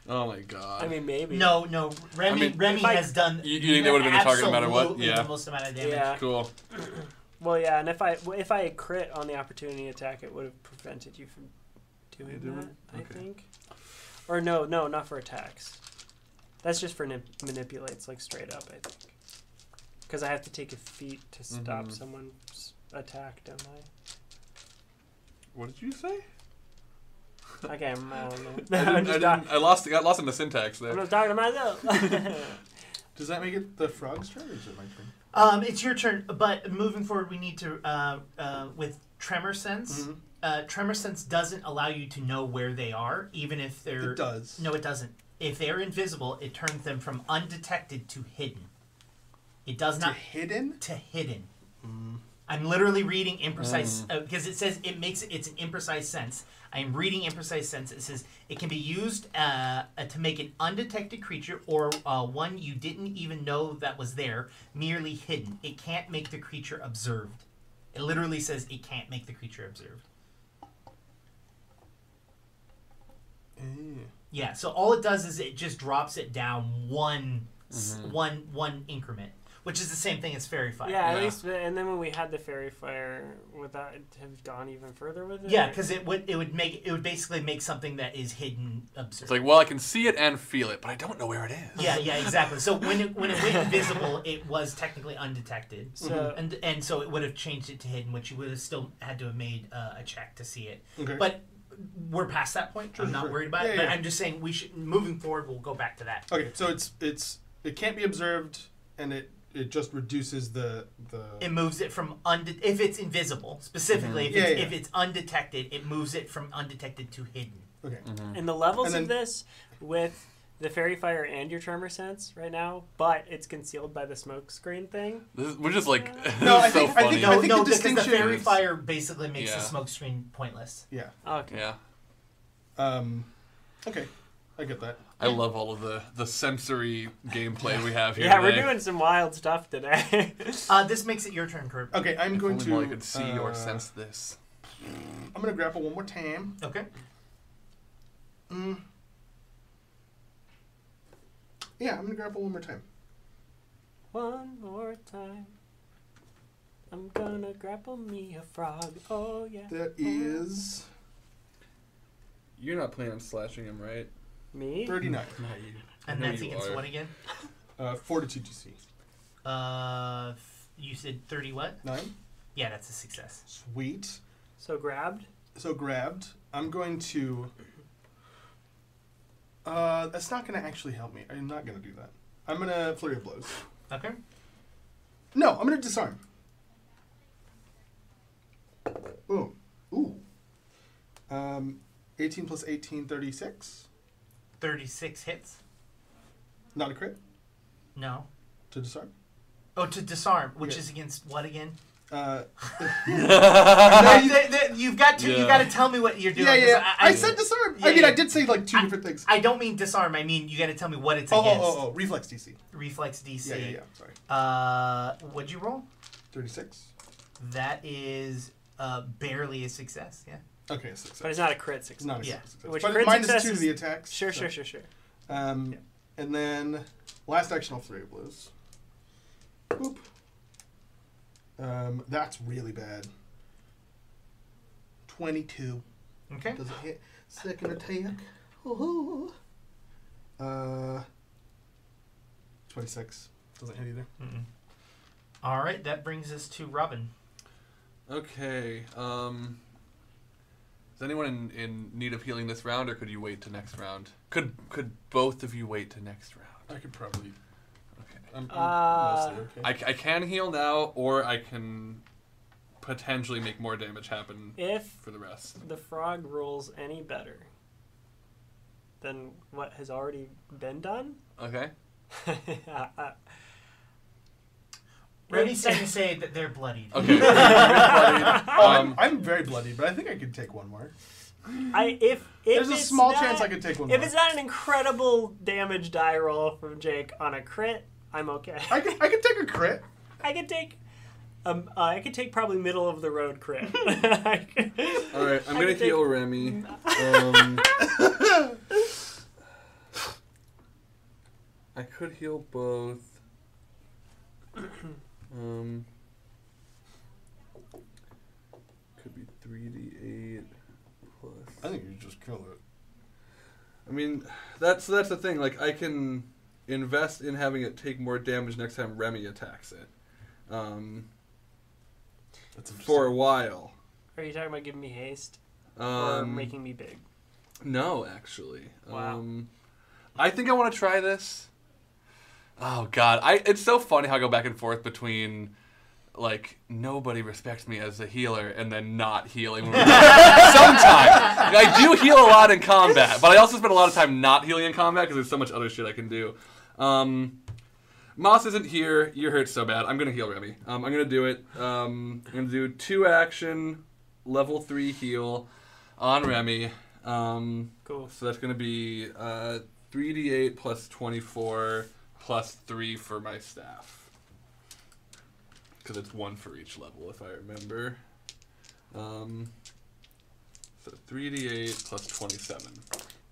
Oh my god.
I mean, maybe.
No, no. Remy
I mean,
Remy
if I-
has done.
You- you think they would've been the target no matter what?
absolutely
Yeah.
The most amount of damage.
Yeah.
cool.
Well, yeah, and if I if I had crit on the opportunity attack, it would have prevented you from doing
You do
that.
it?
I
Okay.
think. Or no, no, not for attacks. That's just for nip- manipulates, like straight up. I think. Because I have to take a feat to stop
Mhm.
someone's attack, don't I?
What did you say?
Okay, I'm, I don't know.
I,
I'm
didn't, I,
just
didn't,
talking.
I lost. I got lost in the syntax
I'm
there.
just talking to myself.
Does that make it the frog's turn, or is it my turn?
Um, it's your turn, but moving forward, we need to uh, uh, with tremor sense.
Mhm.
Uh, tremor sense doesn't allow you to know where they are, even if they're.
It does.
No, it doesn't. If they are invisible, it turns them from undetected to hidden. It does
To
not
hidden.
to hidden. I'm literally reading imprecise because it says it makes it's an imprecise sense. I am reading imprecise sense. It says it can be used uh, uh, to make an undetected creature or uh, one you didn't even know that was there, merely hidden. It can't make the creature observed. It literally says it can't make the creature observed.
Eh.
Yeah. So all it does is it just drops it down one s one one increment, which is the same thing as fairy fire.
yeah, at
Yeah.
least. uh, And then when we had the fairy fire, would that have gone even further with it?
Yeah,
or-
because it would it would make it would basically make something that is hidden absurd.
It's like, well, I can see it and feel it, but I don't know where it is.
yeah, yeah, exactly. So when it when it went invisible, it was technically undetected.
So-
and and so it would have changed it to hidden, which you would have still had to have made uh, a check to see it.
Okay.
But we're past that point. I'm not
sure.
worried about
Yeah,
it. But
yeah.
I'm just saying we should moving forward. We'll go back to that.
Okay, so it's it's it can't be observed, and it it just reduces the the.
It moves it from unde- if it's invisible specifically. If,
Mm-hmm. Yeah,
it's,
yeah.
if it's undetected, it moves it from undetected to hidden.
Mm-hmm.
okay,
and the levels
And
of
then-
this with the fairy fire and your charmer sense right now, but it's concealed by the smoke screen thing.
This is, we're just like this
No,
is
I
so
think- I
funny.
think-
No, no,
the
because the
distinction
fairy
is-
fire basically makes the
Yeah.
smoke screen pointless.
Yeah.
Okay.
yeah,
Um, okay, I get that.
I love all of the the sensory gameplay we have here.
Yeah, we're
today.
doing some wild stuff today.
Uh, this makes it your turn, Kurt.
Okay, I'm
If
going
only
to.
Molly could see or
uh,
sense this.
I'm going to grapple one more time.
Okay.
Yeah, I'm going to grapple one more time.
One more time. I'm gonna grapple me a frog. Oh yeah.
Uh,
That is
You're not planning on slashing him, right?
Me?
39.
And
know
that's
you
against
are.
what again?
Uh, fortitude DC.
Uh, f- you said 30 what?
Nine.
Yeah, that's a success.
Sweet.
So grabbed.
So grabbed. I'm going to. Uh, that's not going to actually help me. I'm not going to do that. I'm going to flurry of blows.
Okay.
No, I'm going to disarm. Boom. Ooh. Um, 18 plus 18, 36.
36 hits?
Not a crit
No.
to disarm.
Oh, to disarm, which
Yeah.
is against what again?
Uh,
Uh, th- th- you've got to.
Yeah.
You've got to tell me what you're doing.
yeah,
'cause
yeah. I,
I,
said disarm. I
yeah,
mean, I
yeah.
did say like two different things.
I don't mean disarm. I mean you got to tell me what it's
oh, oh,
against.
oh, oh, reflex DC.
Reflex DC.
Yeah, yeah, yeah. Sorry.
Uh, what'd you roll?
36.
That is uh, barely a success. Yeah.
Okay,
But
success.
it's not a crit
It's
success.
not a
yeah.
success.
Which
But
crit
minus
success
two to
is-
the attacks.
Sure,
so-
sure, sure, sure.
Um, And then last action, I'll flurry of blows. Boop. Um, that's really bad. 22.
Okay.
Does it hit? Second attack. Woohoo. Uh, 26. Doesn't hit either.
All right. That brings us to Robin.
Okay. Um, is anyone in, in need of healing this round, or could you wait to next round? Could could both of you wait to next round?
I could probably.
Okay.
I'm, I'm
Uh,
mostly okay.
I, I can heal now, or I can potentially make more damage happen
If
for the rest.
the frog rolls any better than what has already been done,
Okay.
Ready's trying to say that they're bloodied.
Okay. We're bloodied.
Oh, I'm,
um,
I'm very bloody, but I think I could take one more.
I if, if
There's a
it's
small
not-
chance I could take one
If
more.
it's not an incredible damage die roll from Jake on a crit, I'm okay.
I could, I could take a crit.
I could take. Um, uh, I could take probably middle of the road crit.
all right. I'm
I
gonna
can take-
heal Remy. Um, I could heal both. Um, could be three d eight plus.
I think you just kill it.
I mean, that's that's the thing. Like, I can invest in having it take more damage next time Remy attacks it um,
That's
for a while.
Are you talking about giving me haste or
Um,
making me big?
no, actually.
Wow.
Um, I think I want to try this. Oh God, I it's so funny how I go back and forth between. Like nobody respects me as a healer, and then not healing. Sometimes I do heal a lot in combat, but I also spend a lot of time not healing in combat because there's so much other shit I can do. Um, Moss isn't here. You're hurt so bad. I'm gonna heal Remy. Um, I'm gonna do it. Um, I'm gonna do two action, level three heal, on Remy. Um,
Cool.
So that's gonna be uh, 3d8 plus 24 plus three for my staff. Because it's one for each level, if I remember. Um, so 3d8 plus 27.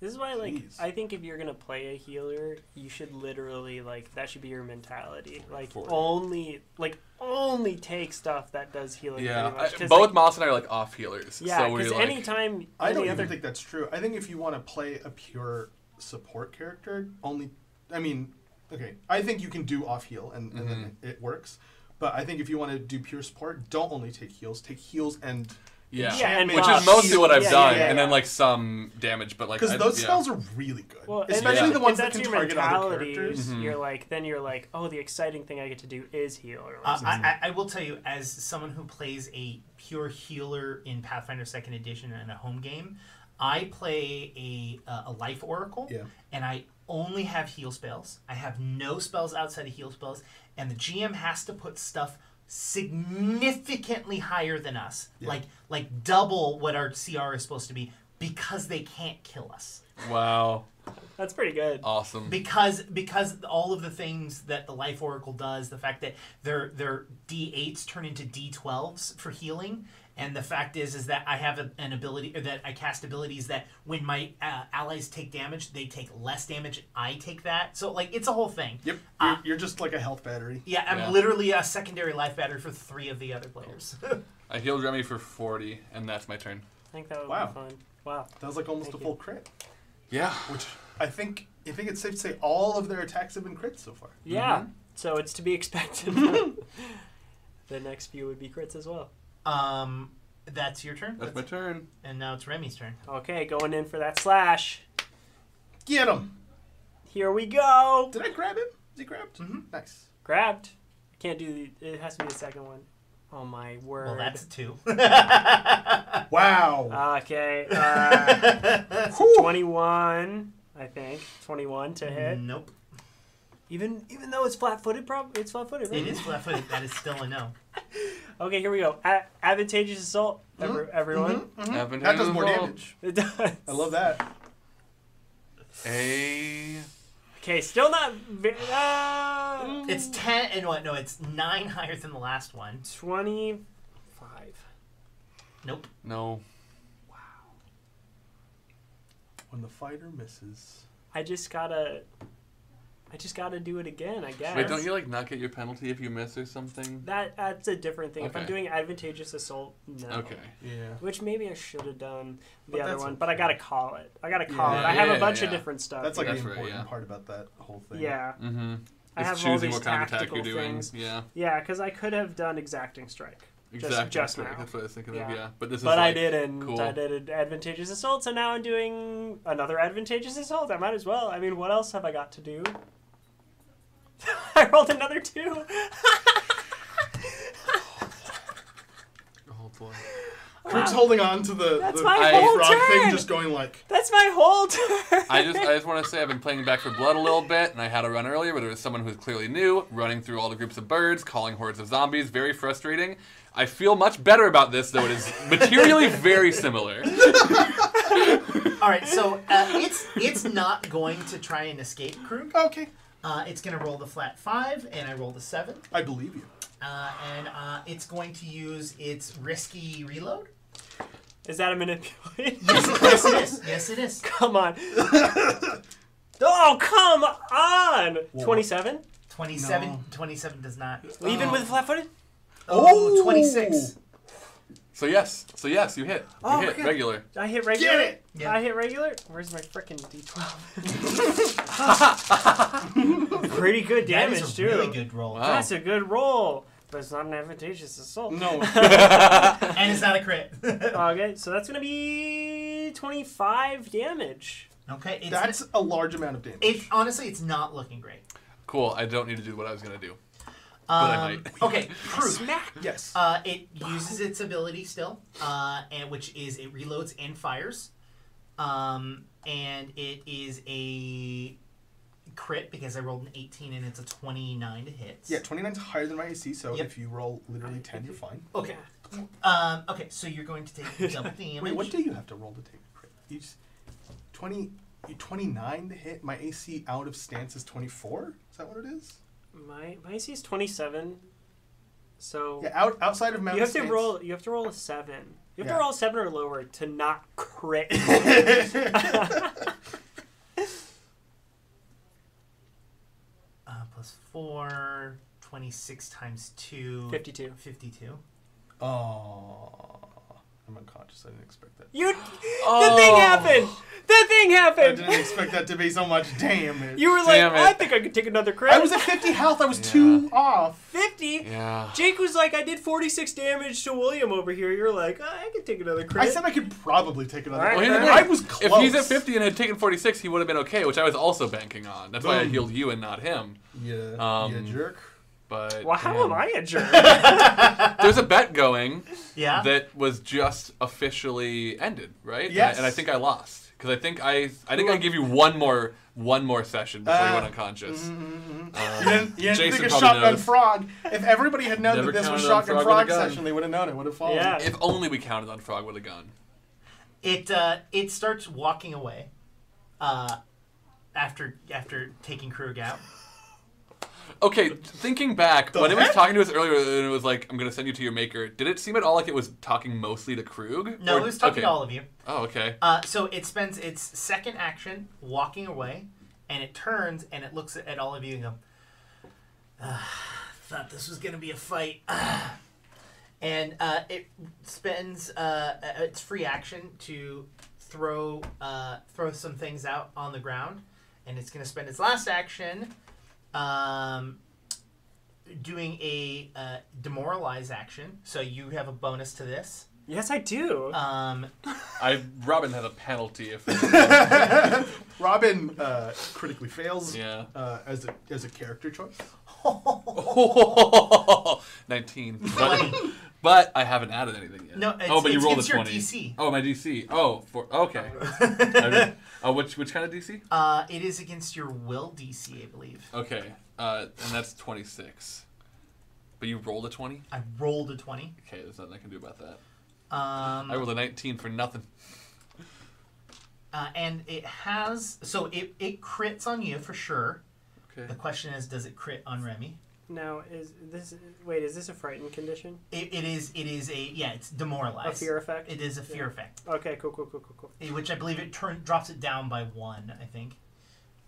This is why, like,
Jeez.
I think if you're gonna play a healer, you should literally like that should be your mentality. Like,
For it.
only like only take stuff that does healing.
Yeah,
pretty much,
I,
'cause,
both
like,
Moss and I are like off healers.
yeah,
so we
because
like,
anytime
I don't
any
even
other
think that's true. I think if you want to play a pure support character, only I mean, okay, I think you can do off heal and, and then it, it works. But I think if you want to do pure support, don't only take heals. Take heals and
Yeah,
Yeah, and
which
buffs.
is mostly what I've
Yeah,
done,
yeah, yeah,
and
yeah.
then like some damage, but like
because
I-
those
yeah.
spells are really good,
Well, and
especially
then
the
if
ones that
that's
can
your
target other
mentality,
characters.
You're
Mm-hmm.
like, then you're like, oh, the exciting thing I get to do is heal.
Ah.
Or
Uh,
like,
I, I I will tell you, as someone who plays a pure healer in Pathfinder Second Edition and a home game, I play a uh, a life oracle,
Yeah.
and I only have heal spells. I have no spells outside of heal spells, and the GM has to put stuff significantly higher than us, like like double what our CR is supposed to be, because they can't kill us.
Wow.
That's pretty good.
Awesome.
Because because all of the things that the life oracle does, the fact that their their d8s turn into d12s for healing, and the fact is is that I have a, an ability or that I cast abilities that when my uh, allies take damage, they take less damage. I take that, so like it's a whole thing.
Yep. You're,
Ah.
you're just like a health battery.
Yeah, I'm
Yeah.
literally a secondary life battery for three of the other players.
I healed Remy for 40, and that's my turn.
I think that would
Wow.
be fun. Wow.
Mm-hmm.
That was like almost
Thank
a
you.
full crit.
Yeah.
Which I think I think it's safe to say all of their attacks have been crits so far.
Yeah. So it's to be expected. the next few would be crits as well.
um, that's your turn,
That's my turn.
and now it's Remy's turn.
Okay, going in for that slash.
Get him!
Here we go.
Did I grab him? Is he grabbed?
Mhm.
Nice.
Grabbed. I can't do the. It has to be the second one. Oh my word.
Well, that's a two.
Wow.
Okay. Uh, 21, I think. 21 to hit.
nope.
Even even though it's flat-footed, prob- it's flat-footed, right?
It is flat footed. That is still a no.
Okay, here we go. A- advantageous assault, ever- everyone.
Advantage
Hmm? that does more
involved.
damage.
It does.
Mm-hmm. I love that.
A.
Okay, still not. Ve- uh,
Mm. It's ten and what? No, it's nine higher than the last one.
25.
Nope.
No.
When the fighter misses.
I just gotta. I just gotta do it again, I guess.
Wait, don't you like not get your penalty if you miss or something?
That that's a different thing. If I'm
Okay.
doing advantageous assault, no.
Okay.
Yeah.
Which maybe I should have done the
But
other
that's
one,
okay.
but I gotta call it. I gotta call
Yeah.
it. I have
Yeah,
a bunch of
yeah.
different stuff.
That's like
That's
the
right,
important
yeah.
part about that whole thing.
yeah.
Mm-hmm.
I have
It's
all
choosing
these
what kind of attack
tactical
you're doing.
things.
Yeah.
Yeah, because I could have done exacting strike,
Exactly.
just
that's right.
now.
That's what I was thinking
Yeah.
of. Yeah. But this is.
but I
like-
didn't.
cool.
I did an advantageous assault, so now I'm doing another advantageous assault. I might as well. I mean, what else have I got to do? I rolled another two.
Oh boy.
Kurt's holding on to the,
That's
the
my
the
whole
frog thing,
turn!
just going like,
That's my whole turn.
I just I just want to say I've been playing Back for Blood a little bit, and I had a run earlier where there was someone who was clearly new, running through all the groups of birds, calling hordes of zombies. Very frustrating. I feel much better about this, though it is materially very similar.
All right, so uh, it's it's not going to try and escape Krug.
okay,
Uh, it's going to roll the flat five, and I rolled a seven,
I believe you.
uh, and uh, it's going to use its risky reload.
Is that a manipulation?
yes, it is. Yes, it is.
come on. oh, come on. Twenty-seven,
27,
No.
27 does not.
even with flat-footed.
Oh, 26.
So yes, so yes, you hit, you
Oh,
hit
okay.
regular.
I hit regular.
it!
Yeah.
I hit regular. Where's my frickin' d12? Pretty good
That
damage
is a
too.
really good roll.
Wow.
That's a good roll, but it's not an advantageous assault.
No,
And it's not a crit.
Okay, so that's gonna be twenty-five damage.
okay, it's,
that's a large amount of damage.
it, honestly, it's not looking great.
Cool. I don't need to do what I was gonna do.
Um,
I might.
okay, Krug.
yes.
Uh, it uses its ability still, uh, and which is it reloads and fires, um, and it is a crit because I rolled an 18 and it's a 29 to hit.
yeah, 29 is higher than my AC, so
Yep.
if you roll literally 10, you're fine.
Okay. Um, okay, so you're going to take double damage.
Wait, what do you have to roll to take a crit? You just, 20, you 29 to hit? My AC out of stance is 24? Is that what it is?
My my AC is twenty-seven. So
Yeah, out, outside of mountain
you have to
stance-
roll. You have to roll a seven. You have
Yeah.
to roll a seven or lower to not crit.
Uh, plus 4, 26 times 2.
Fifty-two.
52.
Oh, I'm unconscious. I didn't expect that.
You. The thing happened. The thing
Oh. I
happened.
didn't expect that to be so much damage.
You were like,
Damn
I
it.
think I could take another crit.
I was at 50 health. I was two off.
50.
Yeah.
Jake was like, I did 46 damage to William over here. You're like, "Ah, I could take another crit.
I said I could probably take another.
All right,
Well, here's the
I
thing.
was close.
If he's at 50 and had taken 46, he would have been okay, which I was also banking on. That's why I
Boom.
healed you and not him.
yeah,
Um,
yeah, jerk.
But
Well, how
um,
am I a jerk?
There's a bet going
Yeah.
that was just officially ended, right?
Yes.
And I, and I think I lost because I think I I think I gave you one more one more session before
Uh,
you went unconscious.
mm-hmm.
Um,
You didn't, you didn't
Jason
think of
probably
Shotgun
knows.
Frog. If everybody had known
Never
that this was
counted on
Shotgun
Frog with
Frog
a gun.
session, they would have known it would have fallen.
yeah.
If only we counted on Frog with a gun.
It uh, it starts walking away, uh, after after taking Krug out.
Okay, thinking back, when it was talking to us earlier, and it was like, "I'm gonna send you to your maker." Did it seem at all like it was talking mostly to Krug?
No,
Or-
it was talking
okay.
to all of you.
Oh, okay.
Uh, so it spends its second action walking away, and it turns and it looks at all of you and go, "Ah, "Thought this was gonna be a fight." Ah." and uh, it spends uh, uh, its free action to throw uh, throw some things out on the ground, and it's gonna spend its last action um, doing a uh, demoralize action. So you have a bonus to this.
yes, I do.
Um,
I Robin had a penalty if.
Robin uh, critically fails
yeah.
uh, as, a, as a character choice.
oh,
Nineteen. But, but I haven't added anything yet.
No, it's-
oh, but you
it's-
rolled
it's
a
your
twenty.
DC.
Oh, my DC. Oh, for okay. I mean- oh, which which kind of DC?
Uh, it is against your will DC, I believe.
Okay, uh, and that's twenty six. But you rolled a twenty.
I rolled a twenty.
Okay, there's nothing I can do about that.
Hmm.
I
Um,
rolled a nineteen for nothing.
uh, and it has so it it crits on you for sure.
Okay.
The question is, does it crit on Remy?
now is this? Wait, is this a frightened condition?
It, it is it is a yeah it's
A
demoralized.
fear effect?
It is a fear effect,
Okay, cool, cool, cool, cool, cool.
eh, which I believe it turn, drops it down by one. I think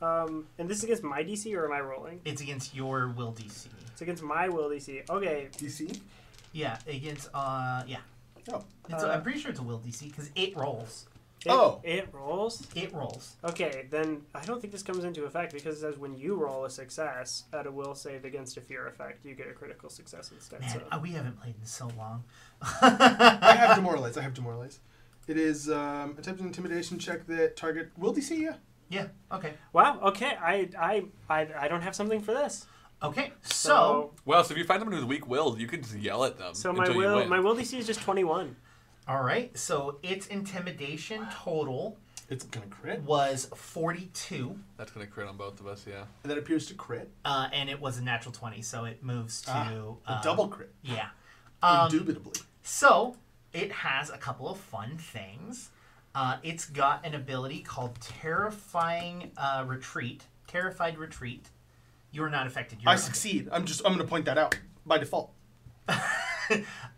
Um, and this is against my DC or am I rolling?
it's against your will DC.
It's against my will DC. Okay,
DC?
Yeah, against uh yeah.
Oh.
uh,
It's, I'm pretty sure it's a will DC because it rolls.
it,
Oh.
it rolls.
It rolls.
Okay, then I don't think this comes into effect because it says when you roll a success at a will save against a fear effect, you get a critical success instead.
Man,
so
uh, we haven't played in so long.
I have Demoralize. I have Demoralize. It is um, attempt an intimidation check that target will DC you.
Yeah. Okay.
wow. Okay, I I I, I don't have something for this.
Okay. so
So
Well, so if you find someone who's weak-willed, you can just yell at them
so my
until you
will
win.
my will DC is just twenty one.
All right, so its intimidation total
It's going to crit.
was 42,
That's gonna crit on both of us. Yeah.
And that appears to crit.
uh, and it was a natural 20, so it moves to.
Ah, a
uh,
double crit.
Yeah.
Indubitably.
So it has a couple of fun things. Uh, it's got an ability called Terrifying uh, Retreat, Terrified Retreat. You are not affected. You're
I succeed. I'm just, I'm going to point that out by default.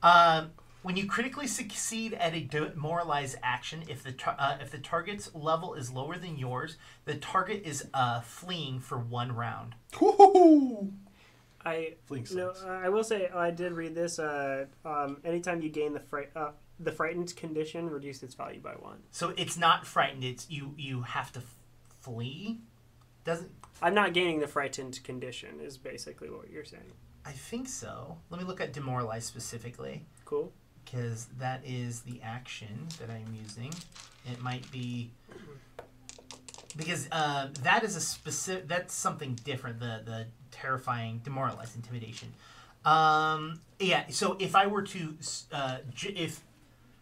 Um, When you critically succeed at a demoralized action, if the tar- uh, if the target's level is lower than yours, the target is uh, fleeing for one round.
Woo-hoo-hoo.
I
Fleeing
no,
sucks.
I will say oh, I did read this. Uh, um, anytime you gain the fright uh, the frightened condition, reduce its value by one.
So it's not frightened. It's you. You have to f- flee. Doesn't
I'm not gaining the frightened condition is basically what you're saying.
I think so? Let me look at demoralize specifically
Cool.
because that is the action that I'm using. It might be because uh, that is a specific. That's something different. The the terrifying demoralize intimidation. Um, yeah. So if I were to s- uh, j- if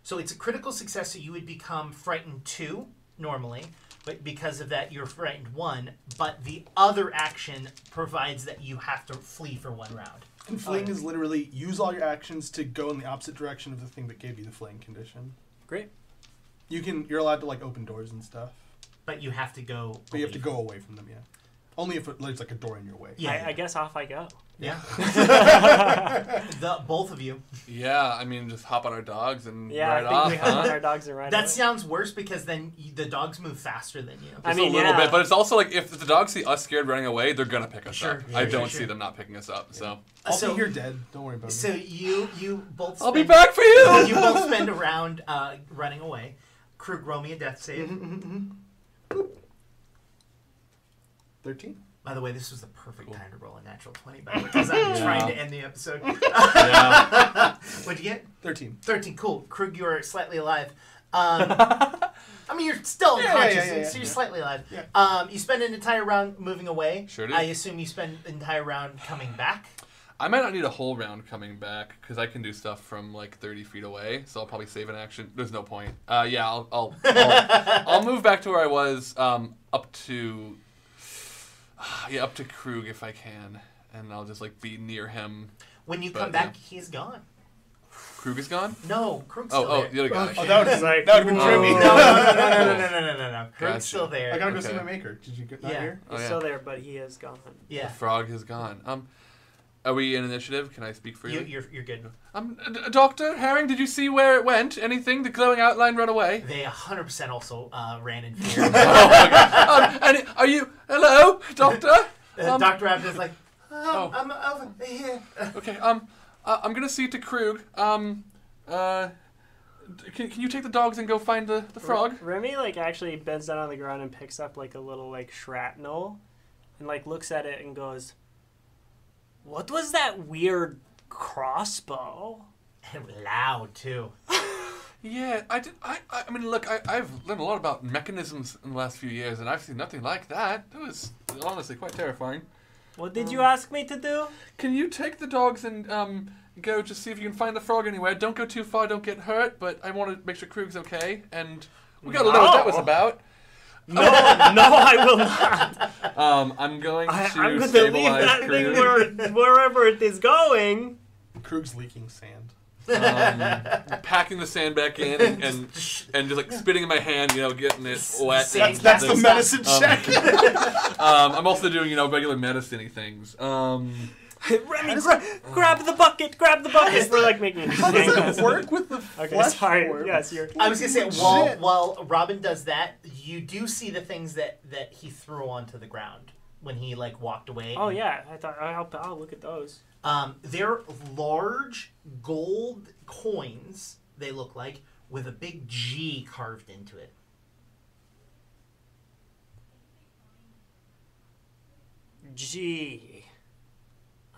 So it's a critical success, so you would become frightened two normally, but because of that, you're frightened one. But the other action provides that you have to flee for one round.
And fleeing is literally use all your actions to go in the opposite direction of the thing that gave you the fleeing condition.
Great.
You can, you're allowed to like open doors and stuff,
But you have to go.
but you have to go away from them. Yeah. Only if it, there's like a door in your way.
Yeah,
I, I guess off I go.
yeah. the both of you.
Yeah, I mean, just hop on our dogs and
Yeah,
ride
I think
off,
we
huh?
have our dogs and ride.
That
away.
sounds worse because then you, the dogs move faster than you.
I
Just
mean,
a little
yeah.
bit, but it's also like if the dogs see us scared running away, they're gonna pick us
Sure,
up.
sure,
I
sure,
don't
sure.
see them not picking us up. So
I'll
so,
be here dead. Don't worry about
So
me.
you you both. Spend,
I'll be back for you.
You both spend a round uh, running away. Krug, roll me a death save.
13?
By the way, this was the perfect time to roll a natural 20, by the way, because I'm trying to end the episode. What'd you get?
13.
13. Cool. Krug, you are slightly alive. Um, I mean, you're still
Yeah, yeah,
unconscious,
yeah, yeah,
so you're
yeah.
slightly alive.
Yeah.
Um, you spend an entire round moving away.
Sure do.
I assume you spend an entire round coming back.
I might not need a whole round coming back because I can do stuff from like 30 feet away. So I'll probably save an action. There's no point. Uh, yeah, I'll I'll, I'll I'll move back to where I was, um, up to yeah, up to Krug if I can, and I'll just like be near him.
When you
But,
come back, he's gone.
Krug is gone.
No, Krug's
Oh,
still
oh,
there.
the other guy.
Oh, that was
Like-
that would have been trippy.
no, no, no, no, no, no, no, no, no, no. Krug's
Gotcha.
still there.
I gotta go
Okay.
see my maker. Did you get not
Yeah.
here?
Oh,
He's
yeah.
still there, but he is gone.
yeah,
Frog is gone. Um, are we in initiative? Can I speak freely?
you, you're, you're good.
Um, D- Doctor Herring, did you see where it went? Anything? The glowing outline run away?
They 100% also uh, ran in fear.
Um, and are you? Hello, Doctor.
Uh,
Um,
Dr. Rabbit is like, oh,
Oh.
I'm over here.
Okay. Um, uh, I'm gonna see to Krug. Um, uh, d- can, can you take the dogs and go find the, the frog?
Remy like actually bends down on the ground and picks up like a little like shrapnel, and like looks at it and goes, "What was that weird crossbow?"
And loud, too.
Yeah, I did. I, I I mean, look, I, I've learned a lot about mechanisms in the last few years, and I've seen nothing like that. That was honestly quite terrifying.
What did you ask me to do?
Can you take the dogs and um go to see if you can find the frog anywhere? Don't go too far, don't get hurt, but I want to make sure Krug's okay, and we gotta know what that was about.
No, no, I will not.
Um, I'm going to
I, I'm going to leave
stabilize
that thing
Krug.
where, wherever it is going.
Krug's leaking sand.
um, packing the sand back in and and, and just like spitting in my hand, you know, getting it wet.
Sand.
That's the
There's-
medicine
um,
check.
Um, I'm also doing you know regular medicine things. Um,
Remy, gra- grab the bucket, grab the bucket. We're like making a
How
sand
does
noise.
that work with the
Okay,
flesh
sorry.
form?
Yes, you're.
I was gonna say while while Robin does that, you do see the things that that he threw onto the ground when he like walked away.
Oh yeah, I thought I'll, I'll look at those.
Um, they're large gold coins. They look like with a big G carved into it.
Gee,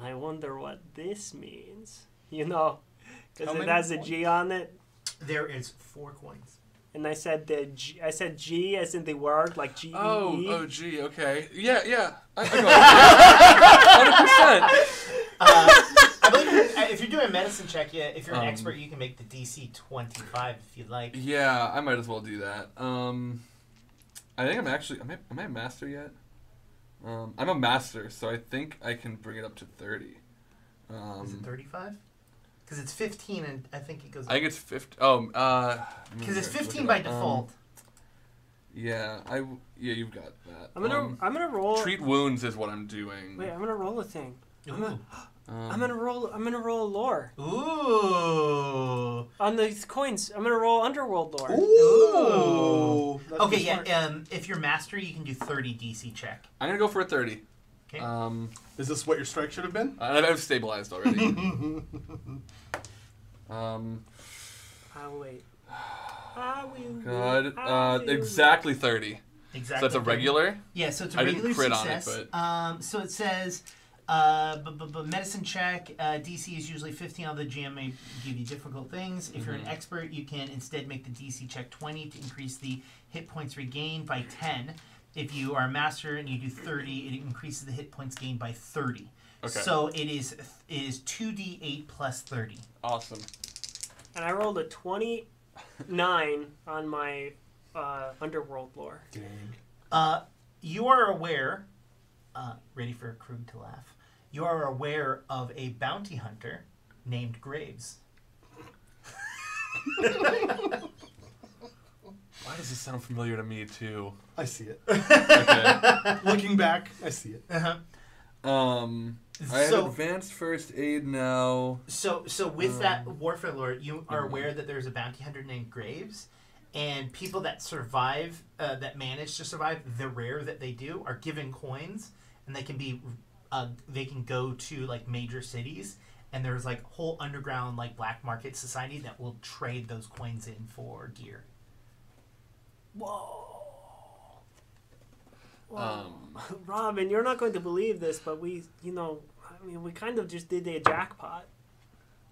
I wonder what this means. You know,
How
because it
many
has a G on it.
There is four coins.
And I said the G, I said G as in the word like G E E.
oh, oh, gee, okay, yeah, yeah, I, I got it. 100%.
Uh, I believe uh, if you're doing a medicine check, yeah. If you're an
Um,
expert, you can make the DC 25 if you'd like.
Yeah, I might as well do that. Um, I think I'm actually. Am I, am I a master yet? Um, I'm a master, so I think I can bring it up to thirty. Um,
Is it 35? Because it's 15, and I think it goes.
I think it's fifty. Oh, uh,
Because it's 15 by
Um,
default.
yeah, I. w- Yeah, you've got that.
I'm gonna
Um,
I'm gonna roll.
treat wounds is what I'm doing. Um,
Wait, I'm gonna roll a thing.
Ooh.
I'm gonna roll. I'm gonna roll lore
Ooh.
on these coins. I'm gonna roll underworld lore.
Ooh.
That's
Okay,
pretty
yeah.
smart.
Um, if you're master, you can do 30 DC check.
I'm gonna go for a thirty.
'Kay.
Um,
Is this what your strike should have been?
and I've, I've stabilized already. um,
I'll wait. I will
God,
wait. I
uh,
will
exactly thirty. So
Exactly.
that's a regular.
Yeah, so it's a
I didn't
regular
crit on it,
success. Um, so it says, uh, b- b- b- medicine check. Uh, DC is usually 15, although GM may give you difficult things. If
Mm-hmm.
you're an expert, you can instead make the DC check 20 to increase the hit points regained by 10. If you are a master and you do 30, it increases the hit points gained by 30.
Okay.
So it is it is 2d8 plus 30.
Awesome.
And I rolled a 29 on my uh, underworld lore.
Uh, you are aware, uh, ready for Krug to laugh. You are aware of a bounty hunter named Graves.
Why does this sound familiar to me too?
I see it.
Okay.
Looking back, I see it.
Uh-huh.
um, I
So-
have advanced first aid now.
So, so with that warfare lord, you are aware that there's a bounty hunter named Graves, and people that survive, uh, that manage to survive, the rare that they do, are given coins, and they can be, uh, they can go to like major cities, and there's like whole underground like black market society that will trade those coins in for gear.
Um,
Robin, you're not going to believe this, but we, you know, I mean, we kind of just did a jackpot.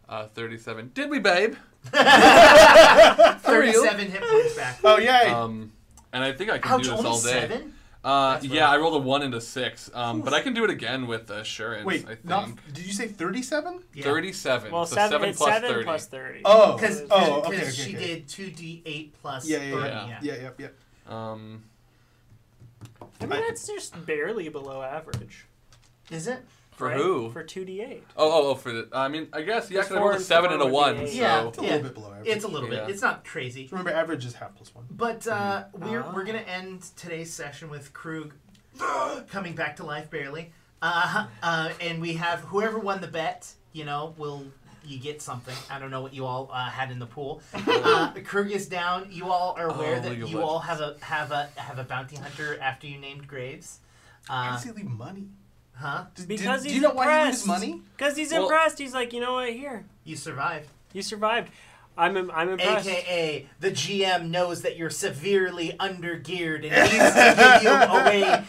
uh, thirty-seven. Did we, babe? For real?
Thirty-seven hit points back.
Oh yay!
Um, and I think I can
Ouch!
do this
Only
all day.
seven.
Uh, yeah, I rolled a one and a six, um, but I can do it again with assurance.
Wait,
I think.
not. Did you say thirty-seven?
Yeah.
thirty-seven.
Well,
so
seven,
seven
it's
plus
seven
thirty.
plus thirty.
Oh.
Because
oh, okay, okay,
she
okay.
did two d eight plus.
Yeah, yeah, yeah,
30,
yeah.
Yeah, yep, yep.
Um,
I mean,
I-
that's just barely below average.
Is it?
for
right?
who?
For two d eight.
oh, oh, oh, for the. I mean, I guess yeah,
It's
because I rolled a
four,
seven
four
and a
would be
one.
eight.
So
Yeah.
It's a little bit below average.
It's a little
Yeah. Mm-hmm.
bit. It's not crazy.
Remember, average is half plus one.
But uh, we're
Ah.
we're gonna end today's session with Krug coming back to life barely. Uh, uh, and we have whoever won the bet. You know, will you get something? I don't know what you all uh, had in the pool. Uh, Krug is down. You all are aware
Oh,
that
League
you
of
all have a have a have a bounty hunter after you named Graves.
Why
Uh,
does he leave money?
huh?
Did-
Because
did,
he's
do you know why he leaves
impressed.
money?
Because he's
Well-
impressed. He's like, you know what? Here,
You survived.
you survived. I'm im- I'm impressed.
AKA the GM knows that you're severely undergeared and needs to give you away.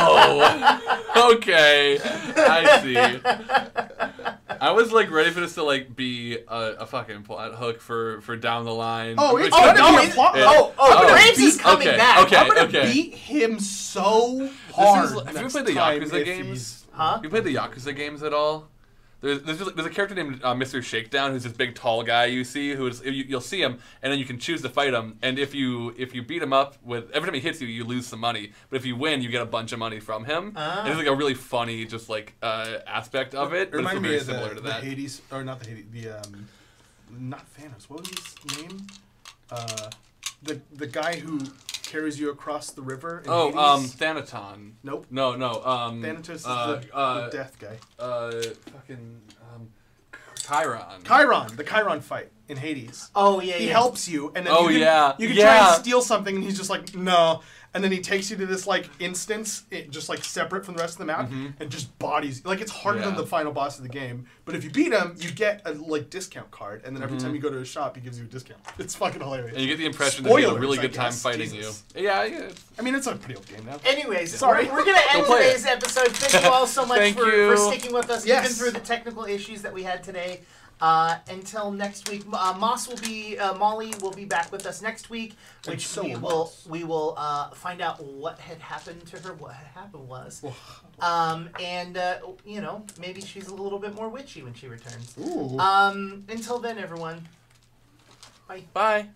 Oh, okay. I see. I was like ready for this to like be a, a fucking plot hook for for down the line.
Oh, it's
Which-
gonna be
no,
a
it-
plot-
it-
oh, oh,
Oh, Graves is
beat-
coming
okay,
back.
okay.
I'm gonna
okay.
beat him so hard.
This is, have you
next
played the
time
Yakuza
if
games?
Huh?
You played the Yakuza games at all? There's, there's, just- there's a character named uh, Mr. Shakedown who's this big tall guy you see who is you, you'll see him and then you can choose to fight him and if you if you beat him up with every time he hits you you lose some money but if you win you get a bunch of money from him
Ah.
and it's like a really funny just like uh, aspect of it
It
but it's
reminded
very
me of
similar
the,
to
the
that
Hades, or not the Hades, the um, not Thanos. What was his name? Uh, the the guy who carries you across the river. In
oh
Hades?
um Thanaton
Nope.
no no um
Thanatos is
uh,
the,
uh,
the death guy.
uh fucking um Chiron
Chiron, the Chiron fight in Hades.
Oh yeah,
he
yeah.
helps you, and then
Oh,
you can,
yeah.
you can try
Yeah.
and steal something, and he's just like, no. And then he takes you to this like instance, it, just like separate from the rest of the map, and just bodies. Like it's harder than
Mm-hmm. Yeah.
the final boss of the game, but if you beat him, you get a like discount card, and then every time you go to a shop, he gives you a discount. It's fucking hilarious.
Mm-hmm. and you get the impression that he had a
Spoilers,
really
I
good time
guess.
fighting
Jesus.
you yeah yeah
I mean, it's a pretty old game now.
Anyways,
Sorry.
we're, we're gonna end
Go play
today's episode. Thank you all so much
Thank
for,
you.
for sticking with us,
Yes.
even through the technical issues that we had today. Uh, until next week, uh, Moss will be uh, Molly will be back with us next week,
And
which
so
we
will
will
Moss.
we will uh, find out what had happened to her, what had happened was, um, and uh, you know maybe she's a little bit more witchy when she returns.
Ooh.
Um, until then, everyone,
bye